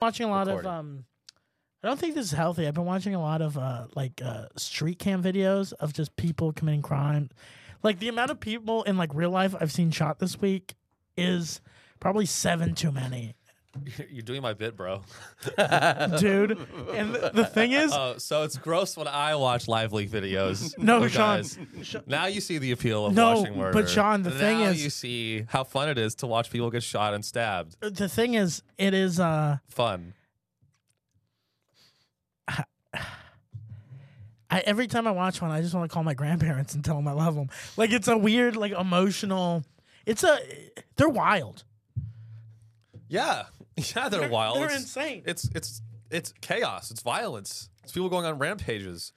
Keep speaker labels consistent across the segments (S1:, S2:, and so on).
S1: watching a lot
S2: Recording.
S1: of um I don't think this is healthy. I've been watching a lot of uh like uh street cam videos of just people committing crime. Like the amount of people in like real life I've seen shot this week is probably seven too many.
S2: You're doing my bit, bro.
S1: Dude. and the, the thing is
S2: Oh, so it's gross when I watch live leak videos.
S1: No,
S2: of
S1: Sean.
S2: guys. Now you see the appeal of
S1: No,
S2: watching
S1: but
S2: murder.
S1: Sean, the thing
S2: Now
S1: is-
S2: you see how fun it is to watch people get shot and stabbed.
S1: the thing is it is uh
S2: Fun.
S1: I, every time I watch one, I just want to call my grandparents and tell them I love them. Like it's a weird, like emotional. It's a they're wild.
S2: Yeah, yeah, they're,
S1: They're-
S2: wild.
S1: they're
S2: It's-
S1: insane.
S2: It's it's it's chaos. It's violence. It's people going on rampages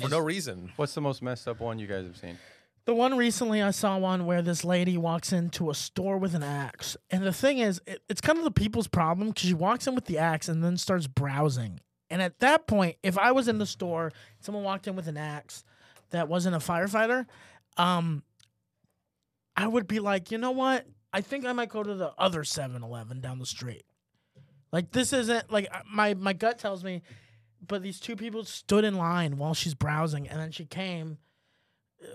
S2: for no reason.
S3: What's the most messed up one you guys have seen?
S1: The one recently I saw one where this lady walks into a store with an axe. And the thing is, it, it's kind of the people's problem because she walks in with the axe and then starts browsing. And at that point, if I was in the store, someone walked in with an axe that wasn't a firefighter, um, I would be like, you know what? I think I might go to the other 7 Eleven down the street. Like, this isn't, like, I- my, my gut tells me, but these two people stood in line while she's browsing and then she came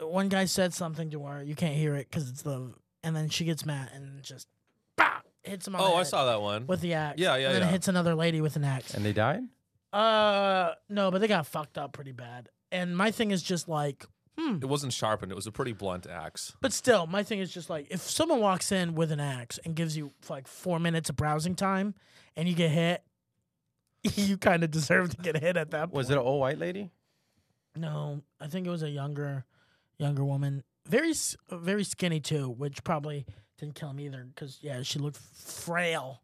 S1: uh, one guy said something to her. You can't hear it because it's the. And then she gets mad and just, bah, hits him. On the
S2: Oh, I
S1: head
S2: saw that one.
S1: With the axe.
S2: Yeah, yeah,
S1: And then
S2: yeah.
S1: hits another lady with an axe.
S3: And they died?
S1: Uh, no, but they got fucked up pretty bad. And my thing is just like, hmm,
S2: It wasn't sharpened. It was a pretty blunt axe.
S1: but still, my thing is just like, if someone walks in with an axe and gives you like four minutes of browsing time, and you get hit, you kind of deserve to get hit at that. point.
S3: Was it an old white lady?
S1: No, I think it was a younger, younger woman. Very, s- very skinny too, which probably didn't kill him either. Because yeah, she looked frail.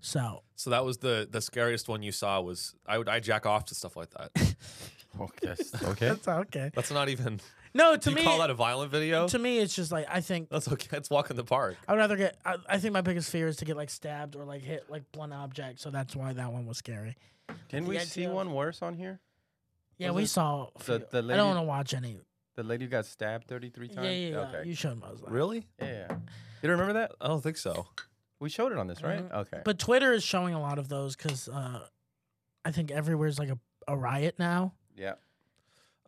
S1: So
S2: So that was the the scariest one you saw. Was I would I jack off to stuff like that.
S3: Okay. okay.
S1: okay.
S2: That's not even.
S1: No, to
S2: do you
S1: me,
S2: call that a violent video?
S1: to me, it's just like I think
S2: That's okay. It's walk in the park.
S1: I'd rather get. I, I think my biggest fear is to get like stabbed or like hit like blunt object. So that's why that one was scary.
S3: Didn't
S1: The
S3: we
S1: idea
S3: see
S1: of-
S3: one worse on here?
S1: Yeah,
S3: Was
S1: we
S3: it
S1: saw. a
S3: the-
S1: few.
S3: the
S1: I
S3: lady-
S1: don't want to watch any.
S3: The lady who got stabbed 33
S1: Yeah,
S3: times?
S1: yeah, yeah.
S3: Okay.
S1: You showed Muslim.
S2: Really?
S3: yeah. You remember that?
S2: I don't think so.
S3: We showed it on this, right?
S1: Mhm.
S3: Okay.
S1: But Twitter is showing a lot of those because uh, I think everywhere's like a, a riot now.
S3: yeah.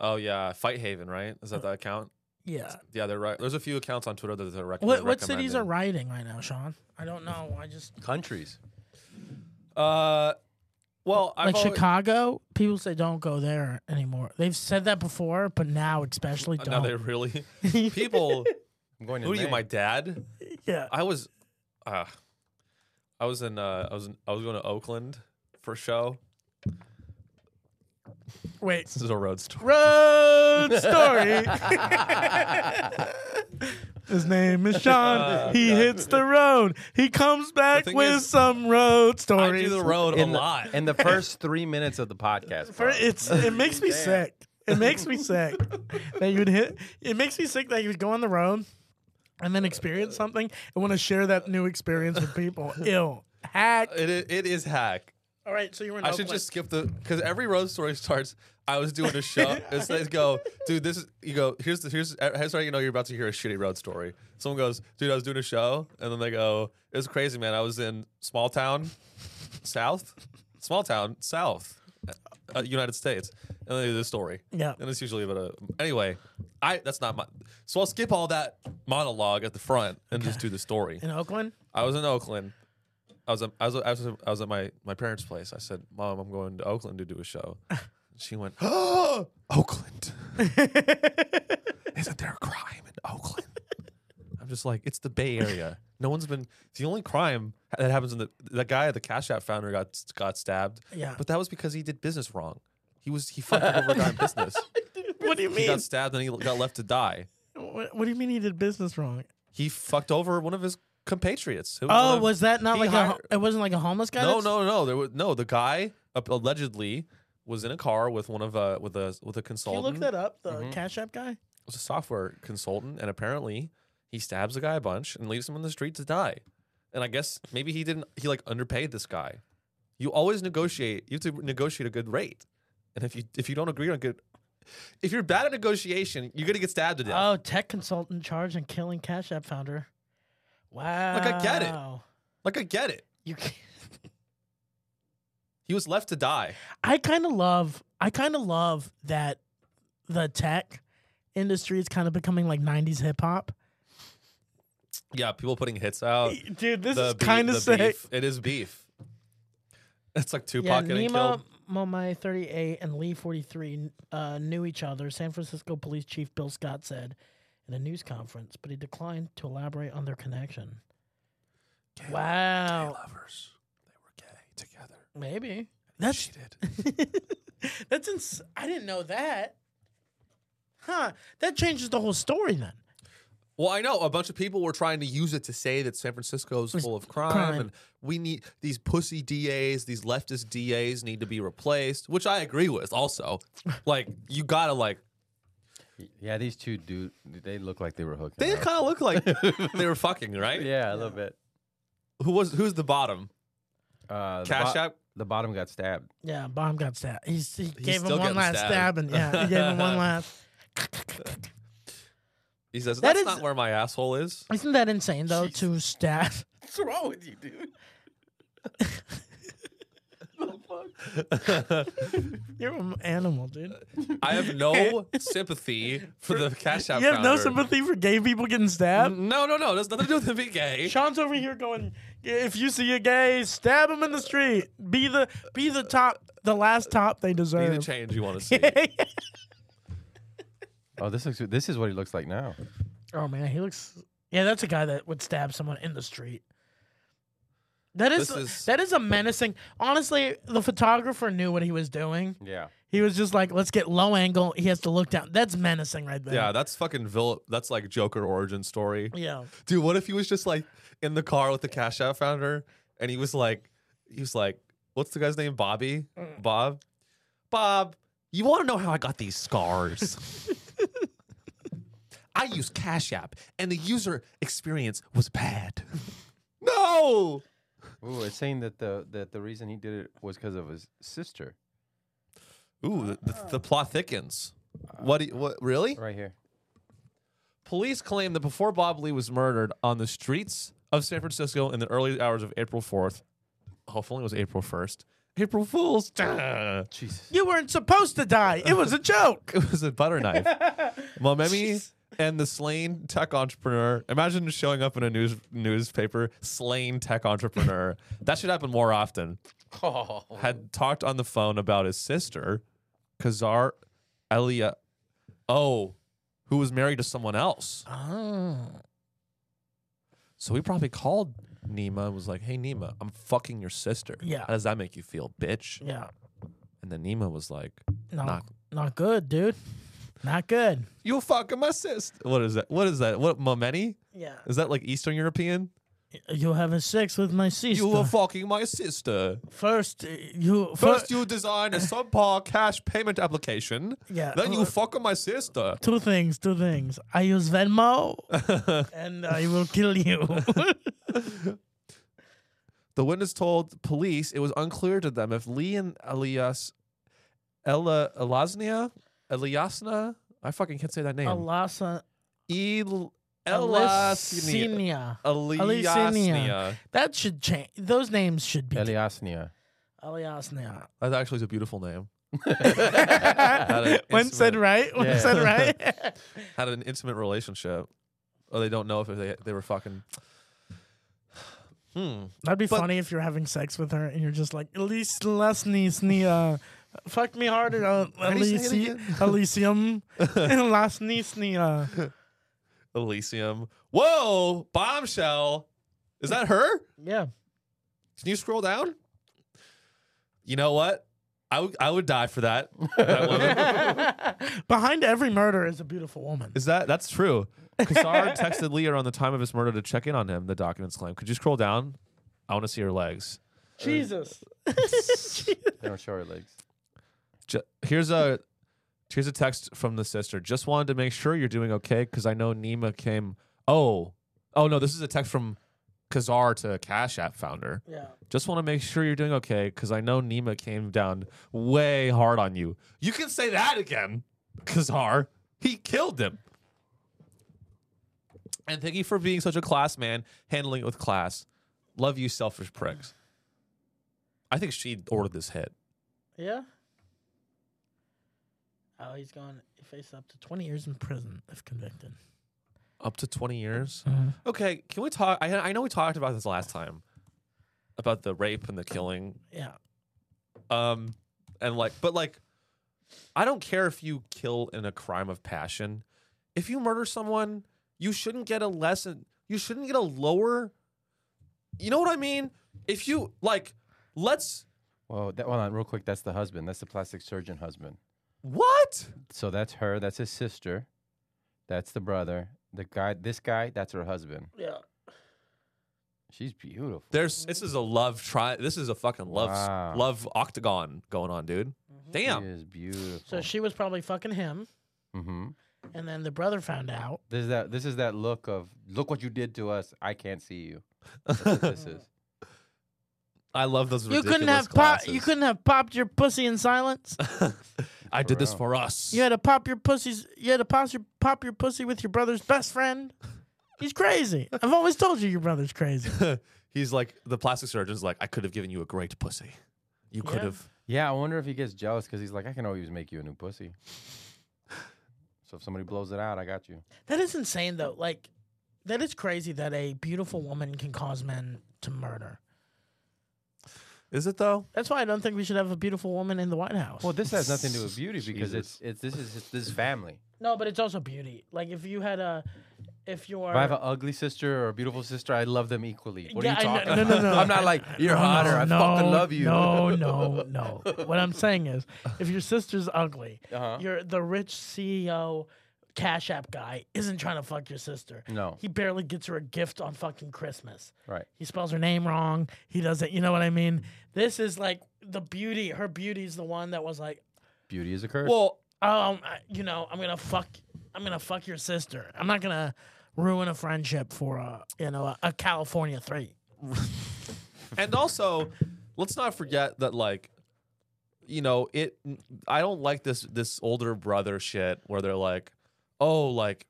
S2: Oh yeah, Fight Haven, right? Is that the account?
S1: Yeah.
S2: Yeah, they're right. There's a few accounts on Twitter that are rec-
S1: What
S2: they're
S1: what cities are rioting
S2: recommending.
S1: right now, Sean? I don't know. I just
S3: Countries.
S2: Uh, well, I've
S1: like
S2: always-
S1: Chicago. People say don't go there anymore. They've said that before, but now especially
S2: Now they
S1: don't.
S2: really people.
S3: I'm going to
S2: who are you,
S3: Maine.
S2: my dad?
S1: yeah,
S2: I was, uh, I was in, uh, I was, in, I was going to Oakland for a show.
S1: wait.
S2: This is a road story.
S1: Road story. His name is Sean. He hits the road. He comes back
S2: Uh, thing
S1: with
S2: is,
S1: some road
S2: I
S1: stories.
S2: do the road
S3: in
S2: a
S3: the,
S2: lot.
S3: In the first three minutes of the podcast.
S1: For-
S3: bro.
S1: it's it makes me sick. It makes me sick that you'd hit. It makes me sick that you'd go on the road and then experience something and want to share that new experience with people. Ew. Hack.
S2: it, i- it is hack.
S1: All right, so you were in
S2: I should
S1: Oakland.
S2: just skip the because every road story starts. I was doing a show. It's they go, dude. This is you go. Here's the here's e, here's how you know you're about to hear a shitty road story. Someone goes, dude. I was doing a show, and then they go, it was crazy, man. I was in small town, south, small town, south, uh, United States, and they do this story.
S1: Yeah.
S2: and it's usually about a anyway. I that's not my. So I'll skip all that monologue at the front and just do the story.
S1: in Oakland.
S2: I was in Oakland. I was, I was, I was, I was at my, my parents' place. I said, Mom, I'm going to Oakland to do a show. She went, oh, Oakland. Isn't there a crime in Oakland? I'm just like, it's the Bay Area. No one's been, it's the only crime that happens in the, the guy at the Cash App founder got, got stabbed.
S1: Yeah.
S2: But that was because he did business wrong. He was, he fucked over a guy in business.
S1: What do you
S2: He
S1: mean?
S2: got stabbed and he got left to die.
S1: What, what do you mean he did business wrong?
S2: He fucked over one of his compatriots. who one
S1: Oh,
S2: of-
S1: was that not
S2: he
S1: like a?
S2: hired-
S1: It wasn't like a homeless guy.
S2: No,
S1: that's-
S2: no, no. There was no. The guy uh, allegedly was in a car with one of uh with a with a
S1: Can you
S2: consultant.
S1: look that up? The
S2: Mm-hmm.
S1: Cash App guy.
S2: It was a software consultant, and apparently he stabs a guy a bunch and leaves him on the street to die. And I guess maybe he didn't. He like underpaid this guy. You always negotiate. You have to negotiate a good rate. And if you if you don't agree on good, if you're bad at negotiation, you're gonna get stabbed to death.
S1: Oh, tech consultant charged in killing Cash App founder. Wow.
S2: I get it. like I get it.
S1: You. Can't.
S2: He was left to die.
S1: I kind of love I kind of love that the tech industry is kind of becoming like 90s hip hop.
S2: Yeah, people putting hits out.
S1: Dude, this
S2: The
S1: is
S2: beef-
S1: kind of
S2: the
S1: sick.
S2: beef. It is beef. It's like
S1: Yeah,
S2: Tupac getting
S1: Nima
S2: killed.
S1: Momai 38 and Lee 43 uh, knew each other, San Francisco Police Chief Bill Scott said in a news conference, but he declined to elaborate on their connection. Wow.
S2: lovers. They were gay together.
S1: Maybe. That's
S2: cheated.
S1: That's ins- I didn't know that. Huh. That changes the whole story then.
S2: Well, I know a bunch of people were trying to use it to say that San Francisco is full of crime,
S1: crime.
S2: and we need these pussy DAs, these leftist DAs need to be replaced, which I agree with. Also, like you gotta like
S3: Yeah, these two dude, they look like they were hooking.
S2: they
S3: up.
S2: kind of look like they were fucking, right?
S3: yeah, a little bit.
S2: Who was who's the bottom?
S3: Uh, the
S2: Cash
S3: bo-
S2: App.
S3: The bottom got stabbed.
S1: Yeah, Bomb got stabbed. He's, he gave
S2: still
S1: him one
S2: getting
S1: last
S2: stabbed.
S1: stab, and yeah, he gave him one last.
S2: He says
S1: That
S2: that's
S1: is-
S2: not where my asshole is.
S1: Isn't that insane though? To stab.
S3: What's wrong with you, dude?
S1: You're an animal, dude.
S2: I have no sympathy for the Cash App.
S1: You have no
S2: founder. Mm.
S1: sympathy for gay people getting stabbed.
S2: No, no, no. That's nothing to do with him being gay.
S1: Sean's over here going, if you see a gay, stab him in the street. Be the be the top, the last top they
S2: Be
S1: deserve.
S2: the change you want to see.
S3: Oh, this looks. This is what he looks like now.
S1: Oh man, he looks. Yeah, that's a guy that would stab someone in the street. That is,
S2: This is-
S1: that is a menacing. Honestly, the photographer knew what he was doing.
S3: Yeah.
S1: He was just like, let's get low angle. He has to look down. That's menacing right there.
S2: Yeah, that's fucking vill- That's like Joker origin story.
S1: Yeah.
S2: Dude, what if he was just like in the car with the Cash App founder and he was like, he was like, what's the guy's name? Bobby? Bob? Bob, you want to know how I got these scars? I used Cash App and the user experience was bad. no!
S3: Ooh, it's saying that the that the reason he did it was because of his sister.
S2: Ooh, the, the, the plot thickens. What, do you- what? Really?
S3: Right here.
S2: Police claim that before Bob Lee was murdered on the streets of San Francisco in the early hours of April 4th, hopefully it was April 1st, April Fool's. Duh.
S3: Jesus.
S1: You weren't supposed to die. It was a joke.
S2: It was a butter knife. Momemi and the slain tech entrepreneur. Imagine showing up in a news newspaper, slain tech entrepreneur. that should happen more often.
S3: Oh.
S2: Had talked on the phone about his sister, Kazar Elia. Oh, who was married to someone else.
S1: Oh.
S2: So he probably called Nima and was like, "Hey Nima, I'm fucking your sister.
S1: Yeah.
S2: How does that make you feel, bitch?"
S1: Yeah.
S2: And then Nima was like,
S1: No,
S2: Not-
S1: not, good, dude. Not good.
S2: "You fucking my sister." What is that? What is that? What momenti?
S1: Yeah.
S2: Is that like Eastern European?
S1: You'll have a sex with my sister.
S2: You were fucking my sister.
S1: first, uh, you
S2: First,
S1: first,
S2: you design a subpar cash payment application.
S1: Yeah. Uh,
S2: Then you fucking my sister.
S1: two things, two things. I use Venmo, and I will kill you.
S2: The witness told police it was unclear to them if Lee and Elias, Ella Elaznia, Eliasna. I fucking can't say that name.
S1: Alasa,
S2: El- Elasnia.
S1: Alessinia.
S2: Eliasnia.
S1: That should change. Those names should be
S3: Eliasnia.
S1: Eliasnia.
S2: That actually is a beautiful name.
S1: when
S2: Had an,
S1: said
S2: intimate,
S1: right, when
S3: Yeah.
S1: said right.
S2: had an intimate relationship. Or they don't know if they, they were fucking. Hmm.
S1: That'd be
S2: But-
S1: funny if you're having sex with her and you're just like Elise Lasnisnia. Fuck me harder, uh,
S2: do you say it
S1: Elise, Elysium, Lasnisnia.
S2: Elysium. Whoa, bombshell. Is that her?
S1: Yeah,
S2: Can you scroll down? You know what? I would- I would die for that. that woman.
S1: behind every murder is a beautiful woman.
S2: Is that that's true? Kassar texted Lee around the time of his murder to check in on him. The documents claim. Could you scroll down? I want to see her legs.
S1: Jesus.
S3: They don't show her legs.
S2: Ju- here's a here's a text from the sister. Just wanted to make sure you're doing okay because I know Nima came. Oh, oh no, this is a text from Kazar to Cash App founder.
S1: yeah.
S2: Just want to make sure you're doing okay because I know Nima came down way hard on you. You can say that again, Kazar. He killed him. And thank you for being such a class man, handling it with class. Love you, selfish pricks. I think she ordered this hit.
S1: Yeah. Oh, he's going to face up to 20 years in prison if convicted.
S2: Up to 20 years. Okay, can we talk? I, I know we talked about this last time about the rape and the killing.
S1: Yeah.
S2: Um, and like, but like, I don't care if you kill in a crime of passion. If you murder someone, you shouldn't get a lesson. You shouldn't get a lower. You know what I mean? If you like, let's
S3: Well, that, hold on, real quick. That's the husband. That's the plastic surgeon husband.
S2: what?
S3: So that's her. That's his sister. That's the brother. The guy. This guy. That's her husband.
S1: Yeah.
S3: She's beautiful.
S2: There's this is a love try. This is a fucking love s-
S3: Wow.
S2: love octagon going on, dude. Damn.
S3: She is beautiful.
S1: So she was probably fucking him,
S3: hmm
S1: and then the brother found out.
S3: This is that. This is that look of look what you did to us. I can't see you. That's what this is.
S2: I love those.
S1: you couldn't have pop, you couldn't have popped your pussy in silence.
S2: couldn't. I did this
S3: Wow.
S2: for us.
S1: You had to pop your pussies. You had to pop your pop your pussy with your brother's best friend. He's crazy. I've always told you your brother's crazy.
S2: He's like the plastic surgeon's like, I could have given you a great pussy. You could
S1: Yeah.
S2: have.
S3: Yeah, I wonder if he gets jealous because he's like, I can always make you a new pussy. So if somebody blows it out, I got you.
S1: That is insane, though. Like, that is crazy that a beautiful woman can cause men to murder.
S2: Is it though?
S1: That's why I don't think we should have a beautiful woman in the White House.
S3: Well, this has nothing to do with beauty because
S2: Jesus.
S3: it's it's this is this is family.
S1: no, but it's also beauty. Like, if you had a, if you are,
S3: If I have an ugly sister or a beautiful sister, I love them equally. What
S1: Yeah,
S3: are
S1: I
S3: you
S1: know-
S3: talking
S1: no, no,
S3: about?
S1: no.
S3: I'm not like you're
S1: No,
S3: hotter. I
S1: no,
S3: fucking love you.
S1: No, no, no. what I'm saying is, if your sister's ugly,
S3: Uh-huh.
S1: you're the rich CEO, Cash App guy isn't trying to fuck your sister.
S3: No.
S1: he barely gets her a gift on fucking Christmas.
S3: Right.
S1: He spells her name wrong. He doesn't. You know what I mean? This is like the beauty. Her beauty's the one that was like,
S3: Beauty is a curse.
S2: Well,
S1: oh, um, I- you know, I'm gonna fuck. I'm gonna fuck your sister. I'm not gonna ruin a friendship for a you know a, a California three.
S2: and also, let's not forget that like, you know, it. I don't like this this older brother shit where they're like, oh, like,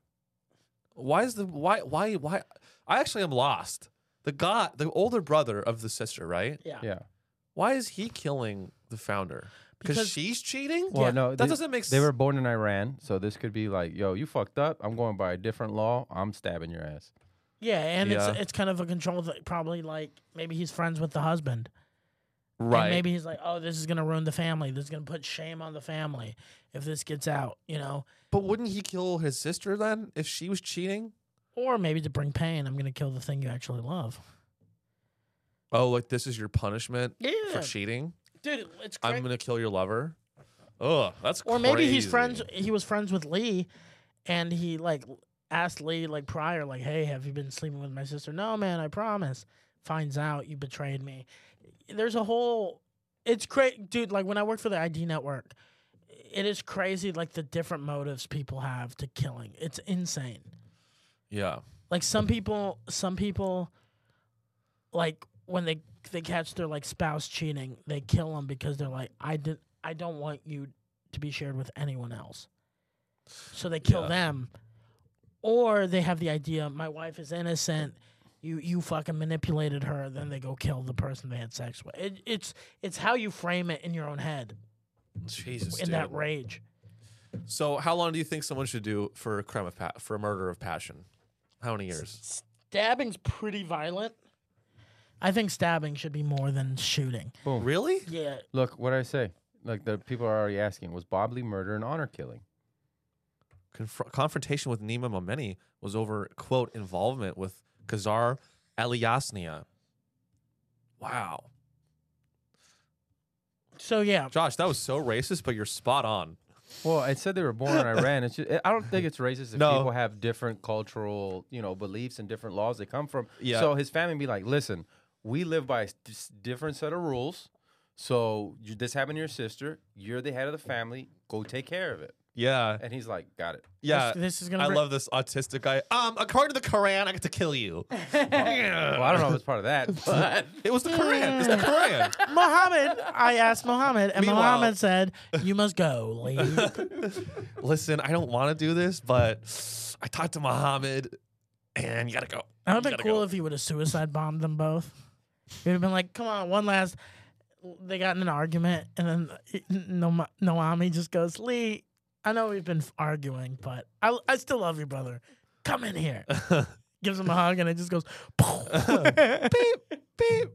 S2: why is the why why why? I actually am lost. The god, the older brother of the sister, right?
S1: Yeah.
S3: yeah.
S2: Why is he killing the founder? Because
S1: Because-
S2: she's cheating.
S3: Well, no,
S2: that
S3: they-
S2: doesn't make.
S3: They
S2: s-
S3: were born in Iran, so this could be like, yo, you fucked up. I'm going by a different law. I'm stabbing your ass.
S1: Yeah, and it's
S2: Yeah.
S1: it's kind of a control that probably like maybe he's friends with the husband.
S2: right.
S1: And maybe he's like, oh, this is gonna ruin the family. This is gonna put shame on the family if this gets out, you know.
S2: But wouldn't he kill his sister then if she was cheating?
S1: Or maybe to bring pain, I'm gonna kill the thing you actually love.
S2: Oh, like this is your punishment
S1: Yeah,
S2: for cheating.
S1: dude, it's crazy.
S2: I'm gonna kill your lover. Ugh, that's
S1: or maybe he's friends.
S2: crazy.
S1: He was friends with Lee, and he like asked Lee like prior, like, "Hey, have you been sleeping with my sister?" No, man, I promise. Finds out you betrayed me. There's a whole. It's crazy, dude. Like when I worked for the ID network, it is crazy. Like the different motives people have to killing. It's insane.
S2: Yeah,
S1: Like some people, some people, like when they they catch their like spouse cheating, they kill them because they're like, I did, I don't want you to be shared with anyone else. So they kill
S2: Yeah.
S1: them, or they have the idea, my wife is innocent. You you fucking manipulated her. Then they go kill the person they had sex with. It, it's it's how you frame it in your own head
S2: Jesus.
S1: in
S2: dude.
S1: that rage.
S2: so, how long do you think someone should do for a crime of pa- for a murder of passion? How many years?
S1: Stabbing's pretty violent. I think stabbing should be more than shooting.
S2: oh. Really?
S1: Yeah,
S3: Look, what did I say? Like the people are already asking, was Bob Lee murder and honor killing?
S2: Confr- confrontation with Nima Momeni was over quote involvement with Khazar Eliasnia. Wow,
S1: So yeah,
S2: Josh, that was so racist, but you're spot on.
S3: Well, I said they were born in Iran. It's just, I don't think it's racist if
S2: No.
S3: people have different cultural, you know, beliefs and different laws they come from.
S2: Yeah.
S3: So his family be like, listen, we live by a s- s- different set of rules. So you, this happened to your sister. You're the head of the family. Go take care of it.
S2: Yeah,
S3: And he's like, got it.
S2: yeah.
S1: this, this is gonna.
S2: I
S1: bring-
S2: love this autistic guy. Um, according to the Quran, I get to kill you.
S3: Well, I don't know if it's part of that, but
S2: It was the Quran. It's the Quran.
S1: Mohammed. I asked Mohammed, and
S2: Meanwhile-
S1: Mohammed said, "You must go, leave."
S2: Listen, I don't want to do this, but I talked to Muhammad, and you gotta go.
S1: That would have
S2: You
S1: been
S2: gotta
S1: cool
S2: go.
S1: if he would have suicide bombed them both. He would have been like, "Come on, one last, they got in an argument, and then eh, Nom- Noami just goes, Lee, I know we've been f- arguing, but I, I still love your brother. Come in here. Gives him a hug, and it just goes, beep, beep.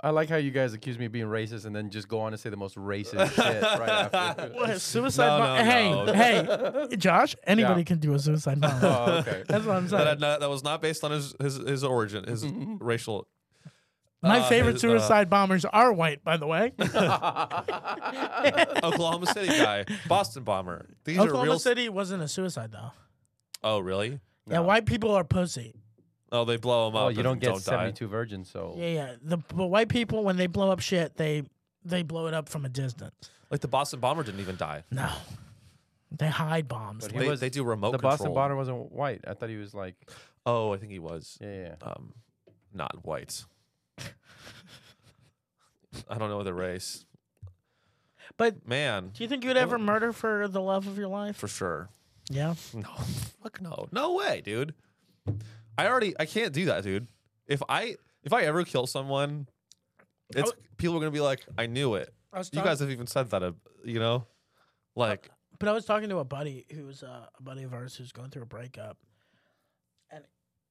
S3: I like how you guys accuse me of being racist and then just go on to say the most racist shit right after.
S1: What, suicide
S2: No,
S1: bomb-
S2: no, no.
S1: hey, hey, Josh, anybody
S3: Yeah.
S1: can do a suicide bomb.
S3: Oh, okay.
S1: That's what I'm
S2: that,
S1: saying. Mm-hmm.
S2: had not- that was not based on his his, his origin, his racial.
S1: My
S2: uh,
S1: favorite
S2: his, uh,
S1: suicide bombers are white, by the way.
S2: Oklahoma City guy, Boston bomber. These are
S1: Oklahoma
S2: real.
S1: City wasn't a suicide though.
S2: Oh, really?
S1: Yeah,
S3: No.
S1: white people are pussy.
S2: Oh, they blow him up.
S3: Well, you
S2: and
S3: don't get
S2: die.
S3: 72 virgins, so
S1: Yeah, yeah. The but white people when they blow up shit, they they blow it up from a distance.
S2: Like the Boston bomber didn't even die.
S1: No, they hide bombs.
S3: But He
S2: They,
S3: was-
S2: they do remote
S3: the
S2: control.
S3: Boston bomber wasn't white. I thought he was like,
S2: Oh, I think he was
S3: yeah, yeah.
S2: um, not white. I don't know the race.
S1: But
S2: Man,
S1: do you think you'd ever murder for the love of your life?
S2: Oh. for sure.
S1: Yeah.
S2: No, fuck no, no way, dude. I already I can't do that, dude. If I if I ever kill someone,
S1: Oh.
S2: it's people are gonna be like, I knew it.
S1: I was
S2: You
S1: talking-
S2: guys have even said that, uh, you know, like
S1: But I was talking to a buddy who's uh, a buddy of ours who's going through a breakup, and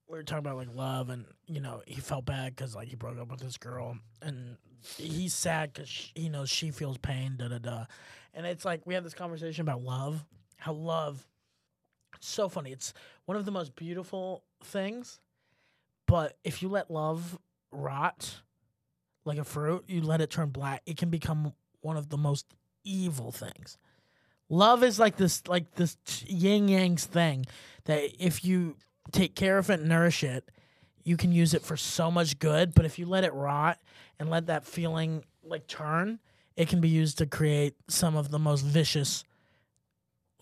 S1: we were talking about like love, and you know he felt bad because like he broke up with this girl, and he's sad because he knows she feels pain, da da da, and it's like we had this conversation about love, how love, it's so funny, it's one of the most beautiful things, but if you let love rot, like a fruit, you let it turn black, it can become one of the most evil things love is like this like this yin yang's thing that if you take care of it and nourish it you can use it for so much good but if you let it rot and let that feeling like turn it can be used to create some of the most vicious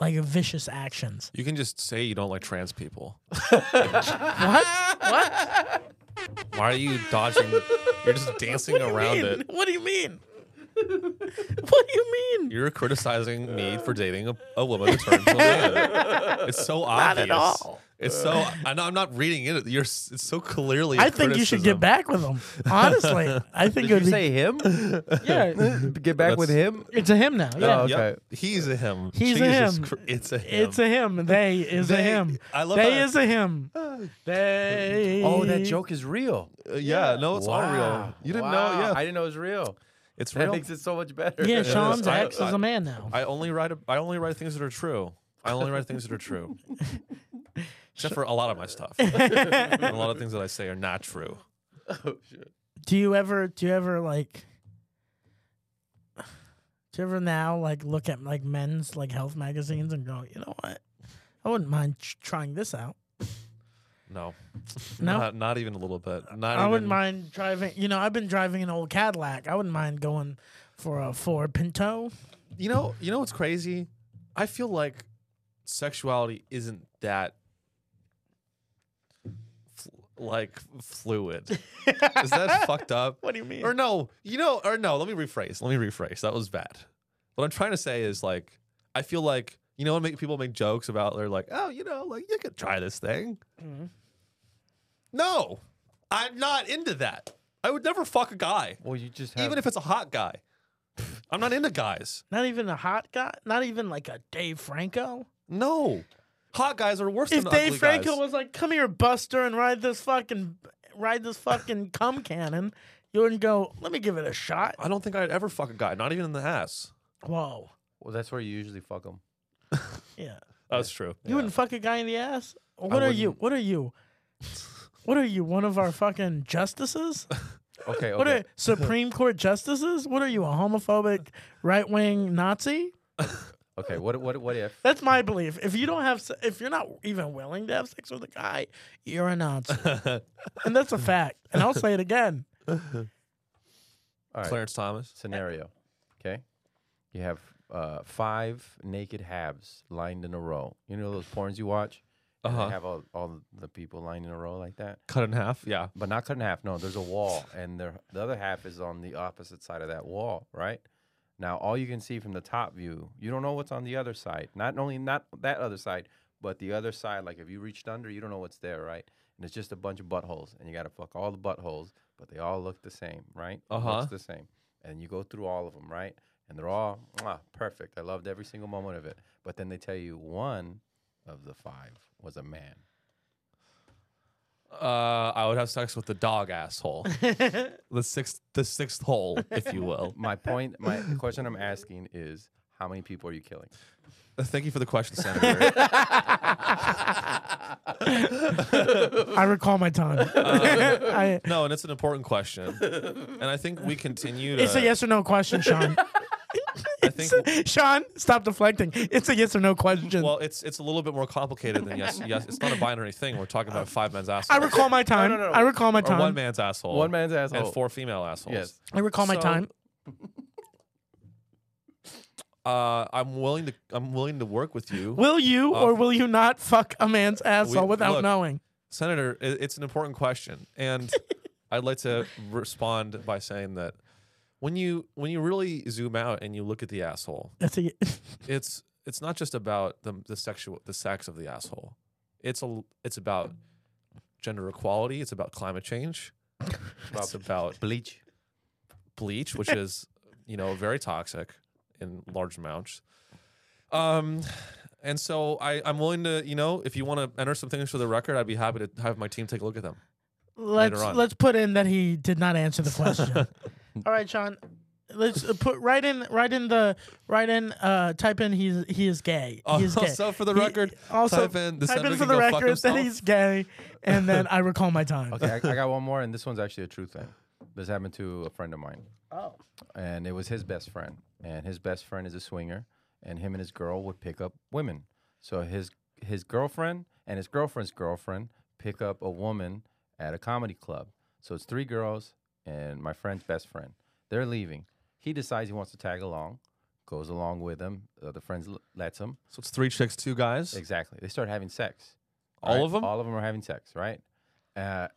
S1: like vicious actions
S2: you can just say you don't like trans people.
S1: what what
S2: Why are you dodging? You're just dancing around
S1: mean?
S2: it.
S1: what do you mean what do you mean
S2: You're criticizing me for dating a, a woman who turns a man. It's so obvious.
S1: all.
S2: It's so. I know I'm not reading it. You're. s- It's so clearly.
S1: I
S2: a
S1: think you should
S2: criticism.
S1: get back with him. Honestly, I think
S3: Did
S1: it
S3: you
S1: would be.
S3: say him?
S1: yeah,
S3: Get back with him?
S1: it's a him now. Yeah.
S3: Oh,
S2: Yep.
S3: Okay.
S2: He's a him.
S1: He's a
S2: Jesus
S1: him.
S2: Chr- it's a him.
S1: It's a him. They is a
S2: They-
S1: him.
S2: I love
S1: they
S2: how-
S1: is a him. They.
S3: Oh, that joke is real.
S2: Uh, yeah,
S3: Oh,
S2: no, it's all real.
S3: Wow.
S2: You didn't
S3: Wow.
S2: know? Yeah,
S3: I didn't know it was real.
S2: it's
S3: That
S2: real.
S3: makes it so much better.
S1: Yeah, Sean's
S2: I-
S1: ex is a man now.
S2: I only write. a- I only write things that are true. I only write things that are true. Except for a lot of my stuff. And a lot of things that I say are not true.
S3: Oh, shit.
S1: do you ever? Do you ever like? Do you ever now like look at like men's like health magazines and go, you know what? I wouldn't mind tr- trying this out.
S2: No.
S1: No?
S2: Not, not even a little bit. Not
S1: I wouldn't
S2: even-
S1: mind driving. You know, I've been driving an old Cadillac. I wouldn't mind going for a Ford Pinto.
S2: You know. You know what's crazy? I feel like sexuality isn't that fl- like fluid. Is that fucked up?
S1: What do you mean?
S2: Or no, you know, or no, let me rephrase. Let me rephrase. That was bad. What I'm trying to say is like, I feel like, you know, when make, people make jokes about, they're like, oh, you know, like you could try this thing.
S1: Mm-hmm.
S2: No, I'm not into that. I would never fuck a guy,
S3: Well, you just have.
S2: even if it's a hot guy. I'm not into guys.
S1: Not even a hot guy. Not even like a Dave Franco.
S2: No, hot guys are worse
S1: if
S2: than
S1: Dave
S2: ugly
S1: Franco
S2: guys.
S1: was like, "Come here, Buster, and ride this fucking, ride this fucking cum cannon," you wouldn't go. Let me give it a shot.
S2: I don't think I'd ever fuck a guy, not even in the ass.
S1: Whoa,
S3: well, that's where you usually fuck them.
S1: yeah.
S2: That's true.
S1: You wouldn't fuck a guy in the ass. What are you?
S2: wouldn't.
S1: What are you? What are you? One of our fucking justices?
S3: Okay,
S1: What
S3: okay.
S1: are Supreme Court justices? What are you? A homophobic right wing Nazi?
S3: okay, what, what, what if?
S1: That's my belief. If you don't have, se- if you're not even willing to have sex with a guy, you're a Nazi, and that's a fact. And I'll say it again.
S3: All right.
S2: Clarence Thomas.
S3: scenario. Okay. You have uh, five naked halves lined in a row. You know those porns you watch? And
S2: Uh-huh.
S3: They have all, all the people lined in a row like that.
S2: Cut in half. Yeah.
S3: But not cut in half. No, there's a wall, and the the other half is on the opposite side of that wall, right? Now, all you can see from the top view, you don't know what's on the other side. Not only not that other side, but the other side. Like if you reached under, you don't know what's there, right? And it's just a bunch of buttholes, and you got to fuck all the buttholes, but they all look the same, right?
S2: Uh-huh.
S3: Looks the same. and you go through all of them, right? And they're all mwah, perfect. I loved every single moment of it. But then they tell you one of the five was a man.
S2: Uh, I would have sex with the dog asshole. the sixth, the sixth hole, if you will.
S3: My point, my the question I'm asking is, how many people are you killing?
S2: Thank you for the question, Senator.
S1: I recall my time. I,
S2: no, and it's an important question, and I think we continue to.
S1: it's a yes or no question, Sean.
S2: I think
S1: Sean, stop deflecting. It's a yes or no question.
S2: well, it's it's a little bit more complicated than yes, yes. It's not a binary thing. We're talking about five men's
S1: I
S2: assholes
S1: recall my time.
S3: no, no.
S1: I recall my
S2: or
S1: time.
S2: one man's asshole,
S3: One man's asshole.
S2: and four female assholes.
S3: Yes.
S1: I recall my
S2: So-
S1: time.
S2: Uh, I'm willing to I'm willing to work with you,
S1: Will you or
S2: Um,
S1: will you not fuck a man's asshole
S2: we-
S1: without
S2: look.
S1: knowing?
S2: Senator. i- It's an important question, and I'd like to respond by saying that when you when you really zoom out and you look at the asshole,
S1: That's a,
S2: it's it's not just about the the sexual the sex of the asshole. It's a it's about gender equality. It's about climate change. It's about
S3: Bleach.
S2: bleach, which is you know very toxic in large amounts. Um, and so I I'm willing to you know if you want to enter some things for the record, I'd be happy to have my team take a look at them.
S1: let's
S2: on.
S1: let's put in that he did not answer the question. All right, Sean. Let's uh, put right in right in the right in uh type in he's he is gay. He is gay.
S2: Oh, Also, for the
S1: He-
S2: record,
S1: also
S2: type in, the
S1: type in
S2: senator
S1: for
S2: can
S1: the
S2: go fuck
S1: record that
S2: himself.
S1: he's gay and then I recall my time.
S3: Okay, I, I got one more, and this one's actually a true thing. This happened to a friend of mine.
S1: Oh.
S3: and it was his best friend. And his best friend is a swinger, and him and his girl would pick up women. So his his girlfriend and his girlfriend's girlfriend pick up a woman at a comedy club. So it's three girls and my friend's best friend. They're leaving. He decides he wants to tag along, goes along with them. The other friends l- lets him.
S2: So it's three chicks, two guys.
S3: Exactly. They start having sex.
S2: All
S3: right?
S2: of 'em?
S3: All of them are having sex, right? Uh,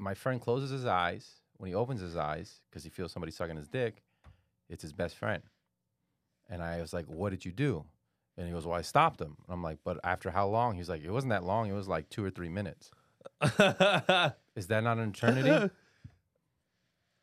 S3: my friend closes his eyes. When he opens his eyes, because he feels somebody sucking his dick, it's his best friend. And I was like, What did you do? And he goes, Well, I stopped him. And I'm like, But after how long? He's like, It wasn't that long. It was like two or three minutes. Is that not an eternity? okay.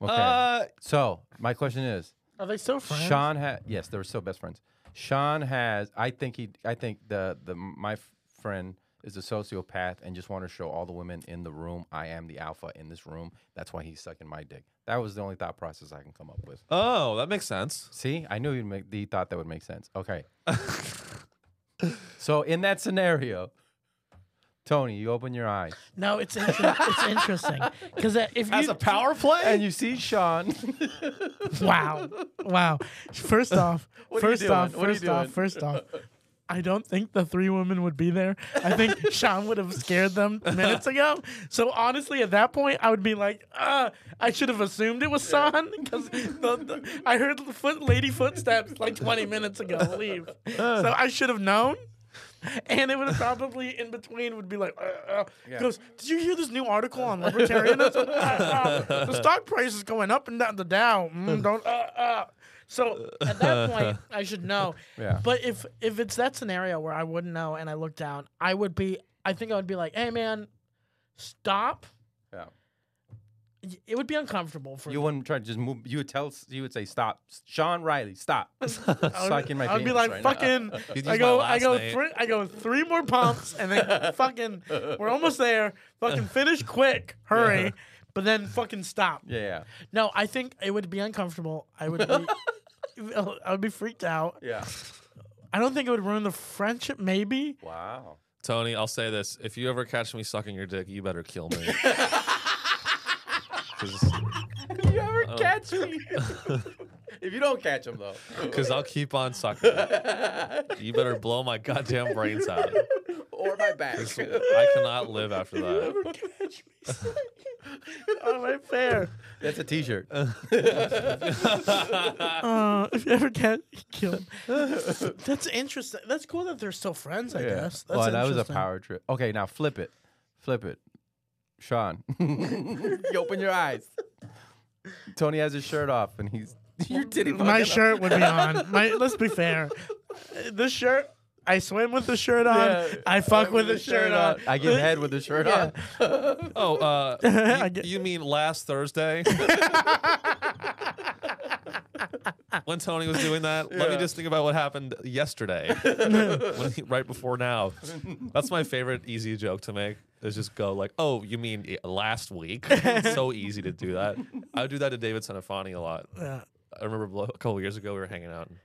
S2: Uh,
S3: so my question is
S1: Are they still friends?
S3: Sean had yes, they were still best friends. Sean has. I think he. I think the the my f- friend is a sociopath and just want to show all the women in the room I am the alpha in this room. That's why he's sucking my dick. That was the only thought process I can come up with.
S2: oh, that makes sense.
S3: See, I knew he'd make, he thought that would make sense. Okay. so in that scenario, Tony, you open your eyes
S1: No, it's inter- it's interesting because if you
S2: As a power play,
S3: and you see Sean.
S1: wow wow, first off,
S3: are you
S1: first
S3: doing?
S1: off,
S3: What are you
S1: first off,
S3: doing?
S1: first off. I don't think the three women would be there. I think Sean would have scared them minutes ago. So honestly, at that point, I would be like, uh, I should have assumed it was Sean because I heard the foot, lady footsteps like 20 minutes ago leave. So I should have known. And it would have probably in between would be like, uh, uh, goes, did you hear this new article on libertarianism? Uh, uh, the stock price is going up and down the Dow. Mm, don't uh, uh. So at that point, I should know.
S3: Yeah.
S1: But if if it's that scenario where I wouldn't know and I look down, I would be. I think I would be like, hey man, stop.
S3: yeah.
S1: Y- It would be uncomfortable for
S3: You wouldn't try to just move. You would tell. You would say, "Stop, Sean Riley, stop."
S1: I would-
S3: Sucking my
S1: I would be
S3: penis
S1: like,
S3: right now.
S1: fucking.
S2: You'd
S1: I
S2: use
S1: go,
S2: my
S1: I
S2: last
S1: go,
S2: name.
S1: three, I go three more pumps, and then fucking, we're almost there. Fucking finish quick, hurry, but then fucking stop.
S3: Yeah, yeah,
S1: No, I think it would be uncomfortable. I would, be, I would be freaked out.
S3: yeah.
S1: I don't think it would ruin the friendship. Maybe.
S3: Wow.
S2: Tony, I'll say this: if you ever catch me sucking your dick, you better kill me. 'Cause-
S3: you ever catch me? Oh. if you don't catch him though,
S2: Cause I'll keep on sucking. You better blow my goddamn brains out.
S3: or my back.
S2: I cannot live after that.
S1: catch me. oh, my fair.
S3: That's a T-shirt.
S1: Uh, if you ever get killed, that's interesting. That's cool that they're still friends. I guess. That's
S3: well, Oh, that was a
S1: interesting.
S3: power trip. Okay, now flip it, flip it, Sean. you open your eyes. Tony has his shirt off, and he's your titty.
S1: My
S3: fucking-
S1: shirt would be on. My let's be fair. This shirt, I swim with the shirt on.
S3: Yeah.
S1: I fuck with the shirt on.
S3: I give head with the shirt on.
S2: Oh, uh,
S1: I
S2: you,
S1: get-
S2: you mean last Thursday? when Tony was doing that. Let me
S3: Yeah.
S2: just think about what happened yesterday, When he- right before now. That's my favorite easy joke to make. Is just go like, oh, you mean i- last week? It's so easy to do that. I would do that to David Senafani a lot.
S1: Yeah.
S2: I remember blo- a couple years ago we were hanging out, and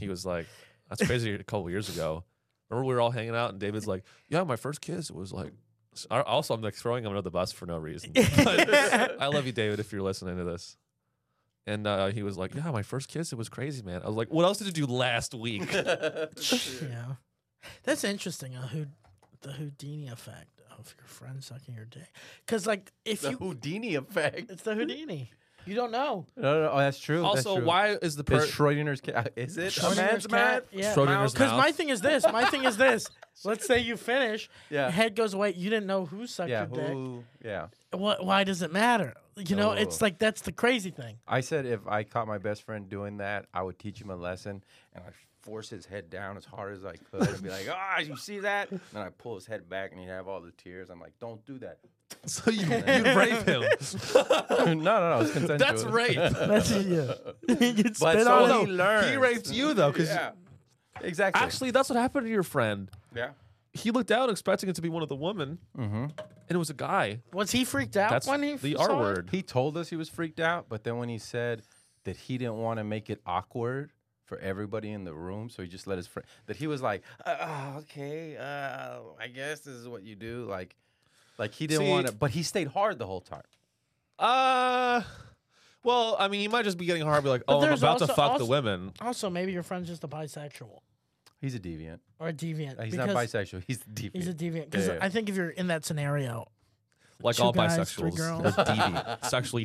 S2: he was like, "That's crazy." a couple years ago, remember we were all hanging out, and David's like, "Yeah, my first kiss was like." s- I- Also, I'm like throwing him under the bus for no reason. I love you, David, if you're listening to this. And uh, he was like, "Yeah, my first kiss. It was crazy, man." I was like, "What else did you do last week?"
S1: Yeah. That's interesting. Uh, who, the Houdini effect of your friend sucking your dick. Because like if
S3: the
S1: you,
S3: Houdini effect.
S1: it's the Houdini. You don't know.
S3: No, no, no, that's true. that's
S2: also,
S3: true.
S2: why is the
S3: It's
S2: person?
S3: Schrodinger's cat? Is it a
S1: Schrodinger's
S3: man's
S1: cat?
S3: man?
S1: Yeah.
S2: Schrodinger's
S1: Because
S2: mouth.
S1: my thing is this. My thing is this. Let's say you finish.
S3: Yeah.
S1: Head goes away. You didn't know who sucked
S3: Yeah,
S1: your dick.
S3: who? Yeah.
S1: What? Why does it matter? You know, it's
S3: Oh.
S1: like that's the crazy thing.
S3: I said if I caught my best friend doing that, I would teach him a lesson and I force his head down as hard as I could and be like, ah, you see that? And then I pull his head back and he'd have all the tears. I'm like, don't do that.
S2: so you you rape him?
S3: no, no, no. It's consensual.
S2: That's rape.
S1: That's yeah. You'd
S3: But
S1: spit
S3: so
S1: on
S3: he
S1: it.
S2: No,
S3: learned.
S2: He raped you though, because
S3: Yeah. Exactly.
S2: actually, that's what happened to your friend.
S3: yeah.
S2: He looked out expecting it to be one of the women, mm-hmm. and it was a guy.
S1: Was he freaked out
S2: That's
S1: when he
S2: the
S1: saw
S2: R
S1: it?
S2: word.
S3: He told us he was freaked out, but then when he said that he didn't want to make it awkward for everybody in the room, so he just let his friend. That he was like, uh, uh, okay, uh, I guess this is what you do. Like, like he didn't
S2: See-
S3: want to, but he stayed hard the whole time.
S2: Uh, well, I mean, he might just be getting hard, be like,
S1: But
S2: oh, I'm
S1: there's
S2: about to
S1: also-
S2: fuck
S1: also-
S2: the women.
S1: Also, maybe your friend's just a bisexual
S3: He's a deviant.
S1: or a deviant.
S3: Uh, He's
S1: because
S3: not bisexual. He's a deviant.
S1: He's a deviant. Because
S3: Yeah, yeah.
S1: I think if you're in that scenario,
S2: Like
S1: Two
S2: all
S1: guys, three
S2: bisexuals,
S1: girls.
S2: they're deviant, sexually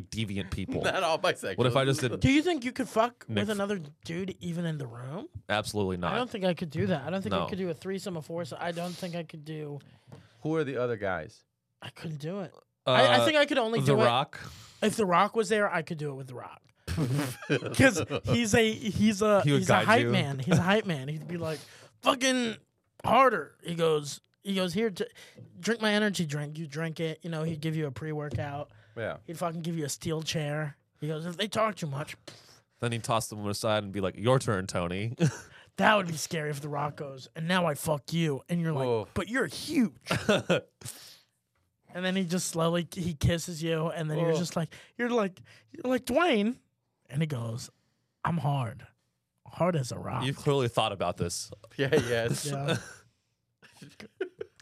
S2: deviant people.
S3: not all bisexual.
S2: What if I just did?
S1: do you think you could fuck
S2: Nick-
S1: with another dude even in the room?
S2: Absolutely
S1: I
S2: not.
S1: don't think I could do that. I don't think
S2: No.
S1: I could do a threesome, a foursome. I don't think I could do.
S3: Who are the other guys?
S1: I couldn't do it.
S2: Uh,
S1: I, I think I could only
S2: The
S1: do
S2: Rock.
S1: it if The Rock was there. I could do it with The Rock. Because he's a he's a
S2: He would
S1: he's a
S2: guide
S1: hype
S2: you.
S1: man. He's a hype man. He'd be like, "Fucking harder." He goes, he goes here to drink my energy drink. You drink it. You know, he'd give you a pre workout.
S3: Yeah.
S1: He'd fucking give you a steel chair. He goes, if they talk too much,
S2: Then he tossed them aside and be like, "Your turn, Tony."
S1: that would be scary if The Rock goes, and now I fuck you, and you're like,
S3: Whoa.
S1: but you're huge. and then he just slowly he kisses you, and then you're
S3: Whoa.
S1: just like, you're like, you're like Dwayne, and he goes, I'm hard, hard as a rock.
S2: You've clearly thought about this.
S3: Yeah. Yes.
S1: Yeah.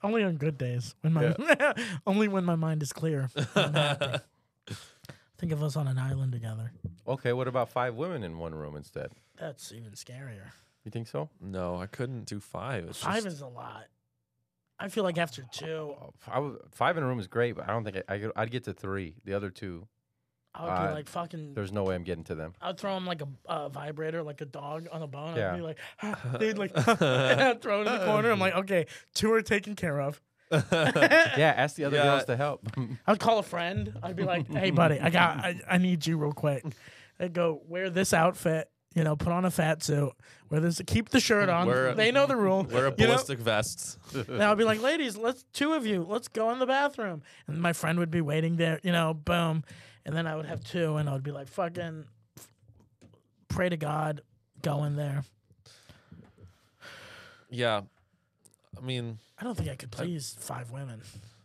S1: only on good days when my only when my mind is clear. I'm happy. Think of us on an island together.
S3: Okay. What about five women in one room instead?
S1: That's even scarier.
S3: You think so?
S2: No, I couldn't do five. It's
S1: Five
S2: just-
S1: is a lot. I feel like after two,
S3: Oh, f- I would- five in a room is great, but I don't think I, I could, I'd get to three. The other two,
S1: I would
S3: Uh,
S1: be like fucking.
S3: there's no way I'm getting to them.
S1: I'd throw him like a, a vibrator, like a dog on a bone.
S3: Yeah.
S1: I'd be like, they'd like throw it in the corner. I'm like, okay, two are taken care of.
S3: Yeah, ask the other
S2: Yeah.
S3: girls to help.
S1: I'd call a friend. I'd be like, hey, buddy, I got, I, I need you real quick. I'd go wear this outfit. You know, put on a fat suit. Wear this. Keep the shirt on.
S2: Wear a-
S1: they know the rule.
S2: Wear a
S1: you know?
S2: ballistic vest.
S1: And I'll be like, ladies, let's two of you, let's go in the bathroom. And my friend would be waiting there, you know, boom. And then I would have two, and I would be like, fucking, pray to God, go in there.
S2: Yeah, I mean,
S1: I don't think I could please five women.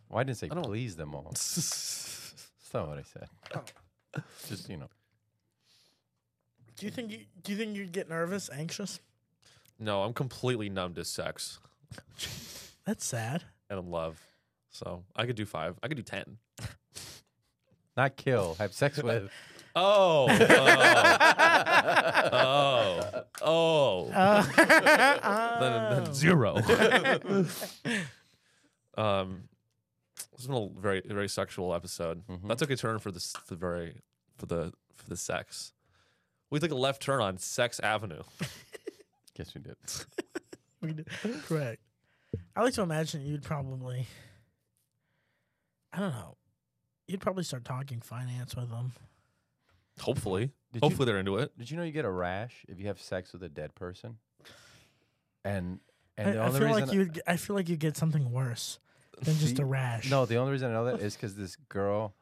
S3: Why didn't say
S2: I don't-
S3: please them all? That's not what I said. Just you know,
S1: Do you think you do you think you'd get nervous, anxious?
S2: no, I'm completely numb to sex
S1: That's sad.
S2: and love. So I could do five. I could do ten.
S3: not kill, have sex with.
S2: Oh. Oh. oh. oh.
S1: Uh.
S2: Then, then zero. um, this has been a very very sexual episode. That took a turn for this the very for the for the sex. We took a left turn on Sex Avenue.
S3: Guess we did.
S1: We do- Correct. I like to imagine you'd probably, I don't know, you'd probably start talking finance with them.
S2: Hopefully,
S3: Did you-
S2: hopefully they're into it.
S3: Did you know you get a rash if you have sex with a dead person? And and the
S1: I, I
S3: only
S1: feel
S3: reason
S1: like you. I feel like you get something worse than just
S3: See,
S1: a rash.
S3: no, the only reason I know that is because this girl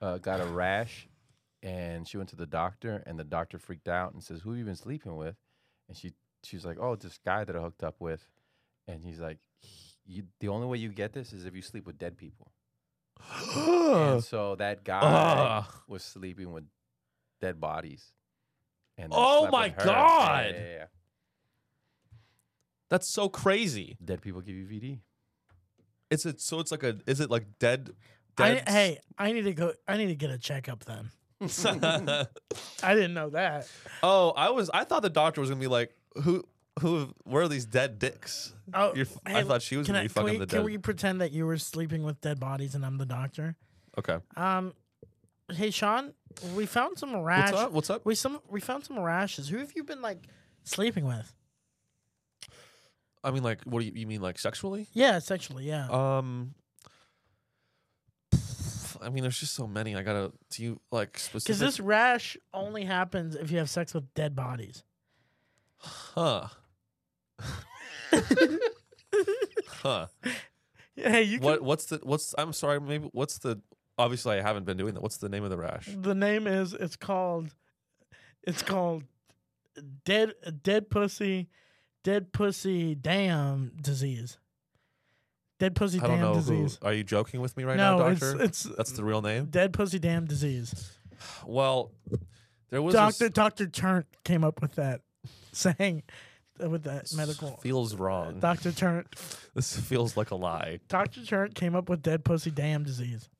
S3: uh, got a rash and she went to the doctor, and the doctor freaked out and says, "Who you been sleeping with?" And she she's like, "Oh, this guy that I hooked up with," and he's like, "He- you, "The only way you get this is if you sleep with dead people." and so that guy
S2: Ugh.
S3: was sleeping with dead bodies. And then
S2: Oh
S3: slept
S2: my
S3: with her.
S2: God.
S3: Yeah, yeah, yeah.
S2: That's so crazy.
S3: Dead people give you VD.
S2: It's a, so it's like a is it like dead?
S1: I,
S2: dead
S1: hey, I need to go. I need to get a checkup then.
S2: s-
S1: I didn't know that.
S2: oh, I was I thought the doctor was gonna be like who who where are these dead dicks?
S1: Oh,
S2: You're f- I thought she was
S1: can
S2: gonna
S1: I-
S2: be
S1: can
S2: fucking
S1: we,
S2: the
S1: Can
S2: dead.
S1: we pretend that you were sleeping with dead bodies and I'm the doctor?
S2: okay,
S1: Um, hey Sean, we found some rash.
S2: what's up? What's up?
S1: We some we found some rashes. Who have you been like sleeping with?
S2: I mean, like, what do you, you mean, like sexually?
S1: Yeah, sexually. Yeah.
S2: Um, I mean, there's just so many. I gotta do you like
S1: Because
S2: specific?
S1: this rash only happens if you have sex with dead bodies.
S2: huh? huh?
S1: Hey, you
S2: What? What's the? What's? I'm sorry. Maybe. What's the? Obviously, I haven't been doing that. What's the name of the rash?
S1: The name is it's called it's called dead dead pussy dead pussy damn disease. Dead pussy
S2: I don't
S1: damn
S2: know. Who,
S1: disease.
S2: are you joking with me right
S1: no,
S2: now,
S1: it's
S2: doctor?
S1: it's
S2: That's the real name.
S1: dead pussy damn disease.
S2: Well, there was
S1: Doctor
S2: This,
S1: Doctor Turnt came up with that saying uh, with that medical.
S2: feels wrong.
S1: Doctor Turnt
S2: This feels like a lie.
S1: Doctor Turnt came up with dead pussy damn disease.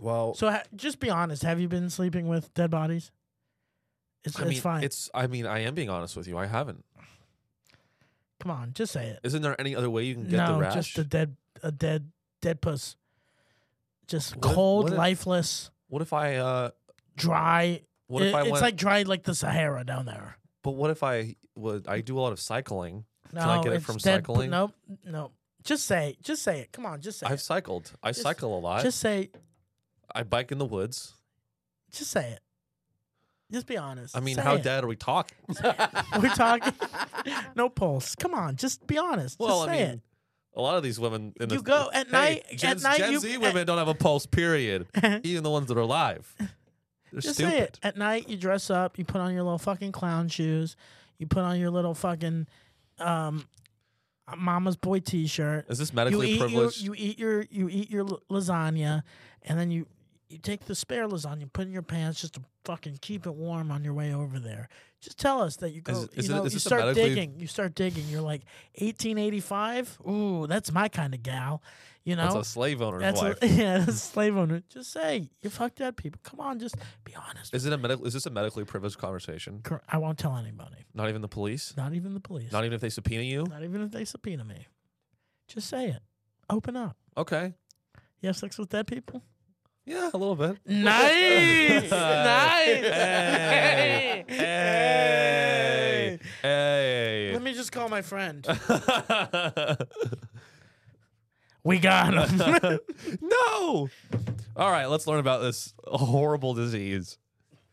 S2: Well,
S1: So ha- just be honest, have you been sleeping with dead bodies? It's,
S2: I
S1: it's
S2: mean,
S1: fine.
S2: it's. I mean, I am being honest with you. I haven't.
S1: Come on, just say it.
S2: Isn't there any other way you can get
S1: no,
S2: the rash?
S1: just a dead, a dead, dead puss. Just
S2: What if-
S1: cold,
S2: what if-
S1: lifeless,
S2: What if I uh
S1: dry.
S2: what if
S1: It-
S2: I
S1: it's
S2: went
S1: like dry, like the Sahara down there.
S2: but what if I would I do a lot of cycling?
S1: No,
S2: I get it
S1: it's
S2: from
S1: dead pu-
S2: cycling?
S1: Nope, nope. Just say, just say it. Come on, just say
S2: I've
S1: it.
S2: cycled. I
S1: Just-
S2: cycle a lot.
S1: Just say,
S2: I bike in the woods.
S1: just say it. Just be honest.
S2: I mean,
S1: Say
S2: how
S1: it.
S2: dead are we talking?
S1: We're talking. no pulse. Come on, just be honest.
S2: Well,
S1: just
S2: I
S1: say
S2: mean, a lot of these women in
S1: You
S2: the,
S1: go at
S2: Hey,
S1: night- at
S2: Gen,
S1: night
S2: Gen
S1: you- eh
S2: Z women don't have a pulse. Period.
S1: it.
S2: Even the ones that are alive, they're
S1: Just
S2: stupid.
S1: say it. At night, you dress up. You put on your little fucking clown shoes. You put on your little fucking um, mama's boy T-shirt.
S2: Is this
S1: You
S2: medically
S1: eat your,
S2: privileged?
S1: you eat your you eat your l- lasagna, and then you you take the spare lasagna, put it in your pants just to fucking keep it warm on your way over there. Just tell us that you go.
S2: Is it- is
S1: you
S2: it-
S1: know,
S2: is
S1: you
S2: this a
S1: start
S2: medically-
S1: digging. You start digging. You're like 1885. Ooh, that's my kind of gal. You know,
S2: That's a slave owner's
S1: That's
S2: wife.
S1: a, yeah, that's a slave owner. Just say you fuck dead people. Come on, just be honest.
S2: is it a medical? Is this a medically privileged conversation?
S1: Cor- I won't tell anybody.
S2: Not even the police.
S1: Not even the police.
S2: Not even if they subpoena you.
S1: Not even if they subpoena me. Just say it. Open up.
S2: Okay.
S1: You have sex with dead people?
S2: Yeah, a little bit.
S1: Nice, nice.
S2: Hey. Hey. Hey.
S1: Let me just call my friend. We got him.
S2: no. All right, let's learn about this horrible disease.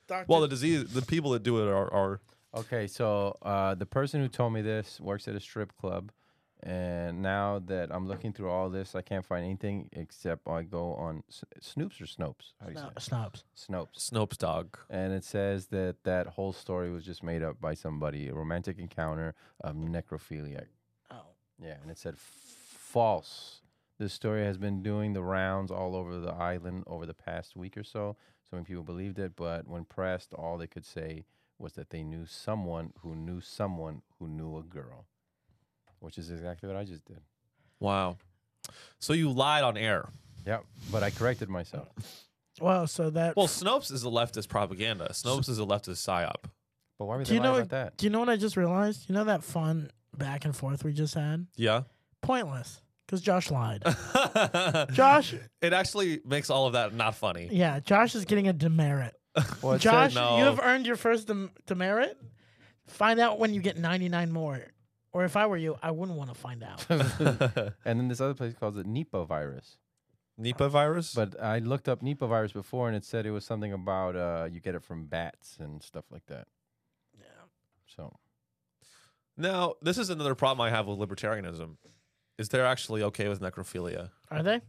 S1: Doctor-
S2: Well, the disease, the people that do it are, are
S3: Okay, so uh, the person who told me this works at a strip club, and now that I'm looking through all this, I can't find anything except I go on S- Snoops or Snopes. How do you say
S1: no,
S3: it?
S1: snobs.
S3: Snopes.
S2: Snopes dog.
S3: And it says that that whole story was just made up by somebody, a romantic encounter of necrophiliac.
S1: Oh,
S3: Yeah, and it said false. This story has been doing the rounds all over the island over the past week or so. So many people believed it, but when pressed, all they could say was that they knew someone who knew someone who knew a girl, which is exactly what I just did.
S2: Wow. So you lied on air.
S3: Yeah, but I corrected myself.
S1: well, so that.
S2: Well, Snopes is a leftist propaganda. Snopes is a leftist psyop.
S3: But why were
S1: Do
S3: they
S1: you
S3: lying
S1: know-
S3: about that?
S1: do you know what I just realized? You know that fun back and forth we just had?
S2: Yeah.
S1: Pointless, because Josh lied. Josh,
S2: It actually makes all of that not funny.
S1: yeah, Josh is getting a demerit.
S3: Well, it said-
S1: Josh,
S2: no.
S1: you have earned your first dem- demerit. Find out when you get 99 more. Or if I were you, I wouldn't want to find out.
S3: and then this other place calls it Nipah virus.
S2: Nipah virus?
S3: But I looked up Nipah virus before, and it said it was something about uh, you get it from bats and stuff like that. So
S2: Now, this is another problem I have with libertarianism. Is they're actually okay with necrophilia?
S1: Are they?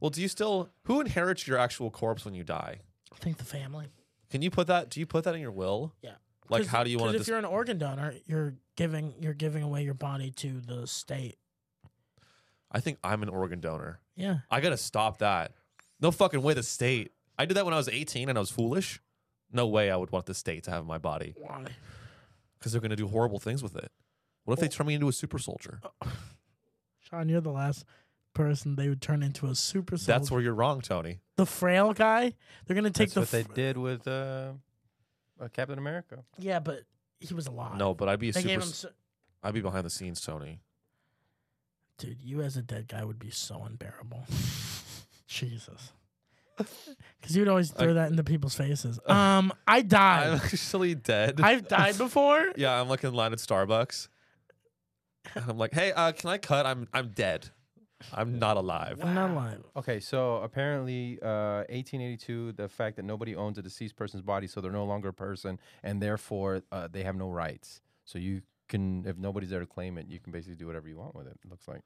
S2: Well, do you still who inherits your actual corpse when you die?
S1: I think the family.
S2: Can you put that? Do you put that in your will?
S1: Yeah.
S2: Like,
S1: 'Cause-
S2: how do you
S1: 'cause
S2: want to?
S1: If you're an organ donor, you're giving you're giving away your body to the state.
S2: I think I'm an organ donor.
S1: Yeah.
S2: I gotta stop that. No fucking way. The state. I did that when I was 18 and I was foolish. No way I would want the state to have my body
S1: Why?
S2: because they're gonna do horrible things with it. What if they
S1: Well- Uh,
S2: turn me into a super soldier?
S1: Sean, you're the last person they would turn into a super.
S2: That's
S1: soldier.
S2: where you're wrong, Tony.
S1: the frail guy. They're gonna take
S3: That's
S1: the.
S3: what they
S1: fr-
S3: did with uh, uh, Captain America.
S1: Yeah, but he was alive.
S2: No, but I'd be a
S1: they
S2: super.
S1: gave him.
S2: s-
S1: So-
S2: I'd be behind the scenes, Tony.
S1: Dude, you as a dead guy would be so unbearable. Jesus. Because you would always throw
S2: I-
S1: that into people's faces. Um, I
S2: I'm
S1: died.
S2: actually dead.
S1: I've died before.
S2: Yeah, I'm like in line at Starbucks, and I'm like, "Hey, uh, can I cut? I'm I'm dead. I'm not alive."
S1: I'm not lying.
S3: Okay, so apparently, uh, 1882, the fact that nobody owns a deceased person's body, so they're no longer a person, and therefore uh, they have no rights. So you can, if nobody's there to claim it, you can basically do whatever you want with it. It looks like.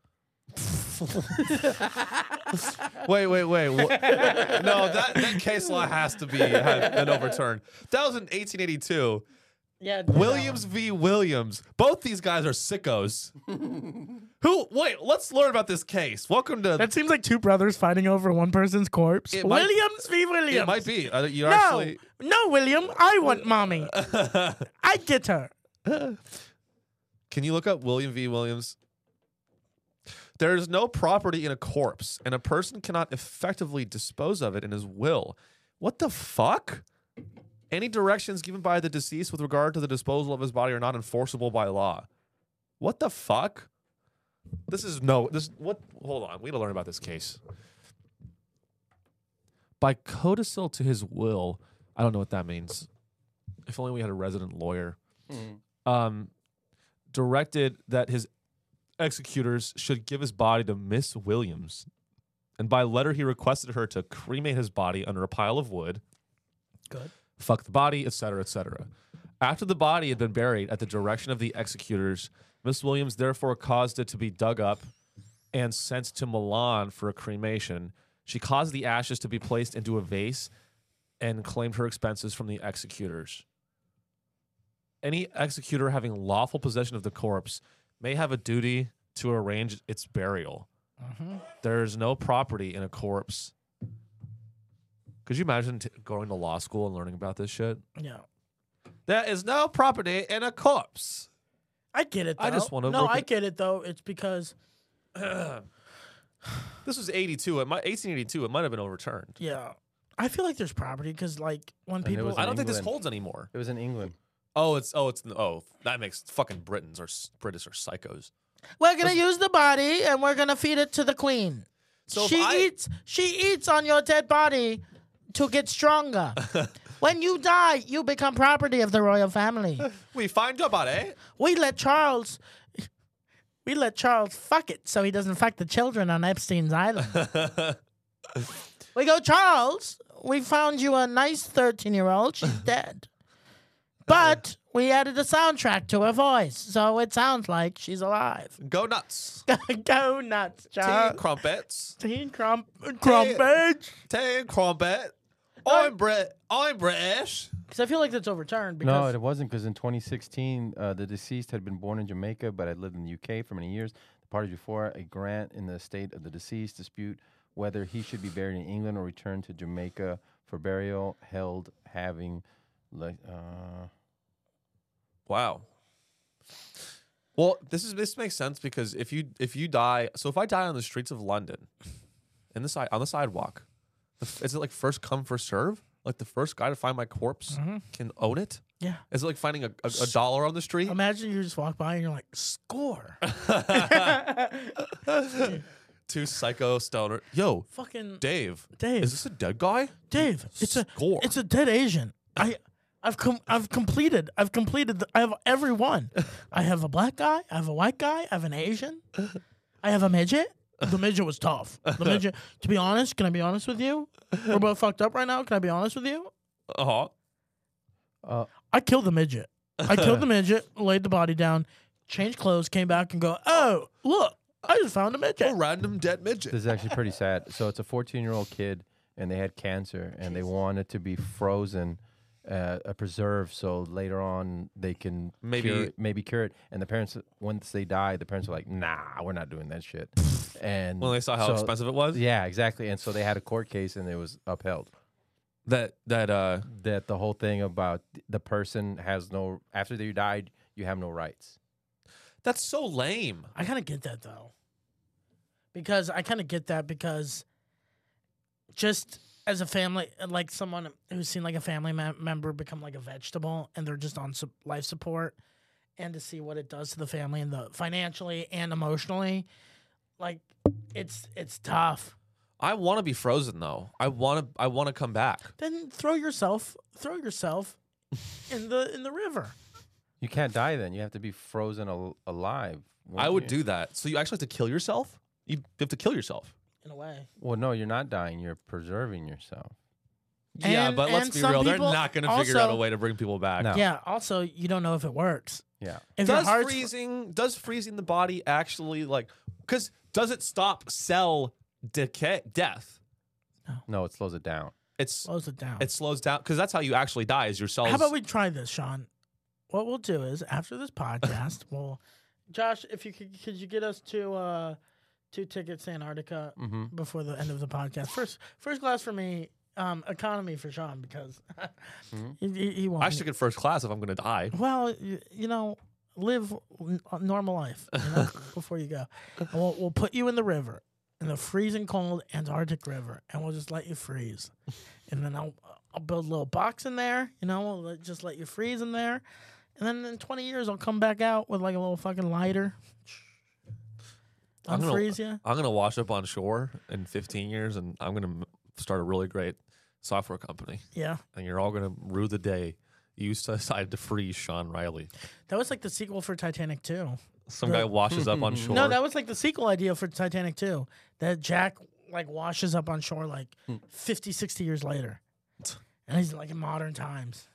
S2: wait, wait, wait. wha- no, that, that case law has to be had been overturned. That was in 1882.
S1: Yeah. I'd do that
S2: Williams
S1: one.
S2: v. Williams. Both these guys are sickos. Who? Wait, let's learn about this case. Welcome to.
S1: That seems like two brothers fighting over one person's corpse.
S2: It might-
S1: Williams v. Williams.
S2: it might be. Uh, you
S1: No,
S2: actually.
S1: no, William. I want mommy. I get her.
S2: Can you look up William V. Williams? There is no property in a corpse, and a person cannot effectively dispose of it in his will. What the fuck? Any directions given by the deceased with regard to the disposal of his body are not enforceable by law. What the fuck? This is no. This what? Hold on. We gotta learn about this case. By codicil to his will, I don't know what that means. If only we had a resident lawyer um, directed that his executors should give his body to Miss Williams. And by letter, he requested her to cremate his body under a pile of wood,
S1: Good.
S2: fuck the body, etc., etc. After the body had been buried at the direction of the executors, Miss Williams therefore caused it to be dug up and sent to Milan for a cremation. She caused the ashes to be placed into a vase and claimed her expenses from the executors. Any executor having lawful possession of the corpse may have a duty to arrange its burial. There is no property in a corpse. Could you imagine t- going to law school and learning about this shit?
S1: Yeah.
S2: There is no property in a corpse.
S1: I get it. Though.
S2: I just wanna
S1: No,
S2: work
S1: I
S2: it-
S1: get it though. It's because
S2: This was 82. It might, 1882. It might have been overturned.
S1: yeah, I feel like there's property because like when
S3: it
S1: people
S3: was
S2: I don't think this
S3: England.
S2: holds anymore.
S3: It was in England.
S2: Oh, it's oh, it's oh, that makes fucking Britons or s- British or psychos.
S1: We're gonna use the body and we're gonna feed it to the queen.
S2: So if
S1: she
S2: I-
S1: eats she eats on your dead body to get stronger. when you die, you become property of the royal family.
S2: We find your body.
S1: We let Charles we let Charles fuck it so he doesn't fuck the children on Epstein's island. we go, Charles, we found you a nice thirteen year old, she's dead. But we added a soundtrack to her voice, so it sounds like she's alive.
S2: Go nuts.
S1: Go nuts,
S2: Tea
S1: Charles.
S2: crumpets.
S1: Teen crump, crumpage.
S2: Tea and crumpet. I'm Brit. I'm British.
S1: Because I feel like that's overturned.
S3: No,
S1: Because
S3: it wasn't because in 2016, uh, the deceased had been born in Jamaica but had lived in the UK for many years. The parties before a grant in the estate of the deceased dispute whether he should be buried in England or returned to Jamaica for burial, held having. Like, uh,
S2: Wow. Well, this is this makes sense because if you if you die, so if I die on the streets of London, in the side on the sidewalk, the f- is it like first come first serve? Like the first guy to find my corpse
S3: Mm-hmm.
S2: can own it.
S1: yeah,
S2: Is it like finding a, a, a dollar on the street?
S1: imagine you just walk by and you're like, score,
S2: Two psycho stoner. Yo,
S1: fucking
S2: Dave.
S1: Dave.
S2: Is this a dead guy?
S1: Dave. It's a
S2: Score.
S1: it's a dead Asian. I. I've com- I've completed. I've completed. The, I have every one. I have a black guy. I have a white guy. I have an Asian. I have a midget. The midget was tough. The midget. To be honest, can I be honest with you? We're both fucked up right now. Can I be honest with you?
S2: Uh huh.
S3: uh,
S1: I killed the midget. I killed the midget, laid the body down, changed clothes, came back and go, oh, look, I just found a midget.
S2: A random dead midget.
S3: This is actually pretty sad. So it's a 14 year old kid, and they had cancer, and they wanted to be frozen, uh, a preserve so later on they can
S2: Maybe-
S3: cure it, maybe cure it. And the parents, once they die, the parents are like, nah, we're not doing that shit. and
S2: When they saw how
S3: so-
S2: expensive it was,
S3: yeah, exactly. And so they had a court case and it was upheld.
S2: that that uh,
S3: That the whole thing about the person has no after they died, you have no rights.
S2: that's so lame.
S1: I kind of get that though, because I kind of get that because just as a family, like someone who's seen like a family mem- member become like a vegetable and they're just on sup- life support, and to see what it does to the family and the financially and emotionally, like it's it's tough.
S2: I want to be frozen though. I want to. I want to come back.
S1: Then throw yourself, throw yourself in the in the river.
S3: You can't die then. You have to be frozen al- alive.
S2: I
S3: wouldn't
S2: would
S3: you?
S2: do that. So you actually have to kill yourself. You have to kill yourself.
S1: In a way,
S3: Well, no, you're not dying. You're preserving yourself.
S2: yeah,
S1: And-
S2: but let's
S1: and
S2: be
S1: some
S2: real. They're
S1: people
S2: not going to figure out a
S1: also-
S2: way to bring people back.
S3: No.
S1: yeah. Also, you don't know if it works.
S3: Yeah.
S1: If your
S2: Oh. Does
S1: heart's fr-
S2: freezing does freezing the body actually like? Because does it stop cell decay death?
S3: No, it slows it down.
S2: It's
S1: slows it down.
S2: it slows down because that's how you actually die. Is your cells?
S1: How about we try this, Sean? What we'll do is after this podcast, we'll Josh, if you could could you get us two uh two tickets to Antarctica
S3: Mm-hmm.
S1: before the end of the podcast? First first class for me, um economy for Sean because
S3: Mhm.
S1: he, he, he won't.
S2: Mm-hmm. I should get first class if I'm going to die.
S1: well, you, you know, live n- a normal life you know, before you go. And we'll we'll put you in the river. In the freezing cold Antarctic River, and we'll just let you freeze, and then I'll I'll build a little box in there, you know, we'll let, just let you freeze in there, and then in 20 years, I'll come back out with like a little fucking lighter.
S2: I'm gonna-
S1: Unfreeze you.
S2: I'm going to wash up on shore in 15 years, and I'm going to start a really great software company.
S1: Yeah.
S2: and you're all going to rue the day you decided to freeze Sean Riley.
S1: That was like the sequel for Titanic 2.
S2: Some
S1: The-
S2: guy washes up on shore.
S1: No, that was like the sequel idea for Titanic 2. That Jack like washes up on shore like
S3: Hmm.
S1: 50, 60 years later. And he's like in modern times.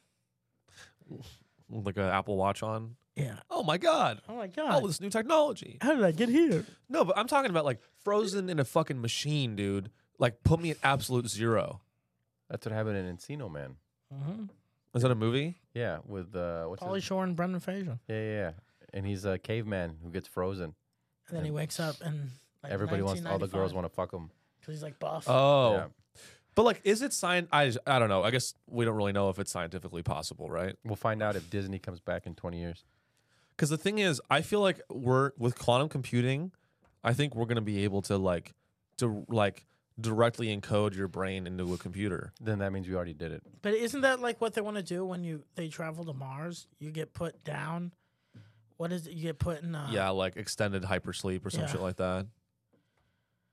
S2: With, like an Apple Watch on.
S1: Yeah.
S2: Oh my God!
S1: Oh my
S2: All
S1: God.
S2: this new technology.
S1: How did I get here?
S2: No, but I'm talking about like frozen in a fucking machine, dude. Like put me at absolute zero.
S3: That's what happened in Encino Man.
S1: Mm-hmm.
S2: Is that a movie?
S3: Yeah, with uh, what's
S1: Polly
S3: his?
S1: Shore and Brendan Fraser.
S3: Yeah, yeah, yeah. And he's a caveman who gets frozen.
S1: And then he wakes up and like
S3: Everybody wants all the girls want to fuck him.
S1: because he's like buff.
S2: Oh,
S3: Yeah.
S2: but like, is it science? I I don't know. I guess we don't really know if it's scientifically possible, right?
S3: We'll find out if Disney comes back in 20 years.
S2: Because the thing is, I feel like we're with quantum computing. I think we're gonna be able to like, to like directly encode your brain into a computer.
S3: Then that means we already did it.
S1: But isn't that like what they want to do when you they travel to Mars? You get put down. What is it? You get put in. Uh,
S2: yeah, like extended hypersleep or some
S1: yeah.
S2: shit like that.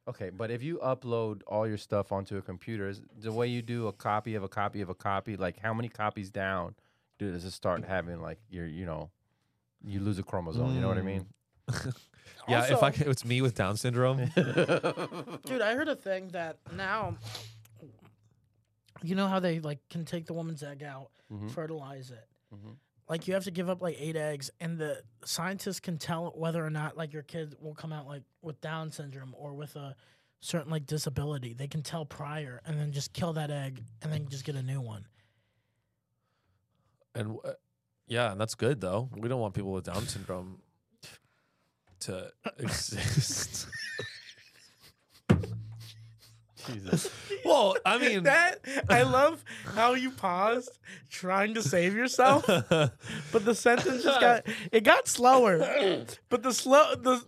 S3: Okay, but if you upload all your stuff onto a computer, is the way you do a copy of a copy of a copy, like how many copies down, dude, does it start having like your, you know, you lose a chromosome? You know what I
S2: Mm.
S3: mean?
S2: yeah, if
S1: Also-
S2: I can, it's me with Down syndrome.
S1: Dude, I heard a thing that now. You know how they like can take the woman's egg out,
S3: Mhm.
S1: fertilize it.
S3: Mhm.
S1: Like you have to give up like eight eggs, and the scientists can tell whether or not like your kid will come out like with Down syndrome or with a certain like disability. They can tell prior, and then just kill that egg, and then just get a new one.
S2: and uh, yeah, and that's good though. We don't want people with Down syndrome to exist.
S3: Jesus.
S2: well, I mean,
S1: that I love how you paused trying to save yourself, but the sentence just got it got slower. But the slow the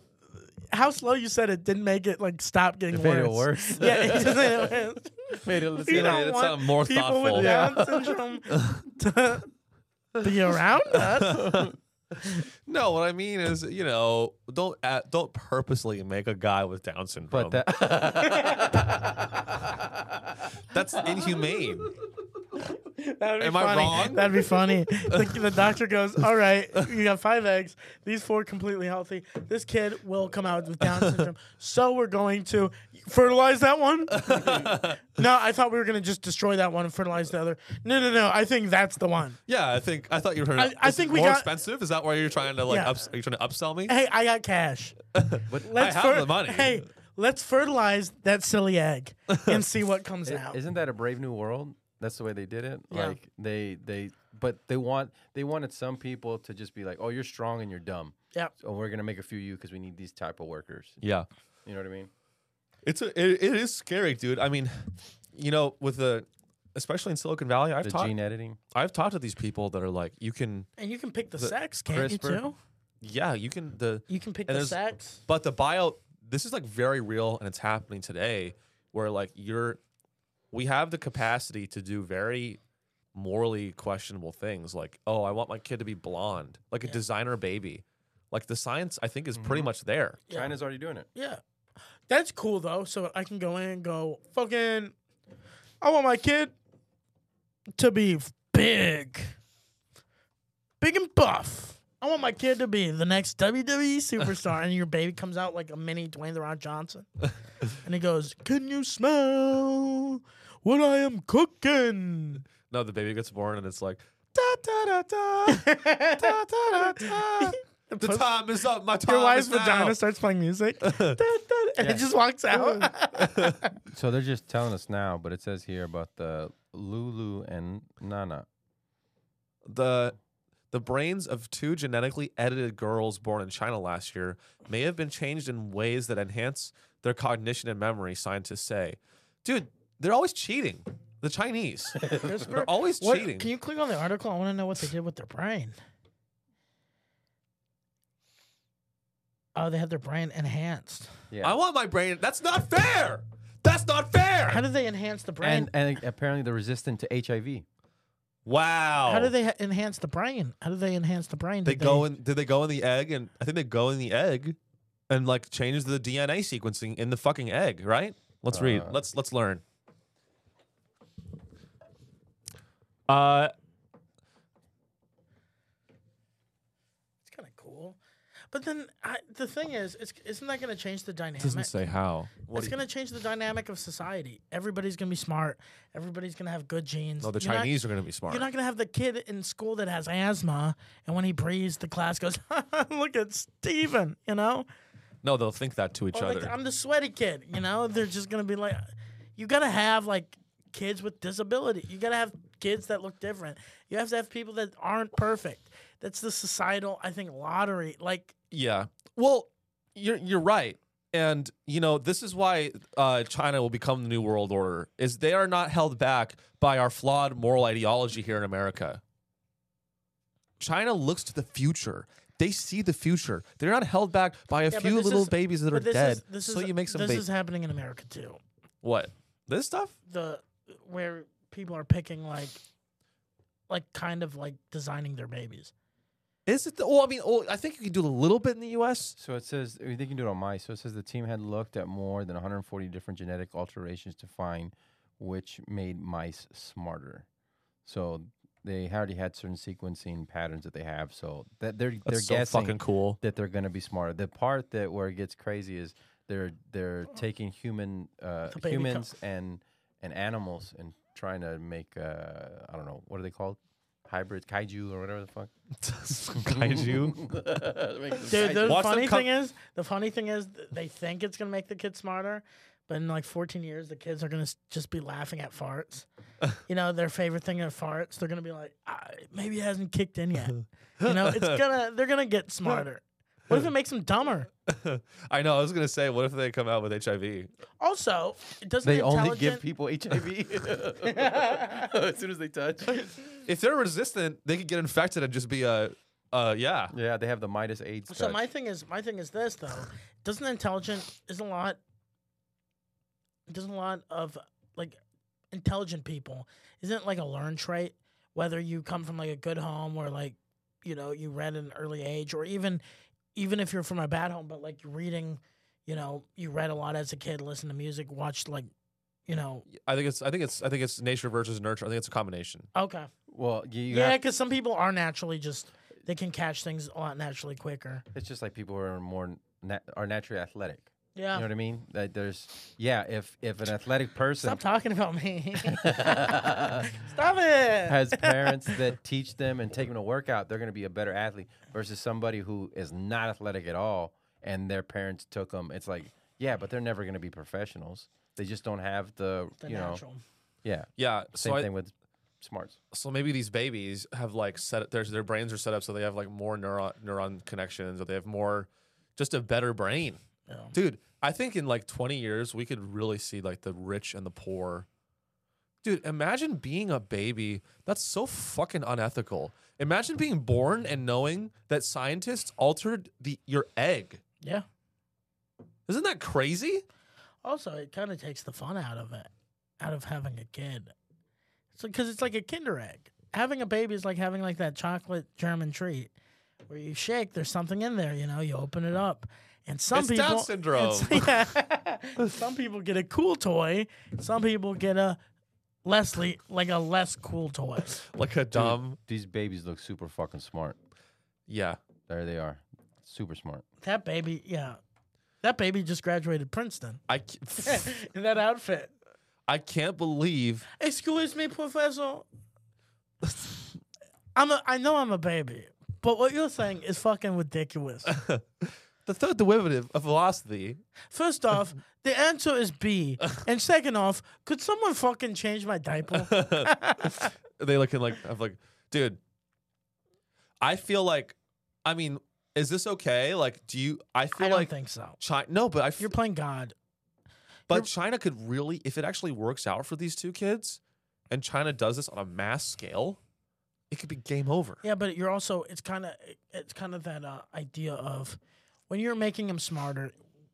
S1: how slow you said it didn't make it like stop getting
S3: It
S1: worse.
S3: made it worse.
S1: Yeah, it just made it worse.
S3: made it look
S1: You
S2: Yeah,
S1: don't
S2: that's
S1: want
S2: something more
S1: people
S2: thoughtful.
S1: with Down syndrome to be around us.
S2: no, what I mean is, you know, don't uh, don't purposely make a guy with Down syndrome.
S3: But that.
S2: that's inhumane.
S1: That'd be
S2: Am I
S1: funny.
S2: wrong?
S1: That'd be funny. The, the doctor goes, "All right, you got five eggs. These four completely healthy. This kid will come out with Down syndrome. So we're going to fertilize that one. no, I thought we were going to just destroy that one and fertilize the other. No, no, no. I think that's the one.
S2: Yeah, I think I thought you were.
S1: I- I
S2: is it
S1: think we
S2: more
S1: got-
S2: expensive. Is that why you're trying to like?
S1: Yeah.
S2: Ups, are you trying to upsell me?
S1: Hey, I got cash. Let's
S2: have the money.
S1: Hey, let's fertilize that silly egg and see what comes out.
S3: Isn't that a Brave New World? That's the way they did it.
S1: Yeah.
S3: Like they they but they want they wanted some people to just be like, "Oh, you're strong and you're dumb."
S1: Yep.
S3: So we're going to make a few of you because we need these type of workers.
S2: Yeah.
S3: You know what I mean?
S2: It's a, it, it is scary, dude. I mean, you know, with the especially in Silicon Valley, I've
S3: the
S2: talked
S3: gene editing.
S2: I've talked to these people that are like, you can
S1: And you can pick the,
S2: The
S1: sex, can't you
S3: CRISPR?
S1: too?
S2: yeah, you can the
S1: You can pick
S2: And
S1: the
S2: there's-
S1: sex.
S2: but the bio this is like very real and it's happening today where like you're we have the capacity to do very morally questionable things like oh i want my kid to be blonde like a
S1: Yeah.
S2: designer baby like the science i think is pretty
S3: Mhm.
S2: much there
S1: Yeah.
S3: China's already doing it.
S1: Yeah. That's cool though. So I can go in and go, fucking I want my kid to be big. Big and buff. I want my kid to be the next WWE superstar. and your baby comes out like a mini Dwayne the Rock Johnson. and he goes, Can you smell what I am cooking?
S2: no the baby gets born and it's like da da da da da da da da the
S1: Puss-
S2: time is up my time
S1: Your wife's
S2: is now.
S1: vagina starts playing music. Da, da, and
S3: Yeah.
S1: it just walks out.
S3: So they're just telling us now, but it says here about the Lulu and Nana.
S2: the the brains of two genetically edited girls born in China last year may have been changed in ways that enhance their cognition and memory, scientists say. Dude, they're always cheating. The Chinese.
S1: CRISPR?
S2: they're always
S1: What-
S2: cheating.
S1: Can you click on the article? I want to know what they did with their brain. Oh, they had their brain enhanced.
S3: Yeah.
S2: I want my brain. That's not fair. That's not fair.
S1: How did they enhance the brain?
S3: and and apparently they're resistant to HIV.
S2: wow.
S1: How did they ha- enhance the brain? How did they enhance the brain?
S2: oh. they
S1: Did
S2: go in did they go in the egg and I think they go in the egg and like change the DNA sequencing in the fucking egg, right? Let's read.
S3: Uh.
S2: Let's let's learn. Uh
S1: It's kind of cool. But then I, the thing is, it's, isn't that going to change the dynamic?
S2: doesn't say how. What
S1: it's
S2: do you-
S1: going to change the dynamic of society. Everybody's going to be smart. Everybody's going to have good genes.
S2: no, the
S1: You're not-
S2: Chinese are going to be smart.
S1: You're not gonna have the kid in school that has asthma, and when he breathes, the class goes, "Look at Steven," you know.
S2: no, they'll think that to each
S1: Or Oh, like,
S2: other.
S1: I'm the sweaty kid, you know. They're just gonna be like, you gotta have like kids with disability. You gotta have kids that look different. You have to have people that aren't perfect. That's the societal, I think, lottery. Like,
S2: yeah. Well, you're you're right. And you know this is why uh, China will become the new world order is they are not held back by our flawed moral ideology here in America. China looks to the future. They see the future. They're not held back by a
S1: Yeah, but
S2: few
S1: this
S2: little
S1: is-
S2: babies that are
S1: but this
S2: dead.
S1: is this
S2: so
S1: is
S2: you make some
S1: this
S2: babies.
S1: is happening in America too.
S2: what this stuff?
S1: The where people are picking like, like kind of like designing their babies.
S2: Is it? The, well, I mean, well, I think you can do a little bit in the U.S.
S3: So it says they can do it on mice. So it says the team had looked at more than 140 different genetic alterations to find which made mice smarter. So they already had certain sequencing patterns that they have. So that they're
S2: That's
S3: they're
S2: so
S3: guessing
S2: fucking cool.
S3: that they're going to be smarter. The part that where it gets crazy is they're they're taking human uh,
S1: The baby co-
S3: humans and and animals and trying to make uh, I don't know what are they called hybrid kaiju or whatever the fuck
S2: Kaiju.
S3: Make some
S1: Dude, the
S3: kaiju.
S2: Watch them
S1: funny
S2: come-
S1: thing is, the funny thing is, th- they think it's gonna make the kids smarter, but in like 14 years, the kids are gonna s- just be laughing at farts. you know, their favorite thing are farts. They're gonna be like, "Ah, maybe it hasn't kicked in yet. you know, it's gonna, they're gonna get smarter. What if it makes them dumber?
S2: I know. I was gonna say, what if they come out with HIV?
S1: Also, it doesn't
S3: They
S1: the
S3: only
S1: intelligent.
S3: give people HIV as soon as they touch.
S2: If they're resistant, they could get infected and just be a, uh, yeah.
S3: Yeah, they have the Midas AIDS.
S1: so
S3: touch.
S1: my thing is, my thing is this though. Doesn't intelligent is a lot. Doesn't a lot of like intelligent people isn't it like a learned trait whether you come from like a good home or like you know you read at an early age or even even if you're from a bad home but like you're reading you know you read a lot as a kid listened to music watched like you know
S2: I think it's, I think it's, I think it's nature versus nurture. I think it's a combination.
S1: okay
S3: well, you, you
S1: yeah
S3: have,
S1: because some people are naturally just they can catch things a lot naturally quicker
S3: it's just like people who are more nat- are naturally athletic.
S1: yeah
S3: You know what I mean? That there's yeah, if if an athletic person
S1: Stop talking about me. Stop it.
S3: has parents that teach them and take them to workout, they're going to be a better athlete versus somebody who is not athletic at all and their parents took them. It's like yeah, but they're never going to be professionals. They just don't have the,
S1: the
S3: you know
S1: natural.
S3: Yeah.
S2: Yeah.
S3: Same
S2: So I,
S3: thing with smarts.
S2: so maybe these babies have like set their their brains are set up so they have like more neuron neuron connections or they have more just a better brain.
S1: Yeah.
S2: Dude, I think in like 20 years we could really see like the rich and the poor. Dude, imagine being a baby. That's so fucking unethical. Imagine being born and knowing that scientists altered the your egg.
S1: Yeah.
S2: Isn't that crazy?
S1: Also, it kind of takes the fun out of it, out of having a kid. It's because it's like a Kinder egg. Having a baby is like having like that chocolate German treat where you shake. There's something in there, you know. You open it up, and some
S2: It's
S1: people
S2: Down syndrome.
S1: it's- yeah. some people get a cool toy. Some people get a less le- like a less cool toy.
S2: Like a dumb.
S3: These babies look super fucking smart.
S2: Yeah.
S3: There they are. Super smart.
S1: That baby, yeah, that baby just graduated Princeton
S2: I ca-
S1: in that outfit.
S2: I can't believe
S1: Excuse me, professor. I'm a, I know I'm a baby, but what you're saying is fucking ridiculous.
S2: the third derivative of velocity.
S1: First off, the answer is B, and second off, could someone fucking change my diaper?
S2: they looking like I'm like, dude. I feel like, I mean, is this okay? Like, do you? I feel
S1: I don't
S2: like
S1: think so.
S2: China. No, but I. F-
S1: You're playing God.
S2: but China could really, if it actually works out for these two kids, and China does this on a mass scale, it could be game over.
S1: Yeah, but you're also it's kind of it's kind of that uh, idea of when you're making them smarter.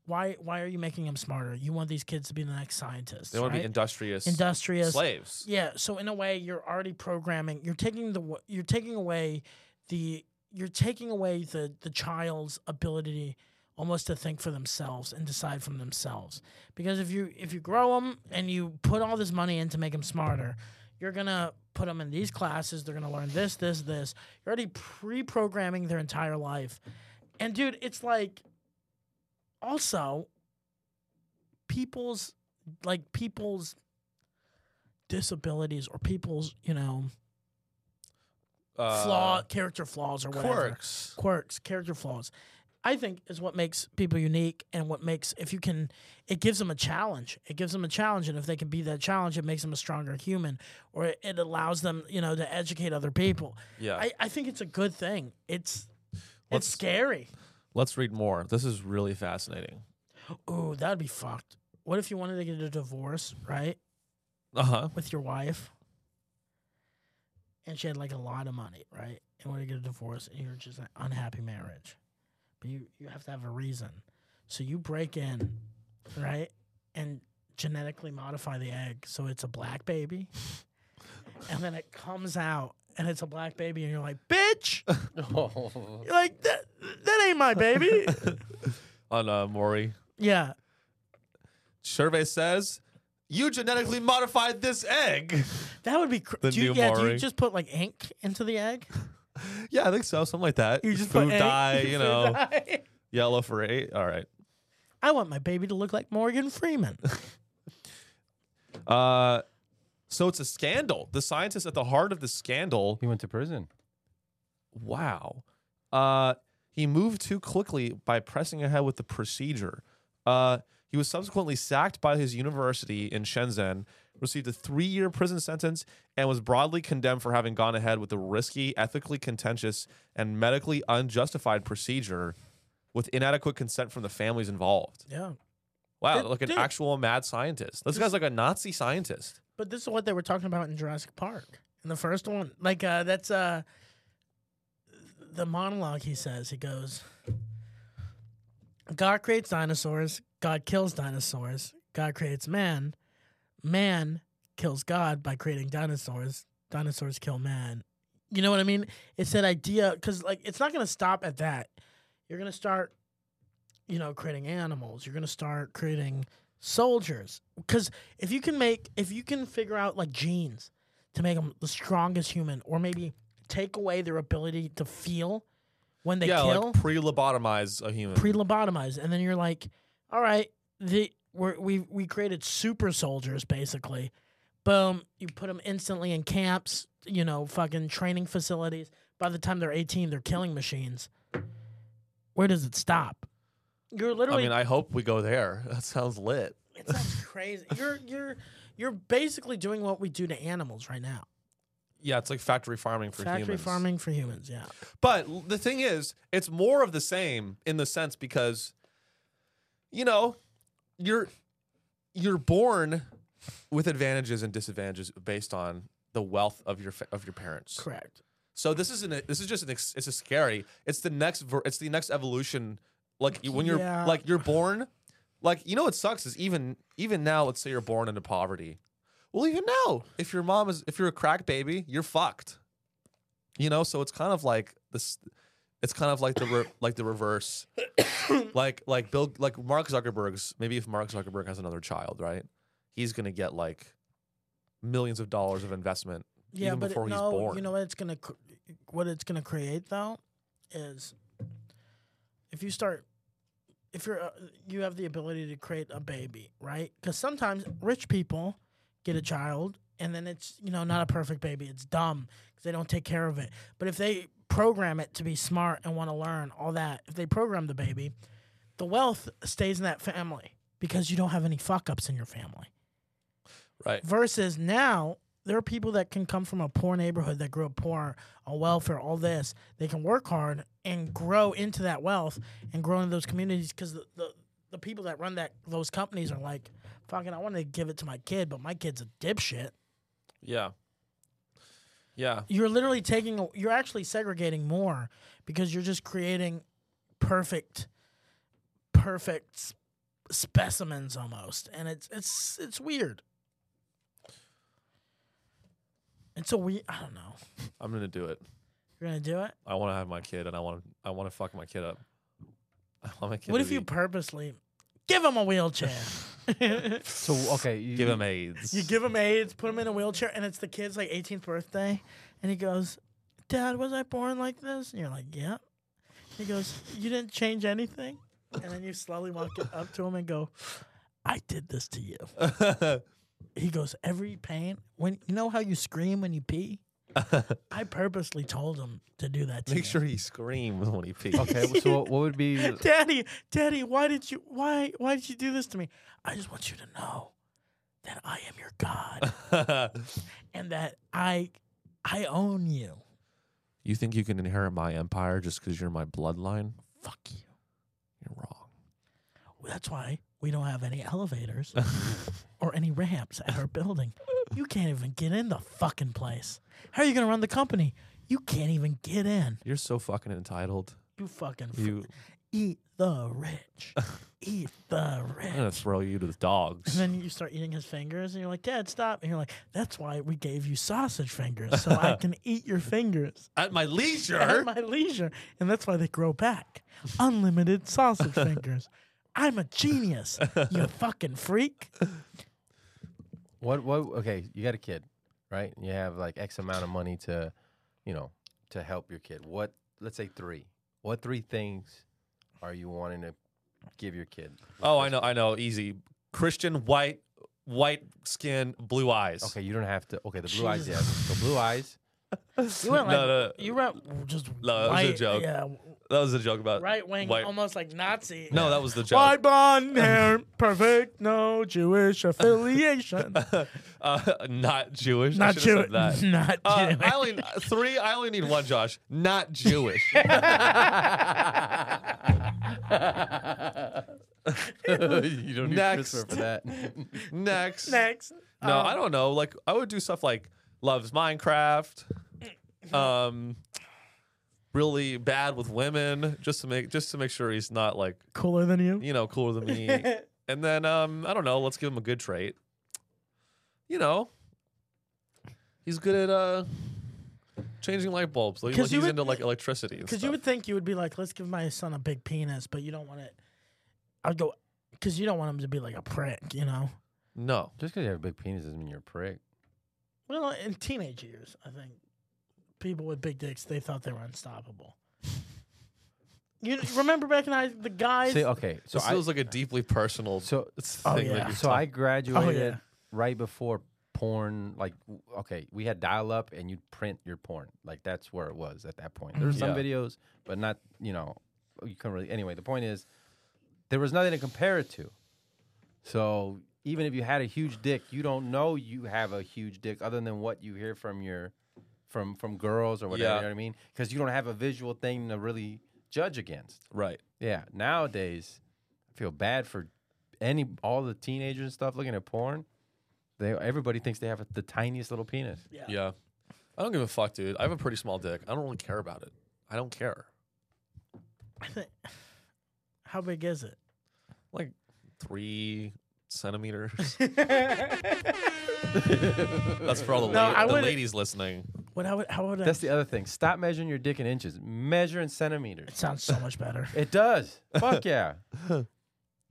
S1: Why why are you making them smarter? You want these kids to be the next scientists.
S2: They want to
S1: right?
S2: be industrious,
S1: industrious.
S2: slaves.
S1: Yeah, so in a way, you're already programming. You're taking the wa- you're taking away the you're taking away the the child's ability almost to think for themselves and decide from themselves. Because if you if you grow them and you put all this money in to make them smarter, you're gonna put them in these classes. They're gonna learn this, this, this. You're already pre-programming their entire life. And dude, it's like also people's like people's disabilities or people's you know
S2: Uh,
S1: flaw character flaws or whatever
S2: quirks.
S1: quirks character flaws i think is what makes people unique and what makes if you can it gives them a challenge it gives them a challenge and if they can be that challenge it makes them a stronger human or it, it allows them you know to educate other people
S2: Yeah.
S1: I, I think it's a good thing it's
S2: Let's-
S1: it's scary
S2: Let's read more. This is really fascinating.
S1: ooh that'd be fucked what if you wanted to get a divorce right
S2: Uh huh.
S1: with your wife and she had like a lot of money, right? And when you get a divorce and you're just an unhappy marriage. But you, you have to have a reason. So you break in, right? And genetically modify the egg so it's a black baby. and then it comes out and it's a black baby and you're like, bitch!
S3: Oh.
S1: You're like, that that ain't my baby.
S2: On uh, Maury.
S1: yeah.
S2: Survey says you genetically modified this egg.
S1: That would be cr-
S2: The
S1: do you,
S2: new
S1: yeah, do you
S2: Maury.
S1: just put like ink into the egg?
S2: Yeah, I think so. Something like that.
S1: You just
S2: food
S1: put
S2: dye,
S1: egg-
S2: you
S1: food
S2: know,
S1: dye.
S2: yellow for eight. All right.
S1: I want my baby to look like Morgan Freeman.
S2: Uh, so it's a scandal. The scientists at the heart of the scandal.
S3: He went to prison.
S2: Wow. Uh, he moved too quickly by pressing ahead with the procedure. Uh, he was subsequently sacked by his university in Shenzhen, received a three year prison sentence, and was broadly condemned for having gone ahead with the risky, ethically contentious, and medically unjustified procedure with inadequate consent from the families involved.
S1: yeah.
S2: Wow,
S1: Dude,
S2: like an
S1: dude.
S2: actual mad scientist. This guy's like a Nazi scientist.
S1: But this is what they were talking about in Jurassic Park in the first one. Like uh, that's uh, the monologue he says. He goes, "God creates dinosaurs. God kills dinosaurs. God creates man. Man kills God by creating dinosaurs. Dinosaurs kill man. You know what I mean? It's that idea because like it's not gonna stop at that. You're gonna start, you know, creating animals. You're gonna start creating." soldiers because if you can make if you can figure out like genes to make them the strongest human or maybe take away their ability to feel when they
S2: yeah,
S1: kill
S2: like pre lobotomize a human.
S1: pre-lobotomized and then you're like all right the we're, we we created super soldiers basically boom you put them instantly in camps you know fucking training facilities by the time they're 18 they're killing machines where does it stop you're
S2: I
S1: literally
S2: mean, I hope we go there. That sounds lit.
S1: it sounds crazy. You're you're You're basically doing what we do to animals right now.
S2: Yeah, it's like factory farming for
S1: Factory
S2: humans.
S1: farming for humans, yeah.
S2: But l- the thing is, it's more of the same in the sense because, you know, you're you're born with advantages and disadvantages based on the wealth of your fa- of your parents.
S1: Correct.
S2: So this is an this is just an ex, it's a scary. It's the next ver, it's the next evolution. Like you- when you're
S1: Yeah.
S2: like you're born, like you know what sucks is even even now. Let's say you're born into poverty. Well, even now, if your mom is if you're a crack baby, you're fucked. You know, so it's kind of like this. It's kind of like the re, like the reverse. like like Bill like Mark Zuckerberg's maybe if Mark Zuckerberg has another child, right? He's gonna get like millions of dollars of investment
S1: Yeah,
S2: even
S1: but
S2: before
S1: it,
S2: he's
S1: no,
S2: born.
S1: you know what it's gonna cr- what it's gonna create though is if you start if you're uh, you have the ability to create a baby, right? Because sometimes rich people get a child and then it's you know not a perfect baby. It's dumb because they don't take care of it. But if they program it to be smart and want to learn all that, if they program the baby, the wealth stays in that family because you don't have any fuck ups in your family.
S2: right?
S1: Versus now, there are people that can come from a poor neighborhood that grew up poor on welfare, all this. They can work hard and grow into that wealth and grow into those communities because the, the the people that run that those companies are like, fucking, I want to give it to my kid, but my kid's a dipshit.
S2: Yeah. Yeah.
S1: You're literally taking, a- you're actually segregating more because you're just creating perfect, perfect s- specimens almost, and it's it's it's weird. It's a we. I don't know.
S2: I'm gonna do it.
S1: You're gonna do it.
S2: I want to have my kid, and I want to. I want to fuck my kid up. I want my kid.
S1: what
S2: to
S1: if you
S2: be-
S1: purposely give him a wheelchair?
S3: So okay, you,
S2: give him AIDS?
S1: you give him AIDS, put him in a wheelchair, and it's the kid's like 18th birthday, and he goes, "Dad, was I born like this?" And you're like, "Yeah." He goes, "You didn't change anything," and then you slowly walk it up to him and go, "I did this to you." He goes, "Every pain when you know how you scream when you pee." I purposely told him to do that to
S2: Make
S1: you.
S2: sure he screams when he pees.
S3: okay. So what would be?
S1: Daddy, Daddy, why did you why why did you do this to me? I just want you to know that I am your God and that I I own you.
S2: you think you can inherit my empire just because you're my bloodline?
S1: Fuck you.
S2: You're wrong.
S1: That's why we don't have any elevators or any ramps at our building. You can't even get in the fucking place. How are you gonna run the company? You can't even get in.
S2: You're so fucking entitled.
S1: You fucking f-
S2: You,
S1: eat the rich. eat the
S2: I'm
S1: rich.
S2: gonna throw you to the
S1: And
S2: dogs.
S1: then you start eating his fingers, and you're like, Dad, stop. And you're like, That's why we gave you sausage fingers, so I can eat your fingers
S2: At my
S1: at
S2: leisure.
S1: my leisure. And that's why they grow back. Unlimited sausage fingers. I'm a genius, you fucking freak.
S3: What what? Okay, you got a kid, right? You have like X amount of money to, you know, to help your kid. What? Let's say three. What three things are you wanting to give your kid?
S2: Oh, I know. I know. Easy. Christian, white, white skin, blue eyes.
S3: Okay, you don't have to. Okay, the blue eyes.
S1: Jesus.
S3: Yes. So blue eyes.
S1: You went
S2: No,
S1: like,
S2: no, no.
S1: you went just
S2: No, that was a
S1: right-
S2: joke.
S1: Yeah,
S2: That was a joke about
S1: right wing,
S2: white-
S1: almost like Nazi.
S2: No, that was the joke.
S1: White blonde hair, perfect, no Jewish affiliation.
S2: uh, not Jewish. I
S1: Not
S2: should have
S1: Jewish.
S2: said that.
S1: Not
S2: Uh,
S1: Jewish.
S2: I only three. I only need one, Josh. Not Jewish.
S3: you don't need
S2: Next.
S3: Christopher for that.
S2: Next.
S1: Next.
S2: No,
S1: Um,
S2: I don't know. Like I would do stuff like loves Minecraft.
S1: Mm-hmm.
S2: Um, really bad with women, just to make just to make sure he's not like
S1: Cooler than you.
S2: you know cooler than me. and then um, I don't know. Let's give him a good trait. You know, he's good at uh changing light bulbs. Like,
S1: 'Cause
S2: he's
S1: you would-
S2: into like electricity. and
S1: Because you
S2: stuff.
S1: would think you would be like, let's give my son a big penis, but you don't want it. I'd go, because you don't want him to be like a prick, you know?
S2: no.
S3: Just because you have a big penis doesn't mean you're a prick.
S1: Well, in teenage years, I think people with big dicks, they thought they were unstoppable. You remember back in high the guys?
S3: See, okay,
S2: So
S3: so
S2: this
S3: I
S2: feels like a deeply personal
S3: so
S2: thing.
S1: Oh,
S2: that
S1: yeah. Oh,
S2: you're
S3: so I graduated
S1: yeah.
S3: right before porn. Like, w- okay, we had dial up, and you'd print your porn. Like that's where it was at that point. There
S1: Mm-hmm.
S3: were some
S2: Yeah.
S3: videos, but not you know, you couldn't really. Anyway, the point is, there was nothing to compare it to. So even if you had a huge dick, you don't know you have a huge dick other than what you hear from your from from girls or whatever.
S2: Yeah.
S3: You know what I mean? Because you don't have a visual thing to really judge against.
S2: Right.
S3: Yeah. Nowadays, I feel bad for any all the teenagers and stuff looking at porn. They everybody thinks they have the tiniest little penis.
S1: Yeah.
S2: Yeah. I don't give a fuck, dude. I have a pretty small dick. I don't really care about it. I don't care.
S1: I think, how big is it?
S2: Like three centimeters. That's for all the,
S1: No,
S2: la-
S1: I
S2: the
S1: wouldn't-
S2: ladies listening.
S1: What how would how would I,
S3: That's the other thing. Stop measuring your dick in inches. Measure in centimeters.
S1: it sounds so much better.
S3: It does. Fuck yeah.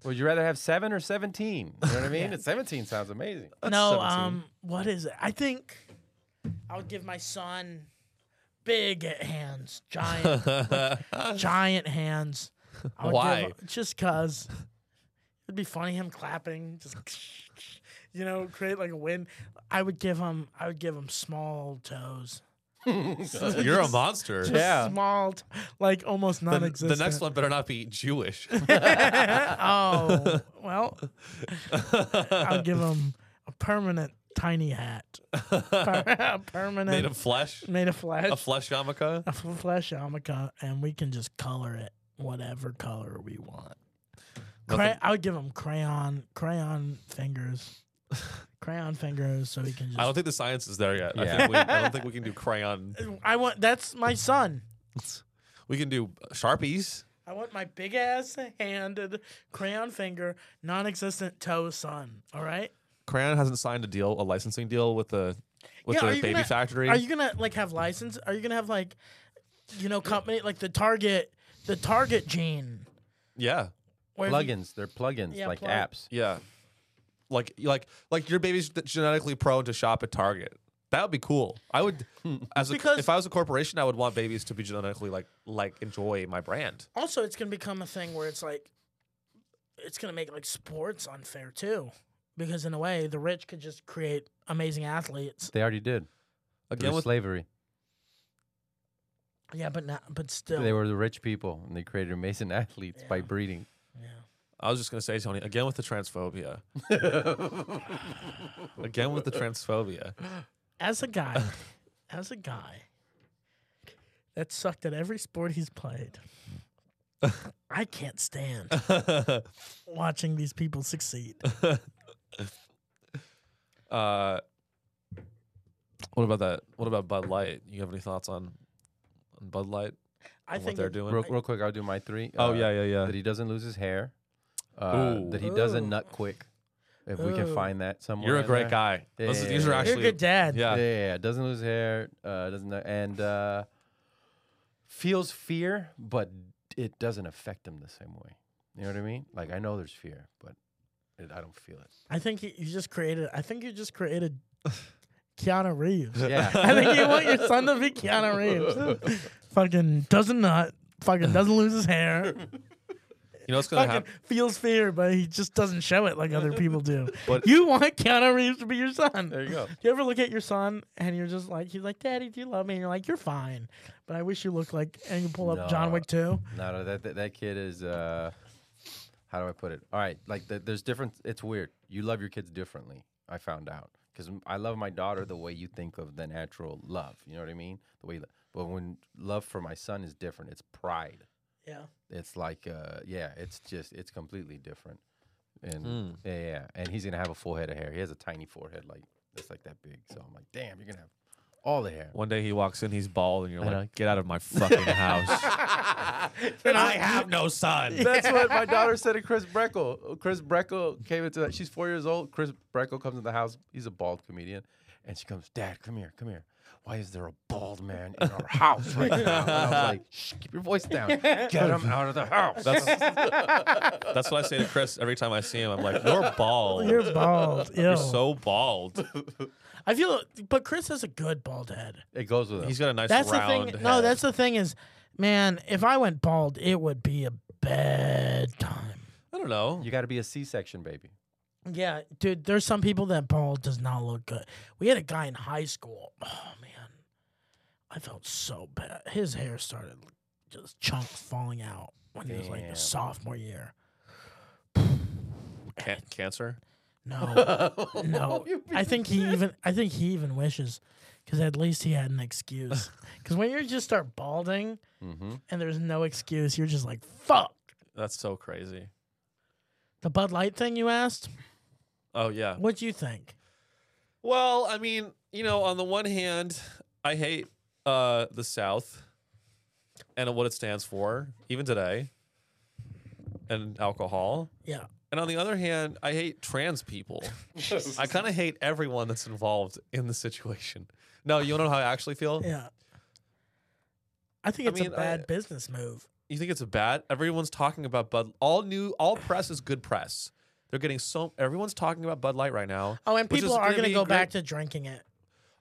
S3: Would you rather have seven or seventeen? You know what I mean?
S1: Yeah.
S3: Seventeen sounds amazing.
S1: no,
S2: 17.
S1: um what is it? I think I would give my son big hands, giant giant hands. I would
S2: Why?
S1: Give, just cause it'd be funny him clapping, just you know, create like a win. I would give him I would give him small toes.
S2: You're a monster.
S1: Just
S3: Yeah.
S1: Small t- like almost
S2: The-
S1: non
S2: the
S1: existent.
S2: next one better not be Jewish.
S1: oh well I'll give him a permanent tiny hat. a permanent
S2: Made of flesh.
S1: made of flesh.
S2: A flesh yarmulke.
S1: a f- flesh yarmulke, and we can just color it whatever color we want. Cray-
S2: Nothing-
S1: I would give him crayon, crayon fingers, crayon fingers, so he can just.
S2: I don't think the science is there yet. I,
S3: Yeah.
S2: think we, I don't think we can do crayon.
S1: I want. That's my son.
S2: We can do sharpies.
S1: I want my big ass handed crayon finger, non-existent toe son. All right.
S2: Crayon hasn't signed a deal, a licensing deal with the with
S1: Yeah, are
S2: the
S1: you
S2: baby
S1: gonna-
S2: factory.
S1: Are you gonna like have license? Are you gonna have like, you know, company like the Target, the Target gene?
S2: yeah,
S1: where if you-
S3: Plugins. They're plugins
S1: Yeah,
S3: like
S1: plug-
S3: apps.
S2: yeah. Like like like your baby's genetically prone to shop at Target. That would be cool. I would, as a,
S1: Because-
S2: if I was a corporation, I would want babies to be genetically like like enjoy my brand.
S1: also it's gonna become a thing where it's like it's gonna make like sports unfair too because in a way the rich could just create amazing athletes
S3: They already did.
S2: Again
S3: Through
S2: with
S3: slavery.
S1: yeah but not but still
S3: They were the rich people and they created amazing athletes by
S1: Yeah.
S3: breeding.
S1: yeah.
S2: I was just gonna say, Tony. Again with the transphobia. again with the transphobia.
S1: as a guy as a guy that sucked at every sport he's played i can't stand watching these people succeed
S2: Uh, what about that? What about Bud Light? You have any thoughts on, on Bud Light?
S1: i
S2: on
S1: think
S2: what they're
S1: it-
S2: doing?
S3: Real, real quick, I'll do my three.
S2: oh
S3: Uh,
S2: yeah, yeah, yeah.
S3: That he doesn't lose his hair. Uh,
S2: Ooh.
S3: that he doesn't
S1: Ooh.
S3: nut quick. If we can
S1: Ooh.
S3: find that somewhere.
S2: You're a
S3: in
S2: great
S3: there.
S2: guy.
S3: Yeah,
S2: Those-
S3: yeah,
S2: these are
S3: yeah.
S1: you're a
S2: actually
S1: good dad
S2: Yeah.
S3: Yeah, yeah, yeah. Doesn't lose hair. Uh, doesn't know- and uh, feels fear, but it doesn't affect him the same way. You know what I mean? Like I know there's fear, but it, I don't feel it.
S1: i think you, you just created i think you just created keanu reeves
S3: Yeah.
S1: I think you want your son to be Keanu Reeves. fucking doesn't not. Fucking doesn't lose his hair.
S2: You know what's gonna
S1: Fucking
S2: happen?
S1: feels fear, but he just doesn't show it like other people do.
S2: But-
S1: you want Keanu Reeves to be your son.
S3: there you go.
S1: Do you ever look at your son and you're just like, he's like, Daddy, do you love me? And you're like, you're fine. But I wish you looked like, and you pull up John
S3: No.
S1: Wick 2.
S3: No, no, that that, that kid is. Uh, how do I put it? All right, like th- there's different. It's weird. You love your kids differently. I found out because I love my daughter the way you think of the natural love. You know what I mean? The way, but when love for my son is different, it's pride.
S1: Yeah.
S3: it's like uh yeah it's just it's completely different and
S2: Mm.
S3: yeah, yeah and he's gonna have a full head of hair he has a tiny forehead like it's like that big so i'm like damn you're gonna have all the hair
S2: One day he walks in, he's bald, and you're
S3: I know.
S2: like, "Get out of my fucking house!" and I have no son.
S3: that's what my daughter said to chris breckel chris breckel came into that she's four years old chris breckel comes in the house he's a bald comedian and she comes dad come here come here why is there a bald man in our house right now and i was like Shh, keep your voice down get him out of the house
S2: That's that's what I say to Chris every time I see him. I'm like, "You're bald. You're,
S1: You're bald. Ew.
S2: so bald."
S1: I feel, but Chris has a good bald head.
S3: it goes with him
S2: He's got a nice
S1: That's the
S2: round
S1: thing. No,
S2: head.
S1: that's the thing is, man, if I went bald, it would be a bad time.
S2: I don't know.
S3: you got to be a c-section baby
S1: Yeah, dude, there's some people that bald does not look good. We had a guy in high school. Oh man. I felt so bad. His hair started just chunks falling out when he was like
S3: Damn.
S1: a sophomore year.
S2: Can- cancer.
S1: No, no.
S3: You
S1: I think he even. I think he even wishes, because at least he had an excuse. Because when you just start balding
S3: Mhm.
S1: and there's no excuse, you're just like fuck.
S2: That's so crazy.
S1: The Bud Light thing you asked.
S2: Oh yeah.
S1: What do you think?
S2: Well, I mean, you know, on the one hand, I hate uh, the South and what it stands for, even today, and alcohol.
S1: Yeah.
S2: And on the other hand, I hate trans people. I kind of hate everyone that's involved in the situation. No, you don't know how I actually feel.
S1: Yeah. I think
S2: I
S1: it's
S2: mean,
S1: a
S2: I-
S1: bad business move.
S2: You think it's a bad? Everyone's talking about Bud. All new, all press is good press. They're getting so. Everyone's talking about Bud Light right now.
S1: Oh, and
S2: Which is
S1: people are
S2: gonna
S1: going to
S2: be
S1: go
S2: great-
S1: back to drinking it.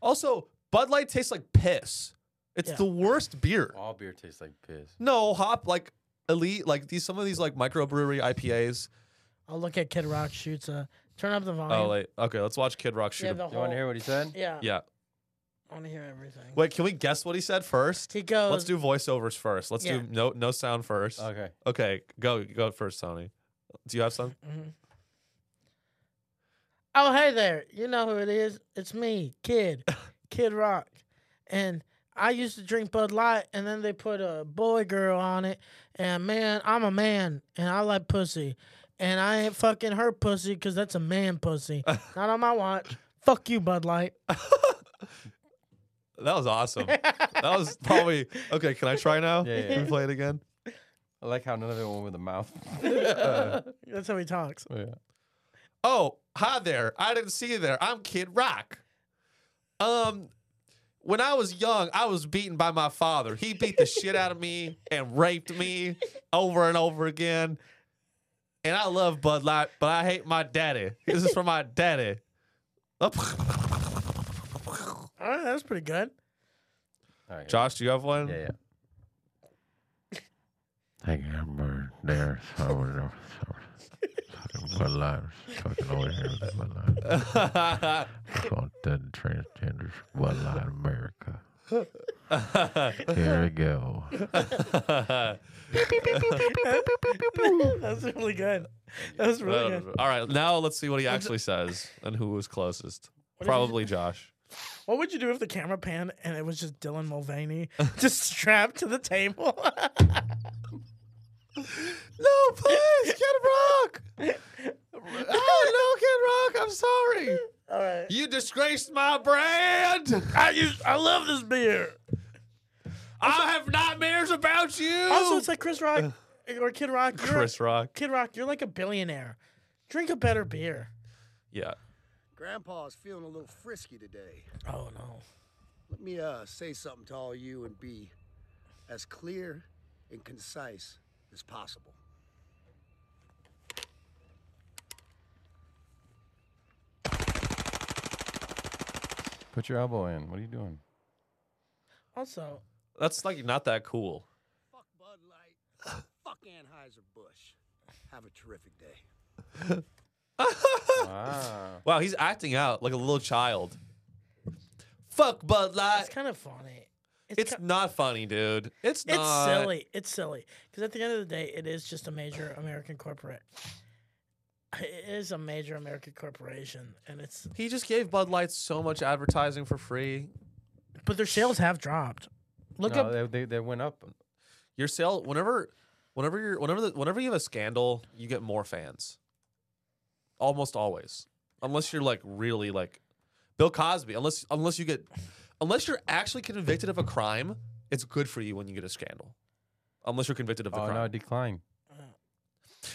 S2: Also, Bud Light tastes like piss. It's
S1: Yeah.
S2: the worst beer.
S3: All beer tastes like piss.
S2: No, hop like elite, like these some of these like microbrewery IPAs.
S1: I'll look at Kid Rock shoots a. Turn up the volume.
S2: Oh, like okay, let's watch Kid Rock shoot.
S1: yeah,
S2: a-
S1: the
S3: You want
S1: whole-
S3: to hear what he said?
S1: Yeah.
S2: yeah.
S1: I want to hear everything.
S2: Wait, can we guess what he said first?
S1: He goes.
S2: Let's do voiceovers first. Let's
S1: Oh. Yeah.
S2: do no no sound first. Okay.
S3: Okay.
S2: go go first, Sony. Do you have some?
S1: Mhm. Oh, hey there. You know who it is? It's me, Kid, Kid Rock. And I used to drink Bud Light, and then they put a boy girl on it. And man, I'm a man, and I like pussy. And I ain't fucking her pussy because that's a man pussy. Not on my watch. Fuck you, Bud Light.
S2: That was awesome. that was probably okay. Can I try now?
S3: Yeah, yeah,
S2: Can
S3: yeah.
S2: we play it again?
S3: I like how none of it went with the mouth.
S1: That's how he talks.
S3: yeah.
S2: Oh, hi there. I didn't see you there. I'm Kid Rock. Um, when I was young, I was beaten by my father. He beat the shit out of me and raped me over and over again. And I love Bud Light, but I hate my daddy. This is for my daddy. Up.
S1: All right, that was pretty good.
S3: All right.
S2: Josh, do you have one?
S3: Yeah, yeah.
S4: Take Amber there. So I was over. Fucking Bud Light. Fucking over here with Bud Light. Fuck that transgender Bud Light America. Here we go.
S1: That's really good. That was really good.
S2: All right, now let's see what he actually says and who was closest.
S1: What did he-
S2: Probably Josh.
S1: What would you do if the camera panned and it was just Dylan Mulvaney just strapped to the table?
S2: No, please, Kid Rock. Oh no, Kid Rock, I'm sorry.
S1: All right.
S2: You disgraced my brand.
S1: I use, I love this beer.
S2: I have nightmares about you.
S1: Also, it's like Chris Rock or Kid Rock. You're
S2: Chris Rock.
S1: Kid Rock, you're like a billionaire. Drink a better beer.
S2: Yeah.
S5: Grandpa's feeling a little frisky today.
S1: Oh no.
S5: Let me uh, say something to all you and be as clear and concise as possible.
S3: Put your elbow in. What are you doing?
S1: Also,
S2: That's like not that cool.
S5: Fuck Bud Light. Fuck Anheuser-Busch. Have a terrific day.
S3: Ah.
S2: Wow, he's acting out like a little child. Fuck Bud Light.
S1: it's kind of funny.
S2: It's
S1: ki-
S2: not funny, dude. It's
S1: it's
S2: not.
S1: silly. It's silly because at the end of the day, it is just a major American corporate. It is a major American corporation, and it's
S2: He just gave Bud Light so much advertising for free.
S1: but their sales have dropped. Look
S3: No,
S1: up
S3: they, they, they went up.
S2: Your sale, whenever, whenever you're, whenever, the, whenever you have a scandal, you get more fans. Almost always, unless you're like really like Bill Cosby. Unless, unless you get, unless you're actually convicted of a crime, it's good for you when you get a scandal. Unless you're convicted of a
S3: Oh, no,
S2: crime.
S3: it declined.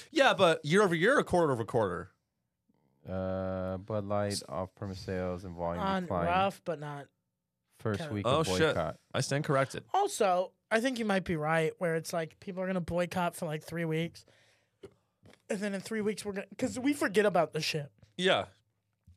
S2: yeah, but year over year, a quarter over quarter.
S3: Uh, Bud Light off-premise sales and volume
S1: on
S3: declined.
S1: rough, but not
S3: First
S1: Kinda-
S3: week
S2: Oh
S3: of
S2: shit!
S3: boycott.
S2: I stand corrected.
S1: Also, I think you might be right where it's like people are going to boycott for like three weeks. And then in three weeks, we're going to, because we forget about the shit.
S2: Yeah,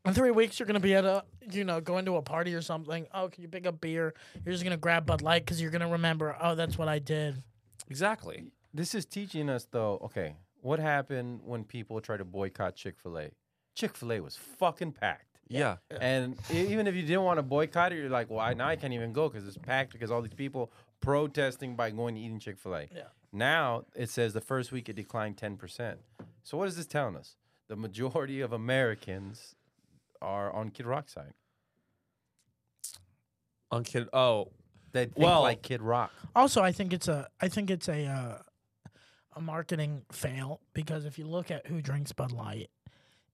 S1: In three weeks, you're going to be at a, you know, going to a party or something. Oh, can you pick up beer? You're just going to grab Bud Light because you're going to remember, oh, that's what I did.
S2: exactly.
S3: This is teaching us, though. Okay, what happened when people tried to boycott Chick Fil A? Chick Fil A was fucking packed.
S2: Yeah,
S3: And e- even if you didn't want to boycott it, you're like, well, I, now I can't even go because it's packed because all these people protesting by going and eating Chick fil A.
S1: Yeah.
S3: Now it says the first week it declined 10%. So what is this telling us? the majority of Americans are on Kid Rock's side.
S2: On kid. Oh,
S3: They think
S2: Well-
S3: like Kid Rock.
S1: Also, I think it's a I think it's a uh, a marketing fail because if you look at who drinks Bud Light,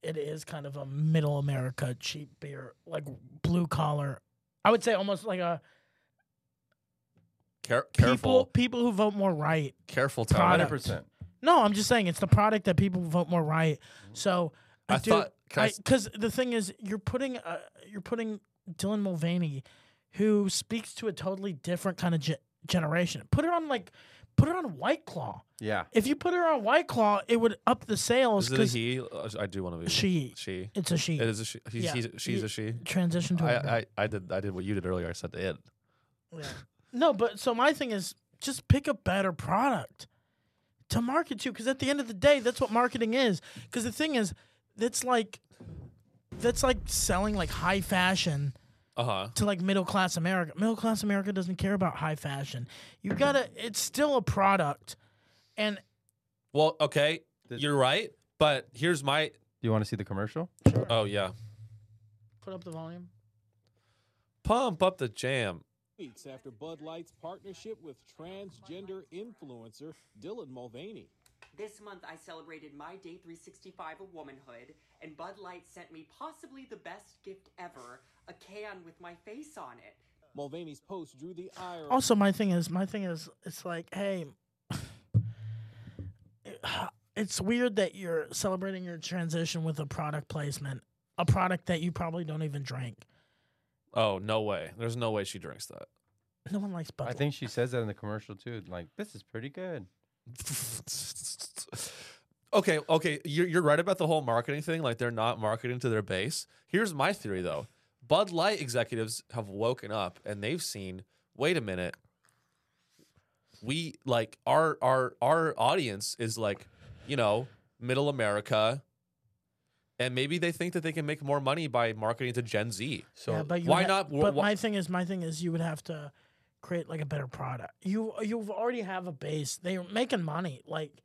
S1: it is kind of a middle America cheap beer, like blue collar. I would say almost like a
S2: care-
S1: people
S2: careful,
S1: people who vote more right.
S2: careful,
S1: Product.
S2: Tyler.
S3: 100%.
S1: No, I'm just saying it's the product that people vote more right. So I,
S2: I
S1: do,
S2: thought- can I s-
S1: because the thing is you're putting uh, you're putting Dylan Mulvaney, who speaks to a totally different kind of ge- generation. Put her on like put her on White Claw.
S3: Yeah.
S1: If you put her on White Claw, it would up the sales
S2: Is it a
S1: because
S2: he? Uh, I do want to be
S1: she.
S2: She.
S1: It's a she.
S2: It is a she. He's,
S1: Yeah.
S2: he's, she's
S1: You-
S2: a she.
S1: Transition to.
S2: I,
S1: a girl.
S2: I, I did I did what you did earlier. I said it.
S1: Yeah. No, but so my thing is just pick a better product to market to because at the end of the day, that's what marketing is. Because the thing is, that's like that's like selling like high fashion
S2: Uh huh.
S1: to like middle class America. Middle class America doesn't care about high fashion. You gotta. It's still a product, and
S2: Well, okay,
S3: Did-
S2: you're right. But here's my.
S3: Do you want to see the commercial?
S2: Oh yeah.
S1: put up the volume.
S2: Pump up the jam.
S6: Weeks after Bud Light's partnership with transgender influencer Dylan Mulvaney.
S7: This month, I celebrated my day 365 of womanhood, and Bud Light sent me possibly the best gift ever a can with my face on it.
S6: Mulvaney's post drew the ire
S2: Oh.
S6: of
S1: Also, my thing is, my thing is, it's like, hey, it's weird that you're celebrating your transition with a product placement, a product that you probably don't even drink.
S2: Oh no way. There's no way she drinks that.
S1: No one likes Bud
S3: I think she says that in the commercial too. Like, this is pretty good.
S2: okay, okay, you're, you're right about the whole marketing thing. Like they're not marketing to their base. Here's my theory though: Bud Light executives have woken up and they've seen. Wait a minute. We like our our our audience is like, you know, middle America, and maybe they think that they can make more money by marketing to Gen Z.
S3: So
S1: yeah, but you
S2: why
S1: ha-
S2: not- wh-
S1: But
S2: wh-
S1: my thing is, my thing is, you would have to create like a better product. You you've already have a base. They're making money. Like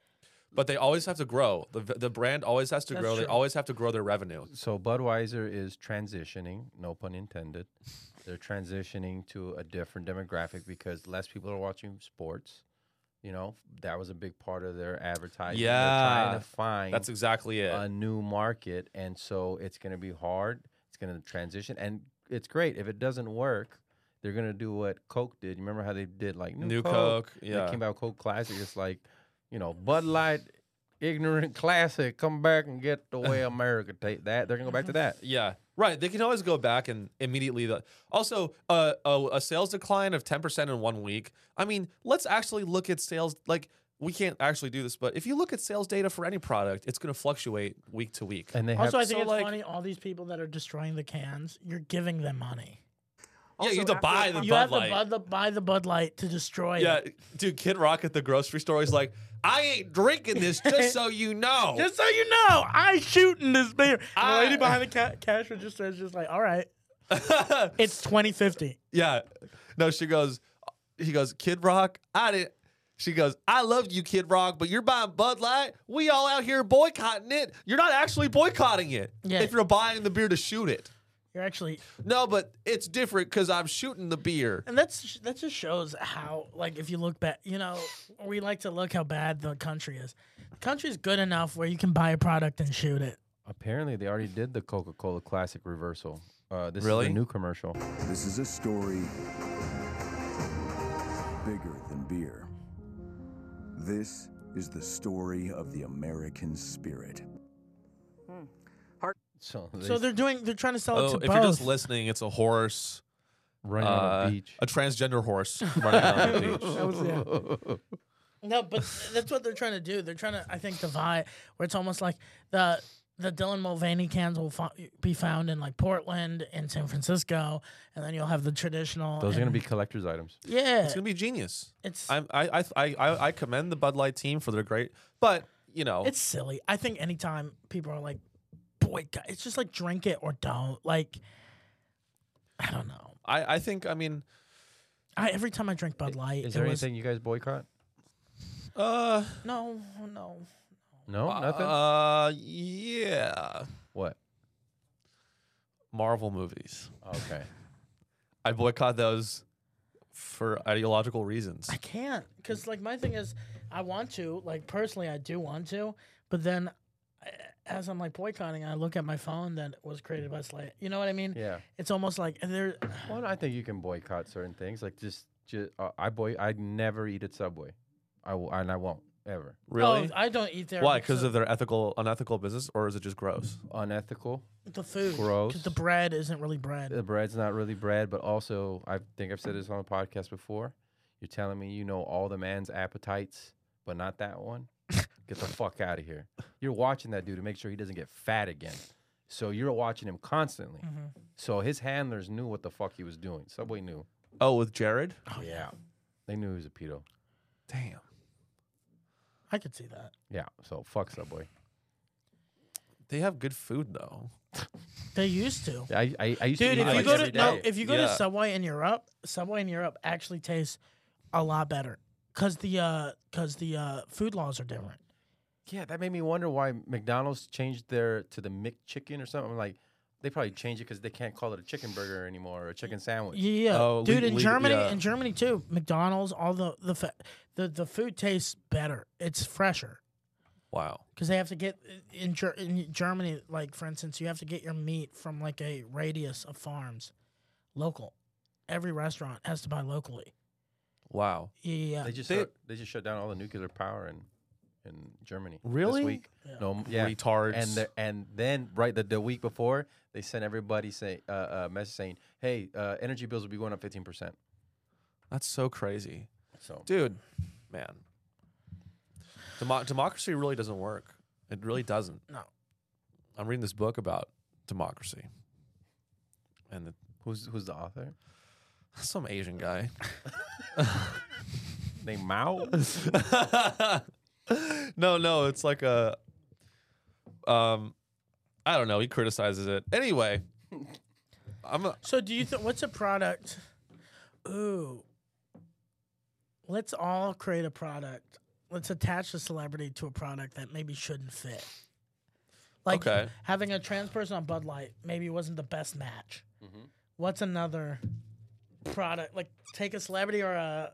S2: But they always have to grow. The the brand always has to
S1: That's
S2: grow. They
S1: true.
S2: always have to grow their revenue.
S3: So Budweiser is transitioning, no pun intended. They're transitioning to a different demographic because less people are watching sports. You know, that was a big part of their advertising. They're
S2: Yeah,
S3: trying to find
S2: That's exactly it.
S3: a new market, and so it's going to be hard. It's going to transition, and it's great if it doesn't work. They're going to do what Coke did. You remember how they did like New,
S2: New
S3: Coke?
S2: Coke. Yeah.
S3: It came out Coke Classic. It's like, you know, Bud Light, ignorant classic. Come back and get the way America take that. They're gonna go back to that.
S2: Yeah, right. They can always go back and immediately. The, also, uh, a, a sales decline of ten percent in one week. I mean, let's actually look at sales. Like, we can't actually do this, but if you look at sales data for any product, it's going to fluctuate week to week.
S3: And they
S1: also, I
S3: have
S1: think
S2: so,
S1: it's
S2: like-
S1: funny. All these people that are destroying the cans, you're giving them money.
S2: yeah, you have to buy the
S1: You
S2: Bud
S1: have
S2: Light.
S1: to buy the, buy the Bud Light to destroy.
S2: yeah,
S1: it.
S2: dude, Kid Rock at the grocery store is like, I ain't drinking this, just so you know.
S1: Just so you know, I shooting this beer. And the lady
S2: Oh. I-
S1: behind the ca- cash register is just like, all right, it's twenty fifty.
S2: Yeah. No, she goes, he goes, Kid Rock, I didn't. She goes, I love you, Kid Rock, but you're buying Bud Light. We all out here boycotting it. You're not actually boycotting it
S1: Yeah.
S2: if you're buying the beer to shoot it.
S1: You're actually,
S2: No, but it's different because I'm shooting the beer.
S1: and that's that just shows how like if you look back, you know, we like to look how bad the country is. The country's good enough where you can buy a product and shoot it.
S3: apparently they already did the Coca Cola classic reversal. Uh, this is
S2: Really?
S3: a new commercial.
S8: This is a story bigger than beer. This is the story of the American spirit.
S3: So, they
S1: So they're doing, they're trying to sell it to
S2: Oh, if
S1: both.
S2: you're just listening, it's a horse,
S3: running on a beach.
S2: Uh, a transgender horse running on the beach.
S1: That was- yeah. No, but that's what they're trying to do. They're trying to, I think, divide where it's almost like the the Dylan Mulvaney cans will fo- be found in like Portland and San Francisco, and then you'll have the traditional.
S3: Those are gonna
S1: and-
S3: be collector's items.
S1: yeah.
S2: It's gonna be genius.
S1: It's-
S2: I'm, I, I I I commend the Bud Light team for their great, but you know,
S1: It's silly. I think anytime people are like, boycott, it's just like drink it or don't. Like, I don't know.
S2: I I think I mean,
S1: I every time I drink Bud Light,
S3: Is
S1: it
S3: there
S1: was-
S3: anything you guys boycott?
S2: uh,
S1: No, no.
S3: No, nothing.
S2: Uh, yeah.
S3: what?
S2: Marvel movies.
S3: Okay.
S2: I boycott those for ideological reasons.
S1: I can't because like my thing is I want to like personally I do want to, but then I- as I'm like boycotting, I look at my phone that was created by Slate. You know what I mean?
S3: Yeah.
S1: It's almost like and there.
S3: Well, I think you can boycott certain things. Like just, just uh, I boy, I never eat at Subway. I will, and I won't ever.
S2: Really?
S1: Oh, I don't eat there.
S2: Why? Because of their ethical, unethical business, or is it just gross?
S3: Unethical.
S1: the food.
S3: gross.
S1: Because the bread isn't really bread.
S3: The bread's not really bread, but also I think I've said this on the podcast before. You're telling me you know all the man's appetites, but not that one. Get the fuck out of here. You're watching that dude to make sure he doesn't get fat again. So you're watching him constantly.
S1: Mm-hmm.
S3: So his handlers knew what the fuck he was doing. Subway knew.
S2: Oh, with Jared?
S3: yeah. They knew he was a pedo.
S2: Damn.
S1: I could see that.
S3: Yeah. So fuck Subway.
S2: They have good food though.
S1: They used to.
S3: I I, I used
S1: Dude, if
S3: to eat it,
S1: you
S3: like
S1: go to
S3: every
S1: no,
S3: day.
S1: if you go to
S2: Yeah.
S1: Subway in Europe, Subway in Europe actually tastes a lot better because the uh because the uh food laws are different.
S3: Yeah, that made me wonder why McDonald's changed their to the McChicken or something. I'm like, they probably changed it because they can't call it a chicken burger anymore or a chicken sandwich.
S1: Yeah,
S2: Oh,
S1: dude.
S2: le-
S1: in
S2: le-
S1: Germany,
S2: yeah.
S1: in Germany too, McDonald's, all the the fa- the, the food tastes better. It's fresher
S2: Wow.
S1: because they have to get in, Ger- in Germany. Like for instance, you have to get your meat from like a radius of farms, local. Every restaurant has to buy locally.
S2: Wow.
S1: Yeah,
S3: They just
S2: They-
S3: shut- they just shut down all the nuclear power in in Germany.
S2: Really?
S3: This week. No, yeah.
S2: Retards.
S3: And the, and then right the, the week before they sent everybody say uh, a message saying, "Hey, uh, energy bills will be going up fifteen percent."
S2: That's so crazy,
S3: So
S2: dude. Man, Demo- democracy really doesn't work. It really doesn't.
S1: No.
S2: I'm reading this book about democracy, and the,
S3: who's who's the author?
S2: some Asian guy.
S3: Name Mao.
S2: no, no, it's like a um I don't know, he criticizes it. Anyway, I'm a,
S1: So do you think what's a product? Ooh. Let's all create a product. Let's attach a celebrity to a product that maybe shouldn't fit. Like
S2: Okay.
S1: having a trans person on Bud Light maybe wasn't the best match.
S2: Mm-hmm.
S1: What's another product? Like take a celebrity or a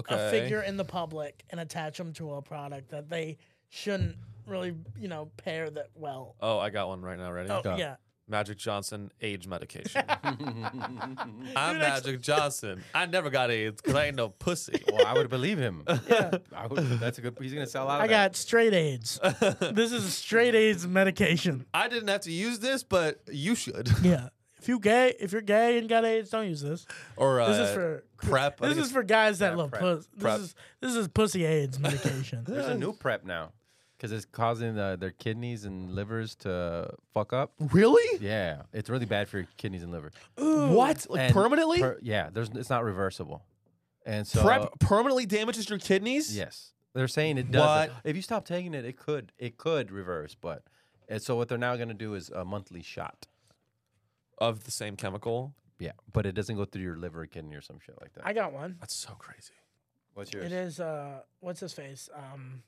S2: okay.
S1: a figure in the public and attach them to a product that they shouldn't really, you know, pair that well.
S2: Oh, I got one right now, ready?
S1: Oh, yeah.
S2: Magic Johnson age medication. I'm Magic Johnson. I never got AIDS cuz I ain't no pussy.
S3: well, I would believe him. I would, that's a good. He's gonna sell out.
S1: I
S3: of that.
S1: got straight AIDS. this is a straight AIDS medication.
S2: I didn't have to use this, but you should.
S1: Yeah. If you gay, if you're gay and got AIDS, don't use this.
S2: or uh,
S1: This is for
S2: prep.
S1: This
S2: I think
S1: is
S2: it's-
S1: for guys that love
S3: prep.
S1: puss.
S2: Prep.
S1: This is this is pussy AIDS medication.
S3: There's a new prep now because it's causing uh, their kidneys and livers to fuck up.
S2: Really?
S3: Yeah, it's really bad for your kidneys and liver.
S2: What? Like
S3: And
S2: permanently?
S3: per- yeah, there's it's not reversible. And so
S2: prep permanently damages your kidneys?
S3: Yes, they're saying it does.
S2: What?
S3: If you stop taking it, it could it could reverse. But and so what they're now going to do is a monthly shot.
S2: Of the same chemical?
S3: Yeah, but it doesn't go through your liver, or kidney, or some shit like that.
S1: I got one.
S2: That's so crazy.
S3: What's
S1: It
S3: yours?
S1: is uh what's his face? Um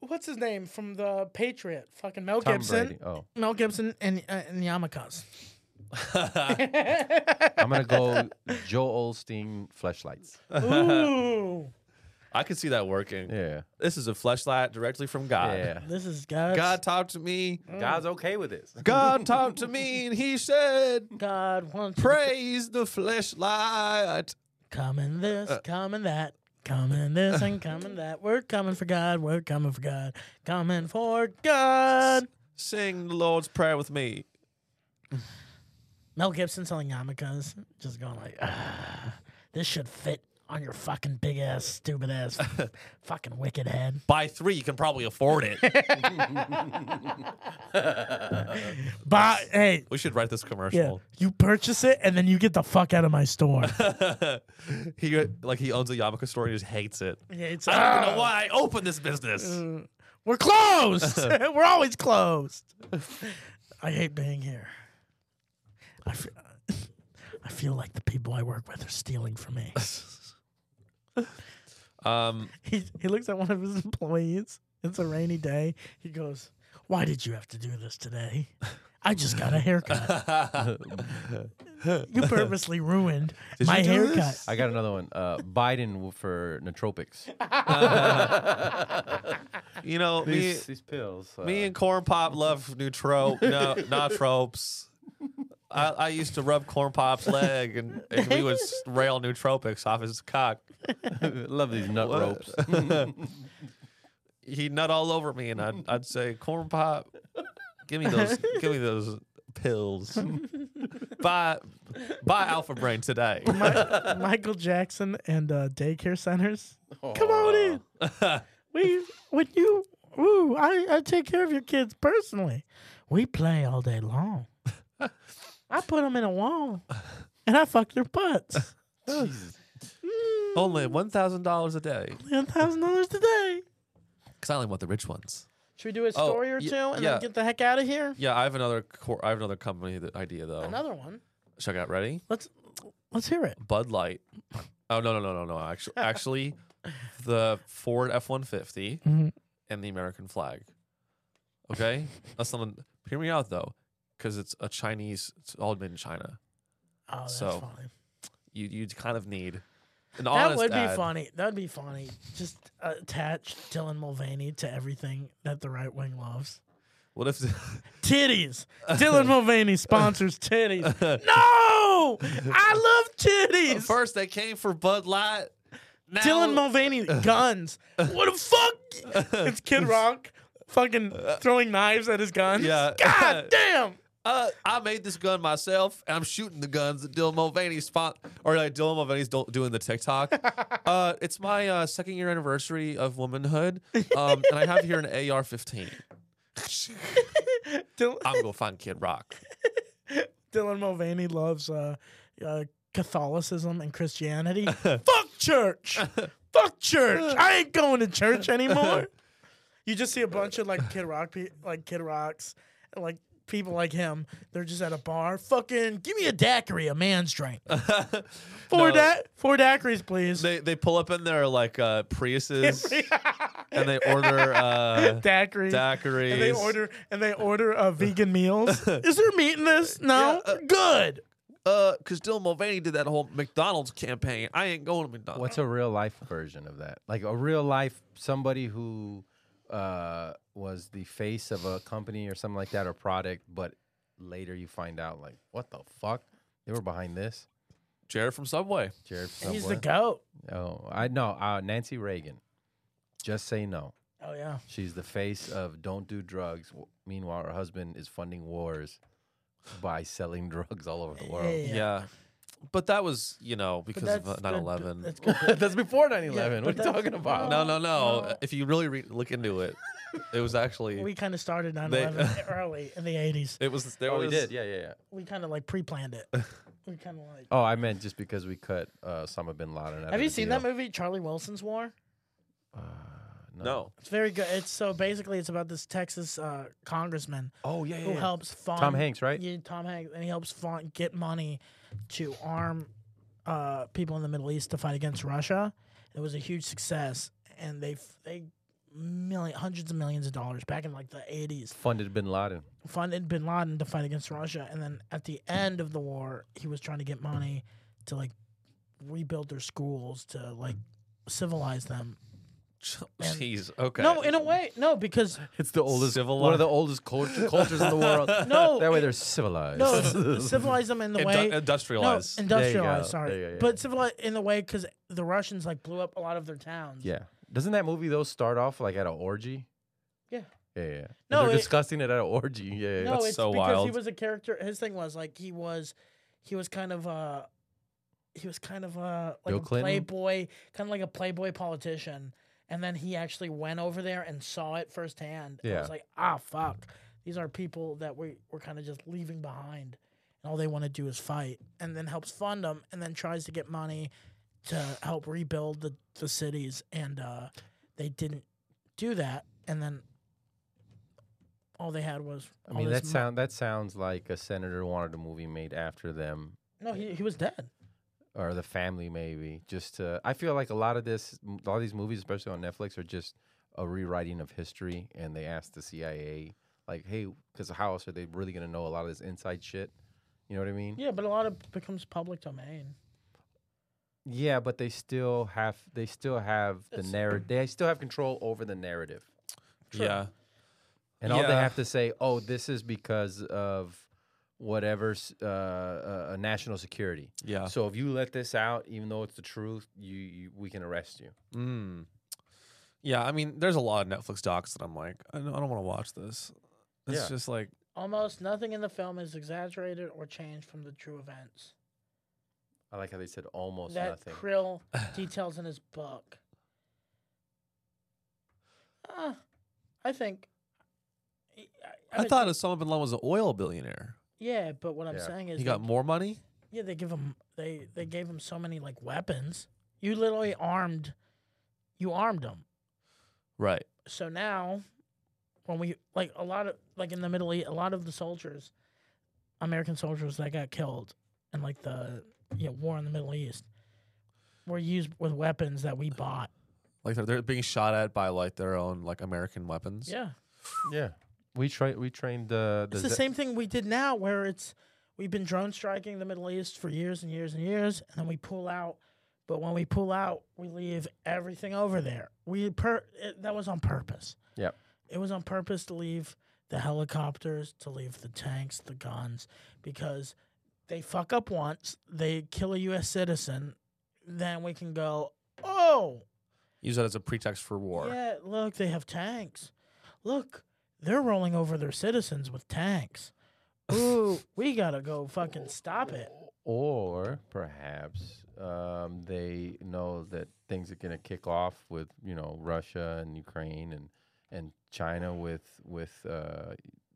S1: What's his name from the Patriot? Fucking Mel
S3: Tom
S1: Gibson.
S3: Brady. Oh,
S1: Mel Gibson and uh, and Yamakas.
S3: I'm gonna go Joel Olstein fleshlights.
S1: Ooh.
S2: I could see that working.
S3: Yeah,
S2: This is a fleshlight directly from God.
S3: yeah.
S1: this is God.
S2: God talked to me.
S3: Ah. God's okay with this.
S2: God talked to me, and He said,
S1: God wants
S2: "Praise the fleshlight."
S1: Coming this, coming that, coming this and coming that. We're coming for God, we're coming for God, coming for God.
S2: Sing the Lord's prayer with me.
S1: Mel Gibson selling yarmulkes, just going like, "Ah, this should fit on your fucking big ass, stupid ass, fucking wicked head.
S2: By three, you can probably afford it.
S1: But hey,
S2: we should write this
S1: yeah,
S2: commercial.
S1: you purchase it and then you get the fuck out of my store.
S2: he like he owns a yarmulke store and he just hates it.
S1: yeah, it's,
S2: I don't even
S1: "Ah,
S2: know why I opened this business.
S1: We're closed. we're always closed. I hate being here. I feel, I feel like the people I work with are stealing from me.
S2: Um,
S1: He, he looks at one of his employees. It's a rainy day. He goes, Why did you have to do this today? I just got a haircut. You purposely ruined
S2: Did
S1: my
S2: you do
S1: haircut.
S2: this?
S3: I got another one. Uh, Biden w- for nootropics.
S2: you know, me,
S3: These, these pills. Uh,
S2: me and Corn Pop love nootrope, no, not tropes. I, I used to rub Corn Pop's leg, and, and we would s- rail nootropics off his cock.
S3: love these nut ropes.
S2: He'd nut all over me, and I'd, I'd say, "Corn Pop, give me those, give me those pills." buy, buy Alpha Brain today.
S1: Mi- Michael Jackson and uh, daycare centers. Come on in. we when you ooh, I, I take care of your kids personally. We play all day long. I put them in a wall, and I fuck their butts.
S2: Only one thousand dollars a day,
S1: Ten thousand dollars today.
S2: because I only want the rich ones.
S1: Should we do a
S2: Oh,
S1: story or
S2: ye-
S1: two and
S2: yeah.
S1: then get the heck out of here?
S2: Yeah, I have another. Cor- I have another company that idea though.
S1: Another one.
S2: Check out. Ready?
S1: Let's let's hear it.
S2: Bud Light. Oh no no no no no. Actually, actually, the Ford F one fifty
S1: Mhm.
S2: and the American flag. Okay, that's not. Hear me out though, because it's a Chinese. It's all made in China.
S1: Oh, that's
S2: So,
S1: funny.
S2: You you kind of need an
S1: That
S2: honest.
S1: would be
S2: ad.
S1: funny. That'd be funny. Just attach Dylan Mulvaney to everything that the right wing loves.
S2: What if?
S1: titties. Dylan Mulvaney sponsors titties. No, I love titties.
S2: First they came for Bud Light. Now,
S1: Dylan Mulvaney guns. What the fuck? It's Kid Rock, fucking throwing knives at his guns.
S2: Yeah.
S1: God damn.
S2: uh, I made this gun myself, and I'm shooting the guns that Dylan Mulvaney spot or like Dylan Mulvaney's do- doing the TikTok. uh, it's my uh, second year anniversary of womanhood, um, and I have here an AR-15.
S1: Dylan,
S2: I'm gonna find Kid Rock.
S1: Dylan Mulvaney loves uh, uh, Catholicism and Christianity. Fuck church. Fuck church. I ain't going to church anymore. You just see a bunch of like Kid Rock, pe- like Kid Rocks, and, like people like him. They're just at a bar. Fucking give me a daiquiri, a man's drink. Four
S2: No.
S1: da- four daiquiris, please.
S2: They they pull up in their like uh, Priuses and they order uh,
S1: daiquiris.
S2: daiquiris.
S1: And they order and they order uh, vegan meals. Is there meat in this? No. Good.
S2: uh, cause Dylan Mulvaney did that whole McDonald's campaign. I ain't going to McDonald's.
S3: What's a real life version of that? Like a real life somebody who uh, was the face of a company or something like that or product, but later you find out like what the fuck they were behind this.
S2: Jared from Subway.
S3: Jared.
S1: He's
S3: Subway?
S1: the goat.
S3: Oh, I know. Uh, Nancy Reagan. Just say no.
S1: Oh yeah.
S3: She's the face of don't do drugs. W- Meanwhile, her husband is funding wars by selling drugs all over the world.
S2: Yeah. But that was, you know, because of uh, 9/11.
S1: That's good.
S3: That's before 9 11.
S1: but
S3: What are you
S1: that's-
S3: talking about?
S2: No, no, no. If you really re- look into it, it was actually
S1: We kind of started 9
S2: They-
S1: 11 early in the 80s.
S2: it was there
S3: Oh, we
S2: was
S3: did. Yeah, yeah, yeah.
S1: We kind of like pre planned it. We kind of like.
S3: Oh, I meant just because we cut uh, Osama bin Laden. Out
S1: Have you seen that movie, Charlie Wilson's War?
S2: no.
S1: It's very good. It's so basically, it's about this Texas uh, congressman
S3: Oh, yeah, yeah.
S1: who
S3: yeah.
S1: helps fund
S3: Tom Hanks, right?
S1: Yeah, Tom Hanks, and he helps fund get money to arm uh, people in the Middle East to fight against Russia. It was a huge success, and they f- they million hundreds of millions of dollars back in like the eighties
S3: Funded bin Laden.
S1: funded Bin Laden to fight against Russia, and then at the end of the war, he was trying to get money to like rebuild their schools to like civilize them.
S2: Jeez. Okay.
S1: No, in a way, no, because
S3: It's the oldest,
S2: Civilized.
S3: one of the oldest culture, cultures in the world.
S1: No,
S3: that way
S1: it-
S3: they're civilized.
S1: no, it's- civilize them in the
S2: Indu-
S1: way
S2: industrialized.
S1: No,
S3: There you
S1: industrialized.
S3: go.
S1: Sorry,
S3: There you go, yeah,
S1: but
S3: yeah.
S1: civilized in the way because the Russians like blew up a lot of their towns.
S3: yeah. Doesn't that movie though start off like at an orgy?
S1: Yeah.
S3: Yeah, yeah.
S1: No,
S3: No, they're
S1: it-
S3: discussing it at an orgy. Yeah, yeah.
S1: no,
S2: that's
S1: it's
S2: so
S1: because he
S2: wild.
S1: was a character. His thing was like he was, he was kind of uh he was kind of uh like
S3: Bill
S1: a
S3: Clinton?
S1: playboy, kind of like a playboy politician. And then he actually went over there and saw it firsthand. And
S3: Yeah.
S1: was like, ah, fuck, these are people that we we're kind of just leaving behind, and all they want to do is fight. And then helps fund them, and then tries to get money to help rebuild the the cities, and uh, they didn't do that. And then all they had was
S3: I
S1: all
S3: mean,
S1: this
S3: that sound that sounds like a senator wanted a movie made after them.
S1: no, he, he was dead.
S3: or the family maybe just to i feel like a lot of this m- all these movies especially on netflix are just a rewriting of history and they ask the cia like hey because how else are they really going to know a lot of this inside shit you know what i mean
S1: Yeah, but a lot of it becomes public domain.
S3: yeah but they still have they still have the
S1: It's-
S3: narrative they still have control over the narrative
S2: Yeah.
S3: and all they
S2: Yeah.
S3: have to say oh this is because of whatever's uh, uh, uh, national security
S2: Yeah.
S3: so if you let this out even though it's the truth you, you we can arrest you
S2: Mm. Yeah, I mean, there's a lot of Netflix docs that I'm like, I don't, I don't want to watch this. It's
S3: Yeah.
S2: just like,
S1: Almost nothing in the film is exaggerated or changed from the true events.
S3: I like how they said almost
S1: that
S3: nothing.
S1: Krill details in his book. Uh, I think. I,
S2: I,
S1: mean,
S2: thought Osama bin Laden was an oil billionaire.
S1: Yeah, but what I'm
S3: Yeah.
S1: saying is,
S2: He
S1: they-
S2: got more money.
S1: yeah, they give him they they gave him so many like weapons. You literally armed, you armed him.
S2: Right.
S1: so now when we like a lot of like in the middle east a lot of the soldiers american soldiers that got killed in like the you know, war in the middle east were used with weapons that we bought
S2: Like they're, they're being shot at by like their own like American weapons.
S1: yeah
S3: Yeah, we train. We trained uh, the.
S1: it's the same thing we did now where it's we've been drone striking the middle east for years and years and years and then we pull out but when we pull out we leave everything over there we per it, that was on purpose
S3: Yep.
S1: it was on purpose to leave the helicopters, to leave the tanks, the guns, because they fuck up once, they kill a U.S. citizen, then we can go, oh,
S2: Use that as a pretext for war.
S1: yeah, look, they have tanks. Look, they're rolling over their citizens with tanks. Ooh, we gotta go fucking stop it.
S3: Or perhaps um, they know that things are going to kick off with you know Russia and Ukraine and and China with with uh,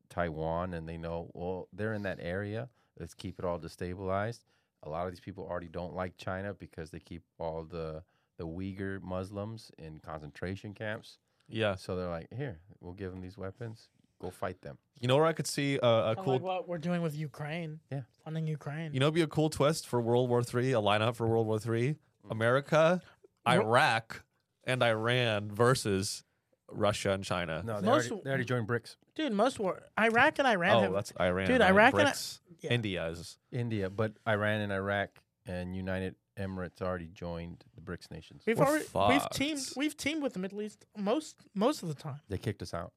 S3: Taiwan, and they know well they're in that area. Let's keep it all destabilized. A lot of these people already don't like China because they keep all the the Uyghur Muslims in concentration camps.
S2: Yeah.
S3: So they're like, here, we'll give them these weapons. Go fight them.
S2: You know where I could see uh, a
S1: Kinda
S2: cool.
S1: like what we're doing with Ukraine.
S3: Yeah.
S1: Funding Ukraine.
S2: You know, it'd be a cool twist for World War Three. A lineup for World War Three: America, Iraq, and Iran versus Russia and China.
S3: No, they,
S1: they Most-
S3: already,
S1: already- they
S3: joined BRICS.
S1: Dude, most war Iraq and Iran
S2: oh,
S1: have
S2: that's Iran.
S1: Dude,
S2: I mean,
S1: Iraq and I-
S2: BRICS.
S1: Yeah.
S2: India is.
S3: India, but Iran and Iraq and United Emirates already joined the BRICS nations.
S1: We've
S2: We're
S1: already we've
S2: fucked.
S1: teamed we've teamed with the Middle East most most of the time.
S3: They kicked us out.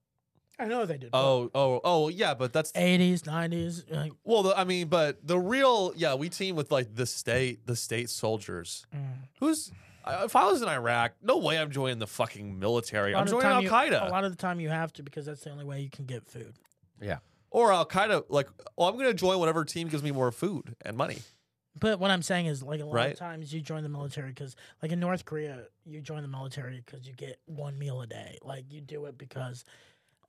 S1: I know they did.
S2: Oh, oh, oh, yeah, but that's
S1: eighties, nineties, like
S2: Well, the, I mean, but the real, yeah, we team with like the state, the state soldiers.
S1: Mm.
S2: Who's I- if I was in Iraq, no way I'm joining the fucking military.
S1: lot
S2: I'm
S1: of
S2: joining
S1: time
S2: Al
S1: you- a
S2: Qaeda
S1: lot of the time you have to because that's the only way you can get food.
S3: Yeah.
S2: or Al Qaeda. Like, oh, I'm going to join whatever team gives me more food and money.
S1: But what I'm saying is, like a lot
S2: Right.
S1: of times you join the military because, like in North Korea, you join the military because you get one meal a day. Like you do it because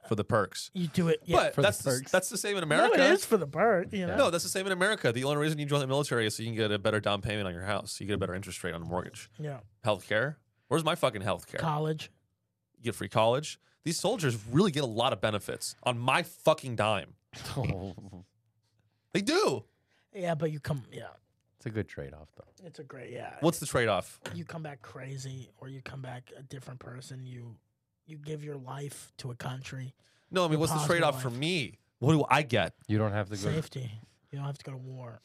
S2: for the perks.
S1: you do it. Yeah,
S2: but
S3: for the
S2: that's the s-
S3: perks.
S2: that's the same in
S1: no,
S2: America.
S1: it is for the bird. You know,
S2: No, that's the same in America. The only reason you join the military is so you can get a better down payment on your house. You get a better interest rate on a mortgage.
S1: yeah,
S2: Healthcare. Where's my fucking healthcare?
S1: college.
S2: You get free college. These soldiers really get a lot of benefits on my fucking dime.
S3: it's
S2: They do.
S1: Yeah, but you come. Yeah,
S3: a good trade off, though.
S1: it's a great. Yeah,
S2: What's the trade off?
S1: you come back crazy or you come back a different person. You you give your life to a country.
S2: No, I mean,
S1: Your
S2: what's the
S1: positive
S2: trade off for
S1: life.
S2: me? What do I get?
S3: You don't have to go.
S1: Safety. You don't have to go to war.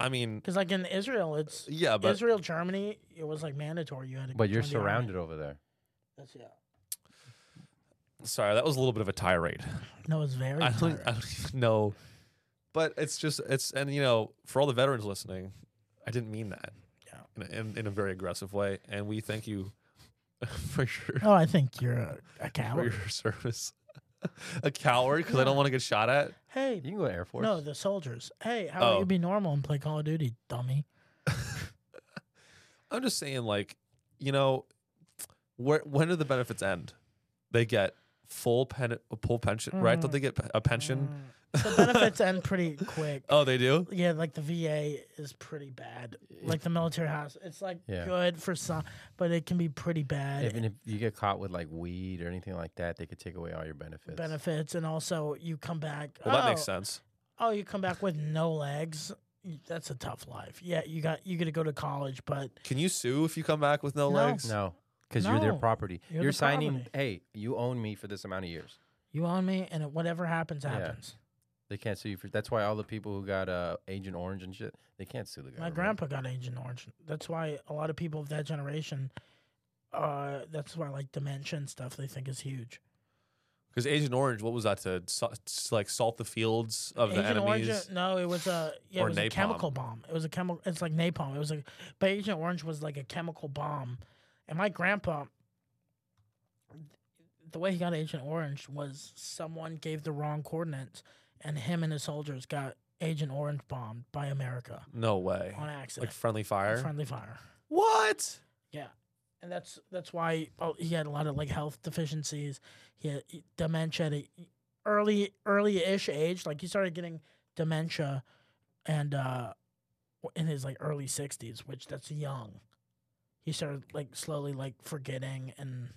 S2: I mean,
S1: Because like in Israel, it's
S2: yeah, but
S1: Israel, Germany. It was like mandatory. You had to.
S3: But you're
S1: join the army.
S3: surrounded over there.
S1: That's yeah.
S2: sorry, that was a little bit of a tirade.
S1: No, it's very.
S2: I don't,
S1: tiring.
S2: I don't even know. But it's just, it's, and you know, for all the veterans listening, I didn't mean that
S1: Yeah.
S2: in, a, in, in a very aggressive way. And we thank you for your,
S1: Oh, I think you're a, a
S2: for
S1: coward.
S2: your service. a coward because I don't want to get shot at.
S1: Hey,
S3: You can go to Air Force.
S1: no, the soldiers. Hey, how
S2: Oh.
S1: about you be normal and play Call of Duty, dummy?
S2: I'm just saying, like, you know, where when do the benefits end? They get full pen, full pension, right?
S1: Mm-hmm.
S2: Don't they get a pension?
S1: The benefits end pretty quick.
S2: Oh, they do.
S1: Yeah, like the VA is pretty bad. Like the military house, it's like
S3: Yeah.
S1: good for some, but it can be pretty bad.
S3: Even if you get caught with like weed or anything like that, they could take away all your benefits.
S1: benefits and also you come back.
S2: Well, that makes
S1: "Oh,
S2: sense.
S1: Oh, you come back with no legs. that's a tough life. Yeah, you got you got to go to college, but
S2: Can you sue if you come back with no,
S1: No.
S2: legs?
S3: No, because you're their
S1: No,
S3: property.
S1: you're
S3: You're,
S1: the
S3: signing.
S1: property.
S3: Hey, you own me for this amount of years.
S1: you own me, and whatever happens,
S3: Yeah.
S1: happens.
S3: They can't sue you for. That's why all the people who got uh, Agent Orange and shit, they can't sue the guy.
S1: My grandpa got Agent Orange. That's why a lot of people of that generation, uh, that's why like dementia and stuff they think is huge.
S2: Because Agent Orange, what was that to sa- s- like salt the fields of the
S1: Agent
S2: enemies?
S1: Orange, uh, no, it was a yeah,
S2: Or
S1: it was a
S2: napalm.
S1: chemical bomb. It was a chemical. It's like napalm. It was like, but Agent Orange was like a chemical bomb, and my grandpa, the way he got Agent Orange was someone gave the wrong coordinates, and him and his soldiers got Agent Orange bombed by America
S2: No way.
S1: on
S2: Like
S1: accident,
S2: friendly fire.
S1: uh, friendly fire.
S2: what?
S1: Yeah, and that's that's why oh, he had a lot of like health deficiencies. He had he- dementia at a early early-ish age. Like he started getting dementia, and uh, w- in his like early sixties, which that's young. He started like slowly like forgetting and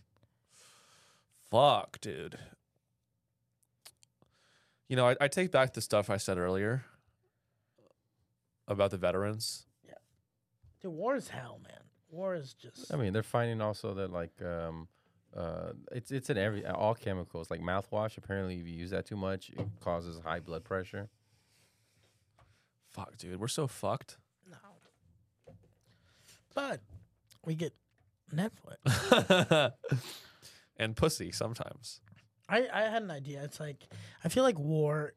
S2: Fuck, dude. You know, I, I take back the stuff I said earlier about the veterans.
S1: dude, war is hell, man. War is just
S3: I mean, they're finding also that like, um, uh, it's it's in every all chemicals like mouthwash. Apparently, if you use that too much, it causes high blood pressure.
S2: Fuck, dude. We're so fucked.
S1: no. But we get Netflix.
S2: and pussy sometimes.
S1: I, I had an idea. It's like I feel like war.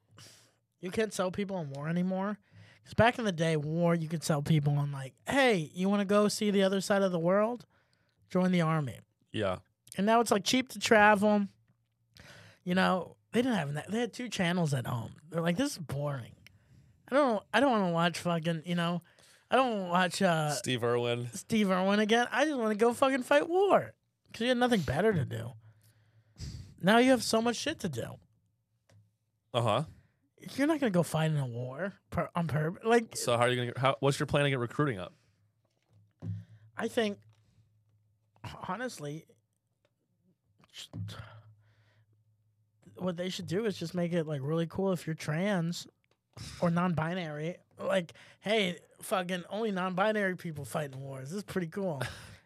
S1: You can't sell people on war anymore. Because back in the day, war you could sell people on like, hey, you want to go see the other side of the world? Join the army.
S2: Yeah.
S1: And now it's like cheap to travel. You know they didn't have that. They had two channels at home. They're like, this is boring. I don't. I don't want to watch fucking. You know, I don't wanna watch uh,
S2: Steve Irwin.
S1: Steve Irwin again. I just want to go fucking fight war because you had nothing better to do. Now you have so much shit to do.
S2: Uh huh.
S1: You're not gonna go fight in a war per, on purpose. Like
S2: So how are you gonna? How, what's your plan to get recruiting up?
S1: I think, honestly, just- what they should do is just make it like really cool if you're trans or non-binary. Like, hey, fucking only non-binary people fight in wars. This is pretty cool.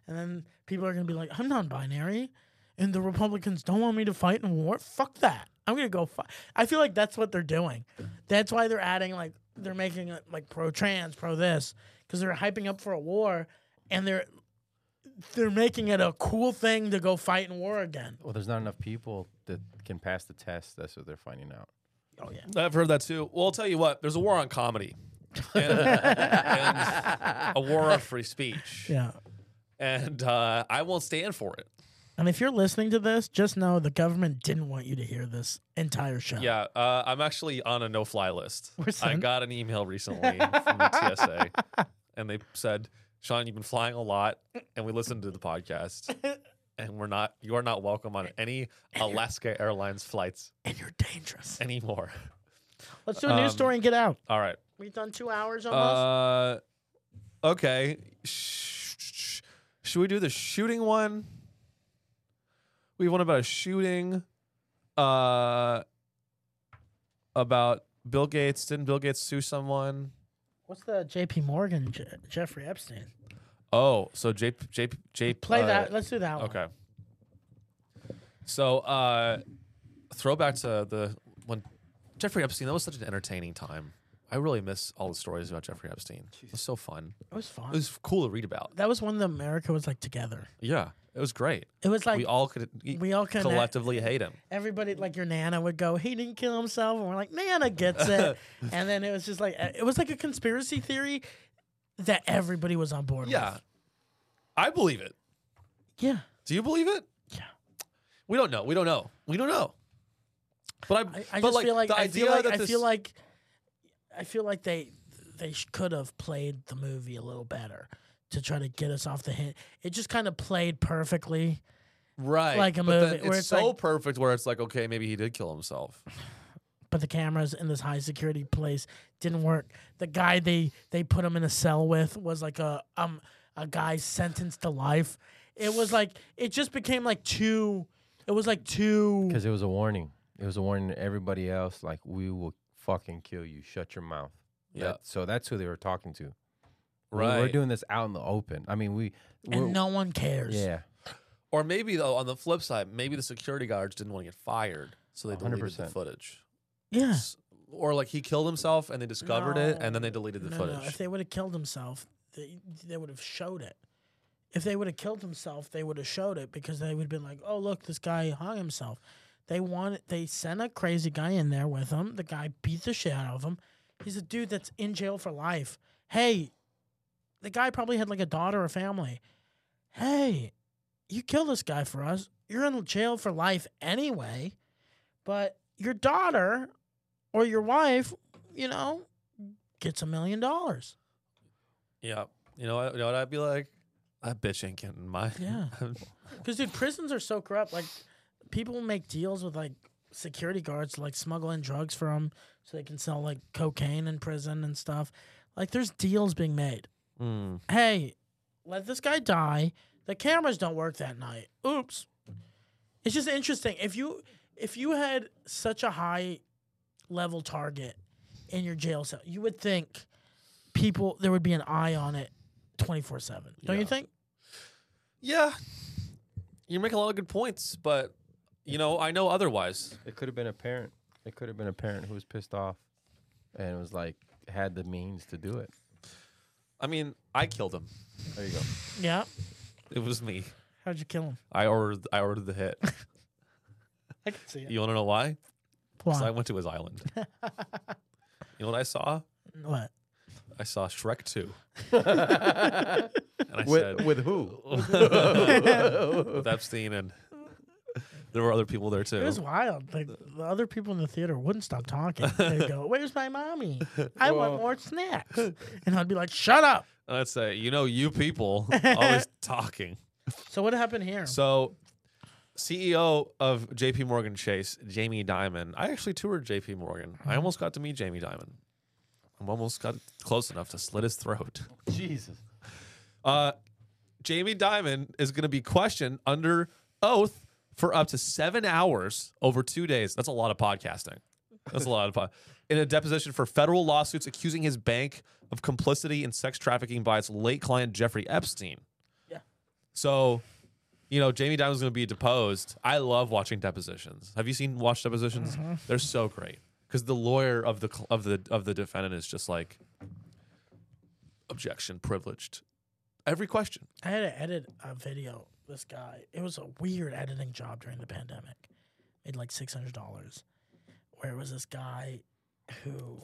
S1: and then people are gonna be like, I'm non-binary, and the Republicans don't want me to fight in war. Fuck that. I'm gonna go fight. I feel like that's what they're doing. That's why they're adding like they're making it like pro-trans, pro-this, because they're hyping up for a war, and they're they're making it a cool thing to go fight in war again.
S3: Well, there's not enough people that can pass the test. That's what they're finding out.
S1: Oh yeah.
S2: I've heard that too. Well, I'll tell you what. There's a war on comedy, and, and a war on free speech,
S1: Yeah.
S2: and uh, I won't stand for it.
S1: And if you're listening to this, just know the government didn't want you to hear this entire show.
S2: Yeah, uh, I'm actually on a no-fly list.
S1: Oh. We're
S2: I
S1: sent-
S2: got an email recently from the TSA, and they said, "Sean, you've been flying a lot, and we listened to the podcast, and we're not. You are not welcome on any Alaska Airlines flights
S1: And you're dangerous.
S2: anymore."
S1: Let's do a news
S2: Um,
S1: story and get out.
S2: All right.
S1: We've done two hours almost.
S2: Uh, okay. Sh- sh- sh- Should we do the shooting one? We have one about a shooting. Uh, about Bill Gates. Didn't Bill Gates sue someone?
S1: What's the J.P. Morgan Je- Jeffrey Epstein?
S2: Oh, so J J J.
S1: Play
S2: uh,
S1: that. Let's do that one.
S2: Okay. So, uh, throwback to the when Jeffrey Epstein. That was such an entertaining time. I really miss all the stories about Jeffrey Epstein. It was so fun.
S1: It was fun.
S2: It was cool to read about.
S1: that was when the America was like together.
S2: Yeah, it was great.
S1: It was like
S2: we all could we,
S1: we all connect-
S2: collectively hate him.
S1: everybody like your nana would go he didn't kill himself and we're like nana gets it and then it was just like it was like a conspiracy theory that everybody was on board
S2: Yeah,
S1: with
S2: I believe it.
S1: yeah
S2: Do you believe it?
S1: Yeah.
S2: We don't know. We don't know. We don't know. But I,
S1: i, I
S2: but
S1: just
S2: like,
S1: feel like
S2: the
S1: i
S2: idea
S1: feel like
S2: that
S1: i
S2: this,
S1: feel like i feel like they they sh- could have played the movie a little better to try to get us off the hint it just kind of played perfectly
S2: right
S1: like a
S2: but then
S1: movie where
S2: it's,
S1: it's
S2: so
S1: like-
S2: perfect where it's like okay maybe he did kill himself.
S1: but the cameras in this high security place didn't work. The guy they they put him in a cell with was like a um a guy sentenced to life. It was like it just became like too. It was like too.
S3: Because it was a warning. It was a warning to everybody else. Like we will fucking kill you. Shut your mouth.
S2: Yeah.
S3: That- so that's who they were talking to. We-
S2: right.
S3: We're doing this out in the open. I mean, we. we're-
S1: and no one cares.
S3: Yeah.
S2: or maybe though, on the flip side, maybe the security guards didn't want to get fired, so they deleted the
S3: 100%.
S2: footage.
S1: yeah.
S2: S- Or like he killed himself and they discovered it, and then they
S1: No,
S2: deleted the
S1: no,
S2: footage.
S1: No. If they would have killed himself, they they would have showed it. If they would have killed himself, they would have showed it because they would have been like, "Oh, look, this guy hung himself." They wanted they sent a crazy guy in there with him. The guy beat the shit out of him. He's a dude that's in jail for life. Hey, the guy probably had like a daughter or family. Hey, you kill this guy for us. You're in jail for life anyway. But your daughter or your wife, you know, gets a million dollars.
S2: yeah. You know, what, you know what I'd be like? That bitch ain't getting mine.
S1: Yeah. Because dude, prisons are so corrupt. Like people make deals with like security guards, to, like smuggle in drugs for them, so they can sell like cocaine in prison and stuff. Like there's deals being made.
S2: Mm.
S1: Hey, let this guy die. The cameras don't work that night. Oops. It's just interesting. If you if you had such a high level target in your jail cell, you would think people there would be an eye on it twenty four seven. Don't you
S2: Yeah.
S1: think?
S2: Yeah. You make a lot of good points, but you know, I know otherwise.
S3: It could have been a parent. It could have been a parent who was pissed off, and was like had the means to do it.
S2: I mean, I killed him.
S3: There you go.
S1: Yeah.
S2: It was me.
S1: How'd you kill him?
S2: I ordered I ordered the hit.
S1: I can see
S2: You wanna know why?
S1: Why?
S2: Because I went to his island. you know what I saw?
S1: what?
S2: I saw Shrek 2. and I
S3: With,
S2: said,
S3: with who?
S2: with Epstein, and there were other people there too.
S1: It was wild. Like the other people in the theater wouldn't stop talking. They'd go, "Where's my mommy? I want more snacks." And I'd be like, "Shut up."
S2: And I'd say, you know, you people always talking.
S1: So what happened here?
S2: So, CEO of JP Morgan Chase, Jamie Dimon. I actually toured JP Morgan. I almost got to meet Jamie Dimon. I almost got close enough to slit his throat.
S3: Jesus.
S2: Uh, Jamie Dimon is going to be questioned under oath for up to seven hours over two days. That's a lot of podcasting. That's a lot of pod. In a deposition for federal lawsuits accusing his bank of complicity in sex trafficking by its late client Jeffrey Epstein.
S1: Yeah.
S2: So, you know, Jamie Dimon's going to be deposed. I love watching depositions. Have you seen watch depositions? They're so great because the lawyer of the cl- of the of the defendant is just like objection privileged every question.
S1: I had to edit a video. This guy, it was a weird editing job during the pandemic. Made like six hundred dollars. Where it was this guy who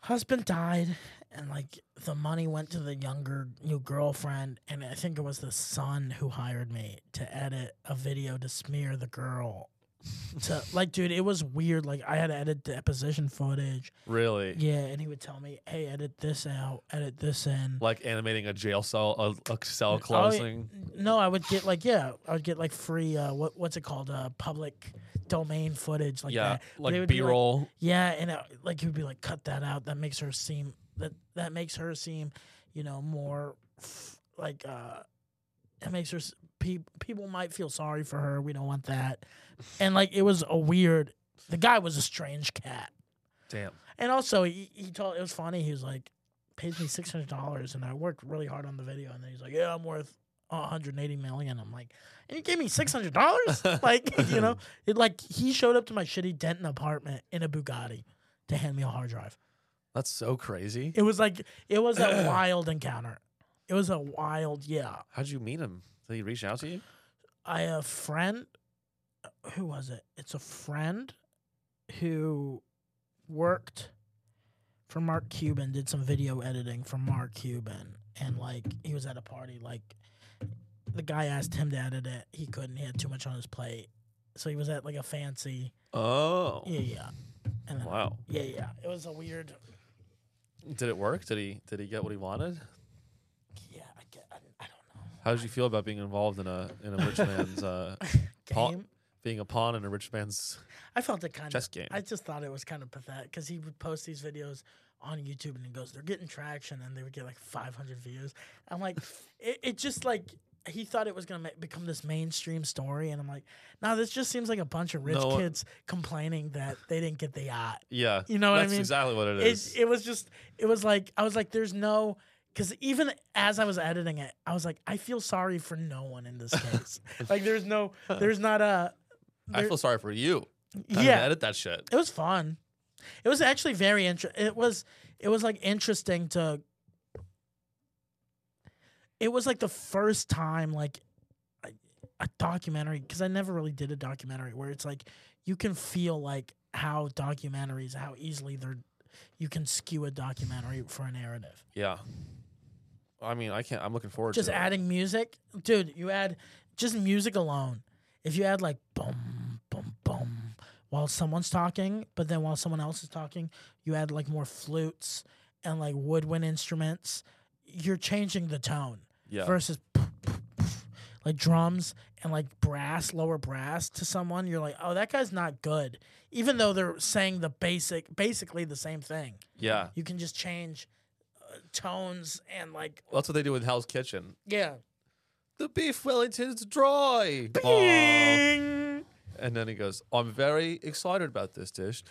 S1: husband died, and like the money went to the younger new girlfriend, and I think it was the son who hired me to edit a video to smear the girl. to like, dude, it was weird. Like, I had to edit deposition footage.
S2: Really?
S1: Yeah, and he would tell me, "Hey, edit this out, edit this in."
S2: Like animating a jail cell, a, a cell
S1: Oh, yeah.
S2: closing.
S1: No, I would get like yeah, I would get like free uh what what's it called uh public domain footage like
S2: yeah,
S1: that. But it
S2: like
S1: would be,
S2: B roll.
S1: yeah, and uh like he would be like cut that out. That makes her seem that that makes her seem, you know, more f- like uh it makes her s- pe- people might feel sorry for her. We don't want that. And like it was a weird. The guy was a strange cat.
S2: Damn.
S1: And also, he, he told it was funny. He was like, "Paid me six hundred dollars, and I worked really hard on the video." And then he's like, "Yeah, I'm worth one hundred eighty million. I'm like, "And you gave me six hundred dollars? Like, you know, it like he showed up to my shitty Denton apartment in a Bugatti to hand me a hard drive.
S2: That's so crazy.
S1: It was like it was a wild encounter. It was a wild, yeah.
S2: How'd you meet him? Did he reach out to you?
S1: I a friend who was it? It's a friend who worked for Mark Cuban, did some video editing for Mark Cuban and like he was at a party like the guy asked him to edit it. He couldn't. He had too much on his plate. So he was at like a fancy
S2: Oh.
S1: Yeah, yeah. And then,
S2: Wow.
S1: Yeah, yeah. It was a weird
S2: Did it work? Did he did he get what he wanted?
S1: yeah, I get I, I don't know.
S2: How did you feel about being involved in a in a rich man's uh, pawn-
S1: Game.
S2: being a pawn in a rich man's?
S1: I felt it kind
S2: Chess
S1: of.
S2: game.
S1: I just thought it was kind of pathetic because he would post these videos on YouTube and he goes, "They're getting traction," and they would get like 500 views. I'm like, it, it just like he thought it was gonna ma- become this mainstream story, and I'm like, no, this just seems like a bunch of rich
S2: No, uh,
S1: kids complaining that they didn't get the yacht.
S2: Yeah.
S1: You know what I
S2: That's
S1: mean?
S2: exactly what it
S1: It,
S2: is.
S1: it was just, it was like I was like, there's no, because even as I was editing it, I was like, I feel sorry for no one in this case. like there's no, there's not a,
S2: I
S1: there-
S2: feel sorry for you. I didn't
S1: yeah,
S2: edit that shit.
S1: it was fun. It was actually very interesting. It was it was like interesting to. It was like the first time like a, a documentary because I never really did a documentary where it's like you can feel like how documentaries how easily they're you can skew a documentary for a narrative.
S2: Yeah. I mean, I can't. I'm looking forward
S1: Just
S2: to it.
S1: adding music, dude. You add just music alone. If you add like boom, boom, boom, while someone's talking, but then while someone else is talking, you add like more flutes and like woodwind instruments. You're changing the tone
S2: Yeah.
S1: versus like drums and like brass, lower brass to someone. You're like, oh, that guy's not good, even though they're saying the basic, basically the same thing.
S2: yeah.
S1: You can just change uh, tones and like,
S2: Well, that's what they do with Hell's Kitchen.
S1: yeah.
S2: The beef Wellington's dry. Aw.
S1: Bing.
S2: And then he goes, I'm very excited about this dish.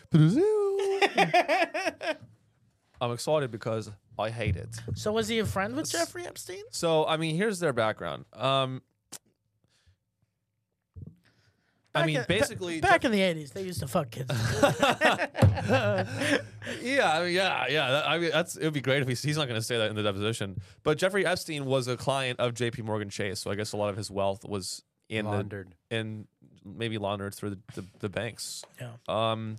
S2: I'm excited because I hate it.
S1: So was he a friend with Jeffrey Epstein?
S2: So, I mean, here's their background. Um, I
S1: Back
S2: mean,
S1: in- ba-
S2: basically,
S1: back in the eighties, they used to fuck kids.
S2: yeah, I mean, yeah, yeah. that- I mean, that's it would be great if he's, he's not going to say that in the deposition. But Jeffrey Epstein was a client of J.P. Morgan Chase, so I guess a lot of his wealth was in
S3: Laundered.
S2: the in maybe laundered through the, the, the banks.
S1: Yeah.
S2: Um,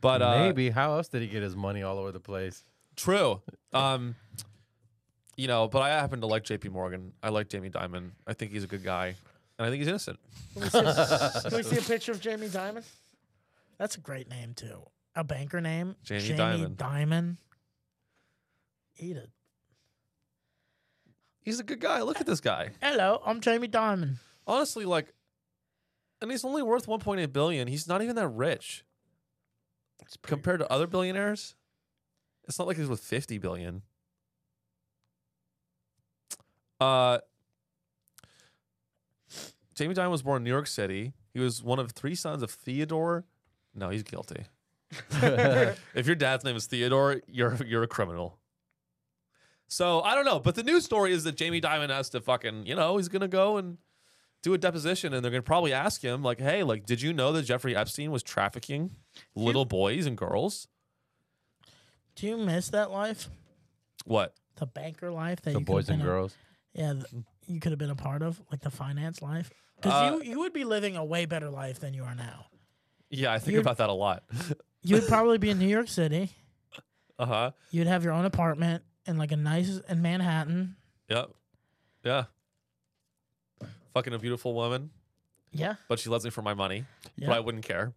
S2: but uh,
S3: Maybe. How else did he get his money all over the place?
S2: True. Um, you know, but I happen to like J.P. Morgan. I like Jamie Dimon. I think he's a good guy, and I think he's innocent.
S1: Can we, see a, can we see a picture of Jamie Dimon? That's a great name too. A banker name.
S2: Jamie Dimon.
S1: Dimon. Eat it.
S2: He's a good guy. Look at this guy.
S1: Hello, I'm Jamie Dimon.
S2: Honestly, like, and he's only worth 1.8 billion. He's not even that rich compared to other billionaires. It's not like he's with 50 billion. Uh, Jamie Dimon was born in New York City. He was one of three sons of Theodore. No, he's guilty. if your dad's name is Theodore, you're you're a criminal. So I don't know, but the news story is that Jamie Dimon has to fucking, you know, he's gonna go and do a deposition, and they're gonna probably ask him like, "Hey, like, did you know that Jeffrey Epstein was trafficking little boys and girls?
S1: Do you miss that life?
S2: What?
S1: The banker life that
S3: The
S1: you could've
S3: boys and
S1: been a-
S3: girls.
S1: yeah, th- you could have been a part of, like the finance life. Because
S2: Uh,
S1: you, you would be living a way better life than you are now.
S2: Yeah, I think
S1: You're-
S2: about that a lot.
S1: You would probably be in New York City.
S2: Uh huh.
S1: You'd have your own apartment in like a nice in Manhattan.
S2: Yep. Yeah. Fucking a beautiful woman,
S1: Yeah,
S2: but she loves me for my money,
S1: Yeah.
S2: but I wouldn't care.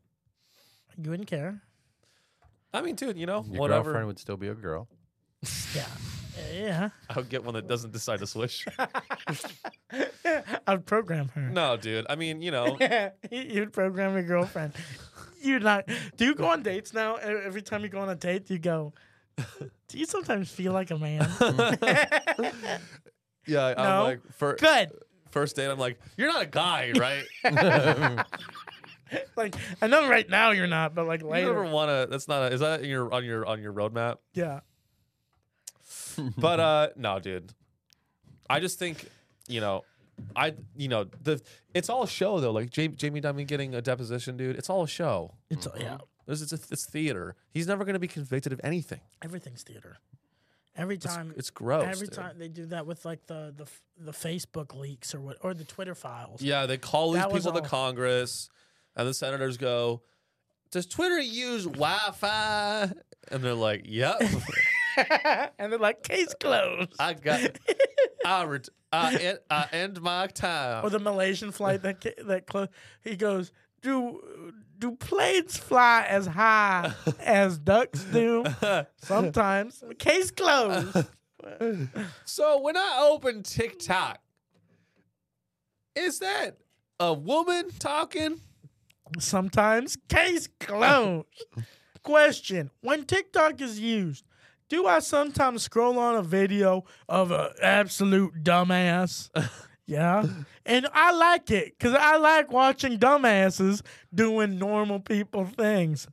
S1: you wouldn't care.
S2: I mean, dude, you know,
S3: Your
S2: whatever.
S3: girlfriend would still be a girl.
S1: Yeah, yeah.
S2: I would get one that doesn't decide to switch.
S1: I'd program her.
S2: no, dude. I mean, you know,
S1: You'd program your girlfriend. You're not. Do you go on dates now? E- Every time you go on a date, you go. Do you sometimes feel like a man?
S2: yeah. I'm
S1: No.
S2: like, for
S1: Good.
S2: first date, I'm like, you're not a guy, right?
S1: Like I know right now you're not, but like
S2: you
S1: later.
S2: never want to. That's not. A, is that in your on your on your roadmap?
S1: yeah.
S2: But uh, no, dude. I just think, you know, I you know the it's all a show though. Like Jamie, Jamie Dimon getting a deposition, dude. It's all a show.
S1: It's yeah.
S2: There's it's a, it's theater. He's never going to be convicted of anything.
S1: Everything's theater. Every
S2: It's,
S1: time.
S2: it's gross.
S1: Every
S2: dude.
S1: time they do that with like the the f- the Facebook leaks or what or the Twitter files.
S2: Yeah, they call these
S1: That was
S2: people to
S1: all.
S2: Congress, and the senators go, "Does Twitter use Wi-Fi?" And they're like, "Yep,
S1: and they're like, case closed.
S2: I got, I, ret- I, end, I end my time."
S1: or the Malaysian flight that ca- that clo- he goes, do do planes fly as high as ducks do? Sometimes. Case closed.
S2: so when I open TikTok, is that a woman talking?
S1: Sometimes. Case closed. Question: When TikTok is used, do I sometimes scroll on a video of an absolute dumbass Yeah. And I like it because I like watching dumbasses doing normal people things.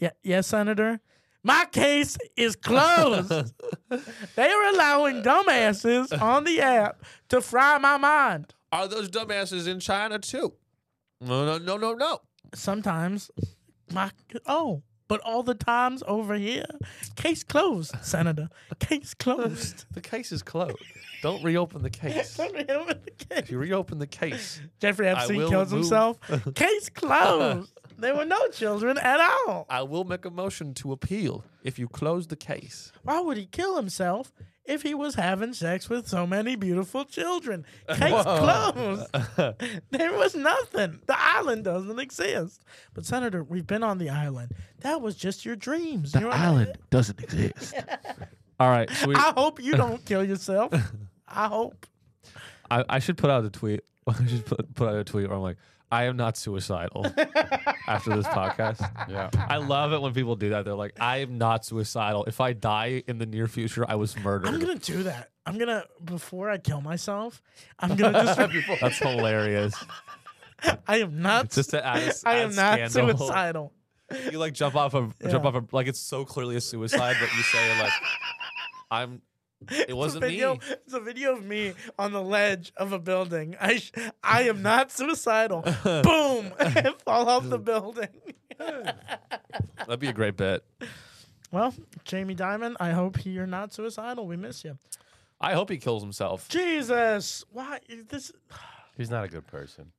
S1: Yeah, yes, Senator. My case is closed. they are allowing dumbasses on the app to fry my mind.
S2: Are those dumbasses in China too? No, no, no, no, no.
S1: Sometimes, my oh, but all the times over here, case closed, Senator. Case closed.
S2: The case is closed. Don't reopen the case. If you reopen the case,
S1: Jeffrey Epstein
S2: will
S1: kills
S2: move.
S1: himself. Case closed. there were no children at all.
S2: I will make a motion to appeal if you close the case.
S1: Why would he kill himself if he was having sex with so many beautiful children? Case closed. there was nothing. The island doesn't exist. But Senator, we've been on the island. That was just your dreams.
S4: The
S1: You're-
S4: island doesn't exist.
S2: All right. So we,
S1: I
S2: I,
S1: hope you don't kill yourself. I hope.
S2: I should put out a tweet. I should put, put out a tweet where I'm like, I am not suicidal after this podcast.
S3: Yeah.
S2: I love it when people do that. They're like, I am not suicidal. If I die in the near future, I was murdered.
S1: I'm gonna do that. I'm gonna before I kill myself. I'm gonna just.
S2: That's hilarious.
S1: I am not.
S2: Just to add, a-
S1: I am
S2: add
S1: not
S2: scandal.
S1: suicidal.
S2: You like jump off a jump
S1: Yeah.
S2: off a like it's so clearly a suicide, but you say like, I'm. It wasn't
S1: it's a video,
S2: me.
S1: It's a video of me on the ledge of a building. I sh- I am not suicidal. Boom! Fall off the building.
S2: That'd be a great bit.
S1: well, Jamie Diamond, I hope you're not suicidal. We miss you.
S2: I hope he kills himself.
S1: Jesus, why is this?
S3: He's not a good person.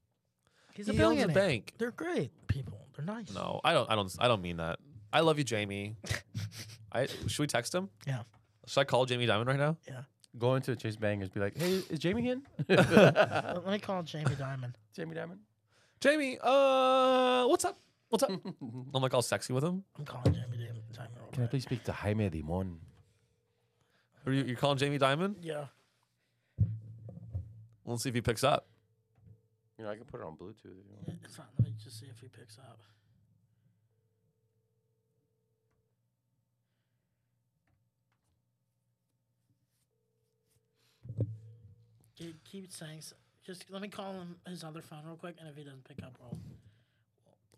S1: He's
S2: He
S1: a
S2: owns a
S1: billionaire.
S2: bank.
S1: They're great people. They're nice.
S2: No, I don't. I don't. I don't mean that. I love you, Jamie. I should we text him?
S1: Yeah.
S2: Should I call Jamie Diamond right now?
S3: Go into Chase Bangers, be like, "Hey, is Jamie in?
S1: Let me call Jamie Diamond.
S3: Jamie Diamond?
S2: Jamie, uh, what's up? What's up? I'm like all sexy with him.
S1: I'm calling Jamie Diamond. Diamond real
S3: Can I
S1: quick.
S3: please speak to Jaime Limon?
S2: Are you, you calling Jamie Diamond?
S1: Yeah.
S2: Let's see if he picks up.
S3: You know, I can put it on Bluetooth. If you want.
S1: It's not, let me just see if he picks up. Dude, keep saying. s- Just let me call him his other phone real quick, and if he doesn't pick up, we'll.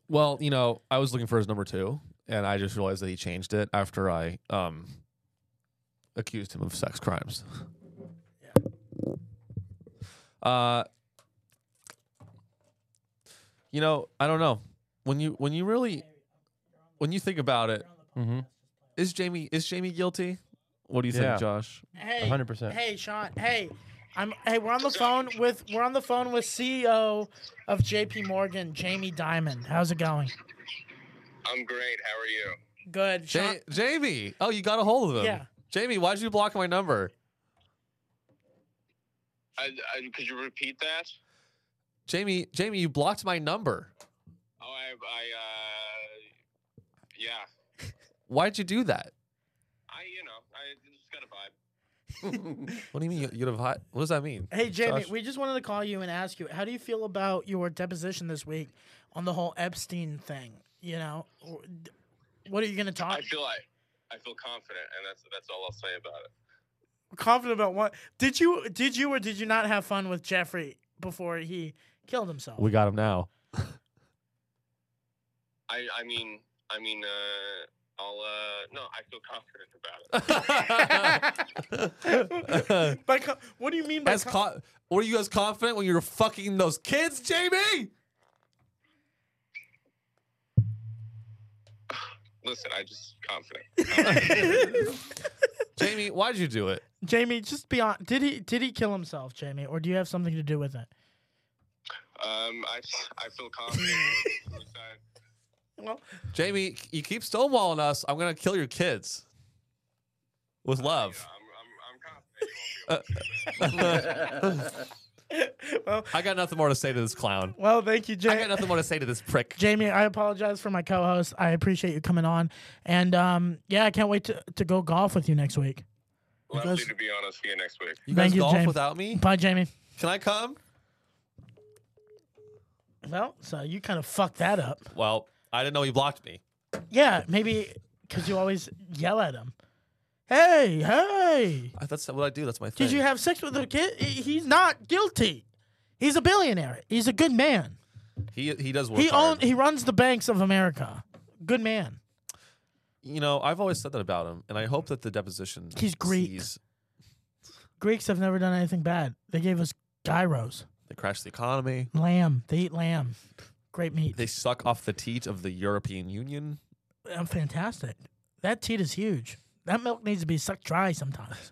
S2: Well, you know, I was looking for his number two, and I just realized that he changed it after I um accused him of sex crimes. Uh, you know, I don't know when you when you really when you think about it,
S3: Mhm.
S2: is Jamie is Jamie guilty? What do you
S3: Yeah.
S2: think, Josh?
S1: Hey,
S3: 100%.
S1: Hey, Sean. Hey, I'm. Hey, we're on the phone with. We're on the phone with CEO of J.P. Morgan, Jamie Diamond. How's it going?
S9: I'm great. How are you?
S1: Good. Sean,
S2: Ja- Jamie, oh, you got a hold of him.
S1: Yeah.
S2: Jamie, why did you block my number?
S9: I, I, could you repeat that?
S2: Jamie, Jamie, you blocked my number.
S9: Oh, I, I, uh, yeah.
S2: Why'd you do that?
S9: I, you know, I just got a vibe.
S2: What do you mean? You, you have hot? What does that mean?
S1: Hey Jamie,
S2: Josh?
S1: we just wanted to call you and ask you, how do you feel about your deposition this week on the whole Epstein thing? You know, Or- d- what are you going to talk?
S9: I feel like I feel confident, and that's that's all I'll say about it.
S1: confident about what? Did you did you or did you not have fun with Jeffrey before he killed himself?
S2: We got him now.
S9: I, I mean, I mean, uh, I'll, uh, no, I feel confident about it.
S1: By co- what do you mean by
S2: As co- were you as confident when you were fucking those kids, Jamie?
S9: Listen, I just confident.
S2: Jamie, why'd you do it?
S1: Jamie? Just be on. Did he did he kill himself, Jamie, or do you have something to do with it?
S9: Um, I, I feel confident. Suicide.
S1: Well,
S2: Jamie, you keep stonewalling us. I'm gonna kill your kids with love.
S9: I'm, I'm, I'm confident. You won't be able
S1: well,
S2: I got nothing more to say to this clown.
S1: well. Thank you,
S2: I
S1: Jamie.
S2: got nothing more to say to this prick.
S1: Jamie, I apologize for my co-host. I appreciate you coming on, and um, yeah, I can't wait to, to go golf with you next week.
S9: Lovely to be honest. See you next week.
S2: You
S1: Thank
S2: guys
S1: you,
S2: golf
S1: Jamie.
S2: without me?
S1: Bye, Jamie.
S2: Can I come?
S1: Well, so you kind of fucked that up.
S2: Well, I didn't know he blocked me.
S1: Yeah, maybe because you always yell at him. Hey, hey.
S2: I, that's what I do. That's my thing.
S1: Did you have sex with a kid? He- He's not guilty. He's a billionaire. He's a good man.
S2: He he does work.
S1: He
S2: hard.
S1: owns. He runs the banks of America. Good man.
S2: you know, I've always said that about him, and I hope that the deposition.
S1: He's Greek.
S2: sees-
S1: Greeks have never done anything bad. They gave us gyros,
S2: They crash the economy.
S1: lamb. They eat lamb. Great meat.
S2: They suck off the teat of the European Union.
S1: I'm fantastic. That teat is huge. That milk needs to be sucked dry sometimes.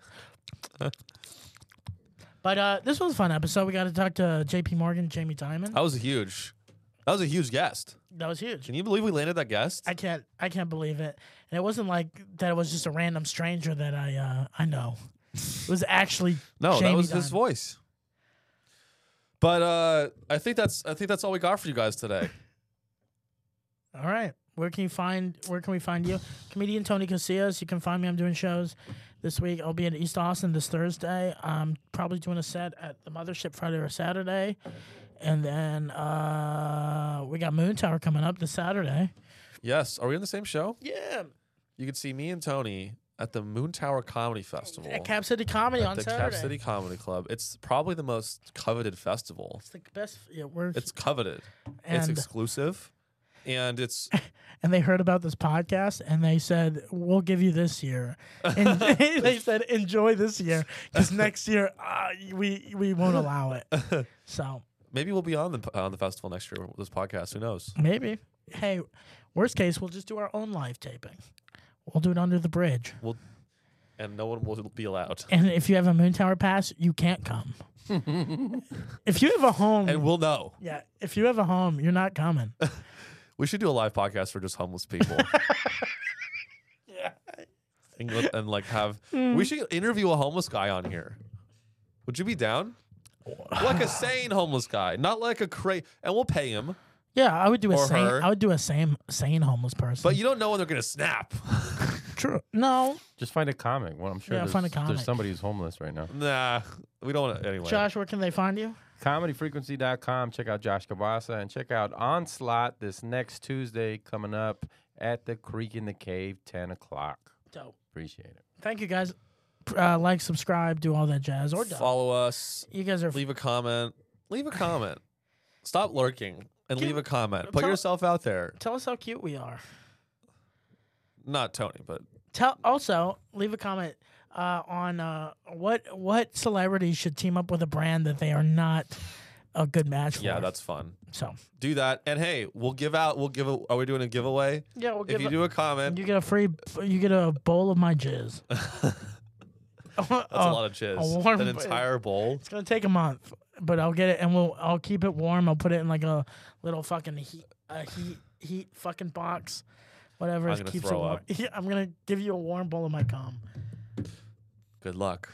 S1: but uh, this was a fun episode. We got to talk to J.P. Morgan, Jamie Dimon.
S2: That was a huge. That was a huge guest.
S1: That was huge.
S2: Oh. Can you believe we landed that guest?
S1: I can't. I can't believe it. And it wasn't like that. It was just a random stranger that I uh, I know. It was actually
S2: no, that
S1: Jamie
S2: was his
S1: Dimon.
S2: voice. But uh, I think that's I think that's all we got for you guys today.
S1: All right. Where can you find where can we find you? Comedian Tony Casillas. You can find me. I'm doing shows this week. I'll be in East Austin this Thursday. I'm probably doing a set at the Mothership Friday or Saturday. And then uh, we got Moon Tower coming up this Saturday.
S2: yes, are we in the same show?
S1: Yeah.
S2: You can see me and Tony at the Moon Tower Comedy Festival
S1: At Cap City Comedy
S2: at
S1: on
S2: the
S1: Saturday.
S2: Cap City Comedy Club. It's probably the most coveted festival.
S1: It's the best yeah, we're
S2: It's coveted. it's
S1: And-
S2: exclusive, and it's
S1: and they heard about this podcast and they said we'll give you this year and they said enjoy this year because next year uh, we we won't allow it so
S2: maybe we'll be on the on the festival next year with this podcast. Who knows?
S1: maybe hey worst case we'll just do our own live taping we'll do it under the bridge
S2: We'll and no one will be allowed,
S1: and if you have a moon tower pass you can't come if you have a home
S2: and we'll know.
S1: yeah if you have a home you're not coming
S2: We should do a live podcast for just homeless people. And, go- and like have we should interview a homeless guy on here. Would you be down? Like a sane homeless guy, not like a crazy. And we'll pay him,
S1: yeah i would do a
S2: Or
S1: sane
S2: her.
S1: i would do a same sane homeless person
S2: but you don't know when they're gonna snap.
S1: true no
S3: Just find a comic. Well, I'm sure
S1: Yeah,
S3: there's,
S1: find a comic.
S3: there's somebody who's homeless right now.
S2: nah, we don't. wanna- Anyway,
S1: josh where can they find you
S3: comedyfrequency.com. Check out Josh Cavasa and check out Onslaught this next Tuesday coming up at the Creek in the Cave, 10 o'clock.
S1: Dope.
S3: Appreciate it.
S1: Thank you guys. Uh, like, subscribe, do all that jazz. Or don't.
S2: follow us.
S1: You guys are.
S2: Leave a comment. Leave a comment. Stop lurking and
S1: Give-
S2: leave a comment. Put
S1: tell-
S2: yourself out there.
S1: Tell us how cute we are.
S2: Not Tony, but
S1: Tell also leave a comment uh, on uh, what what celebrities should team up with a brand that they are not a good match for.
S2: yeah, that's fun.
S1: so.
S2: do that. And hey, we'll give out. We'll give. A, are we doing a giveaway?
S1: Yeah, we'll
S2: if
S1: give
S2: you do a comment,
S1: you get a free you get a bowl of my jizz. That's
S2: that's a lot of jizz.
S1: Oh, a warm
S2: An
S1: ba-
S2: entire bowl.
S1: It's gonna take a month, but I'll get it, and we'll I'll keep it warm. I'll put it in like a little fucking heat a heat heat fucking box, whatever.
S2: I'm
S1: it
S2: gonna
S1: keeps
S2: throw
S1: it warm.
S2: up.
S1: Yeah, I'm gonna give you a warm bowl of my cum.
S2: Good luck.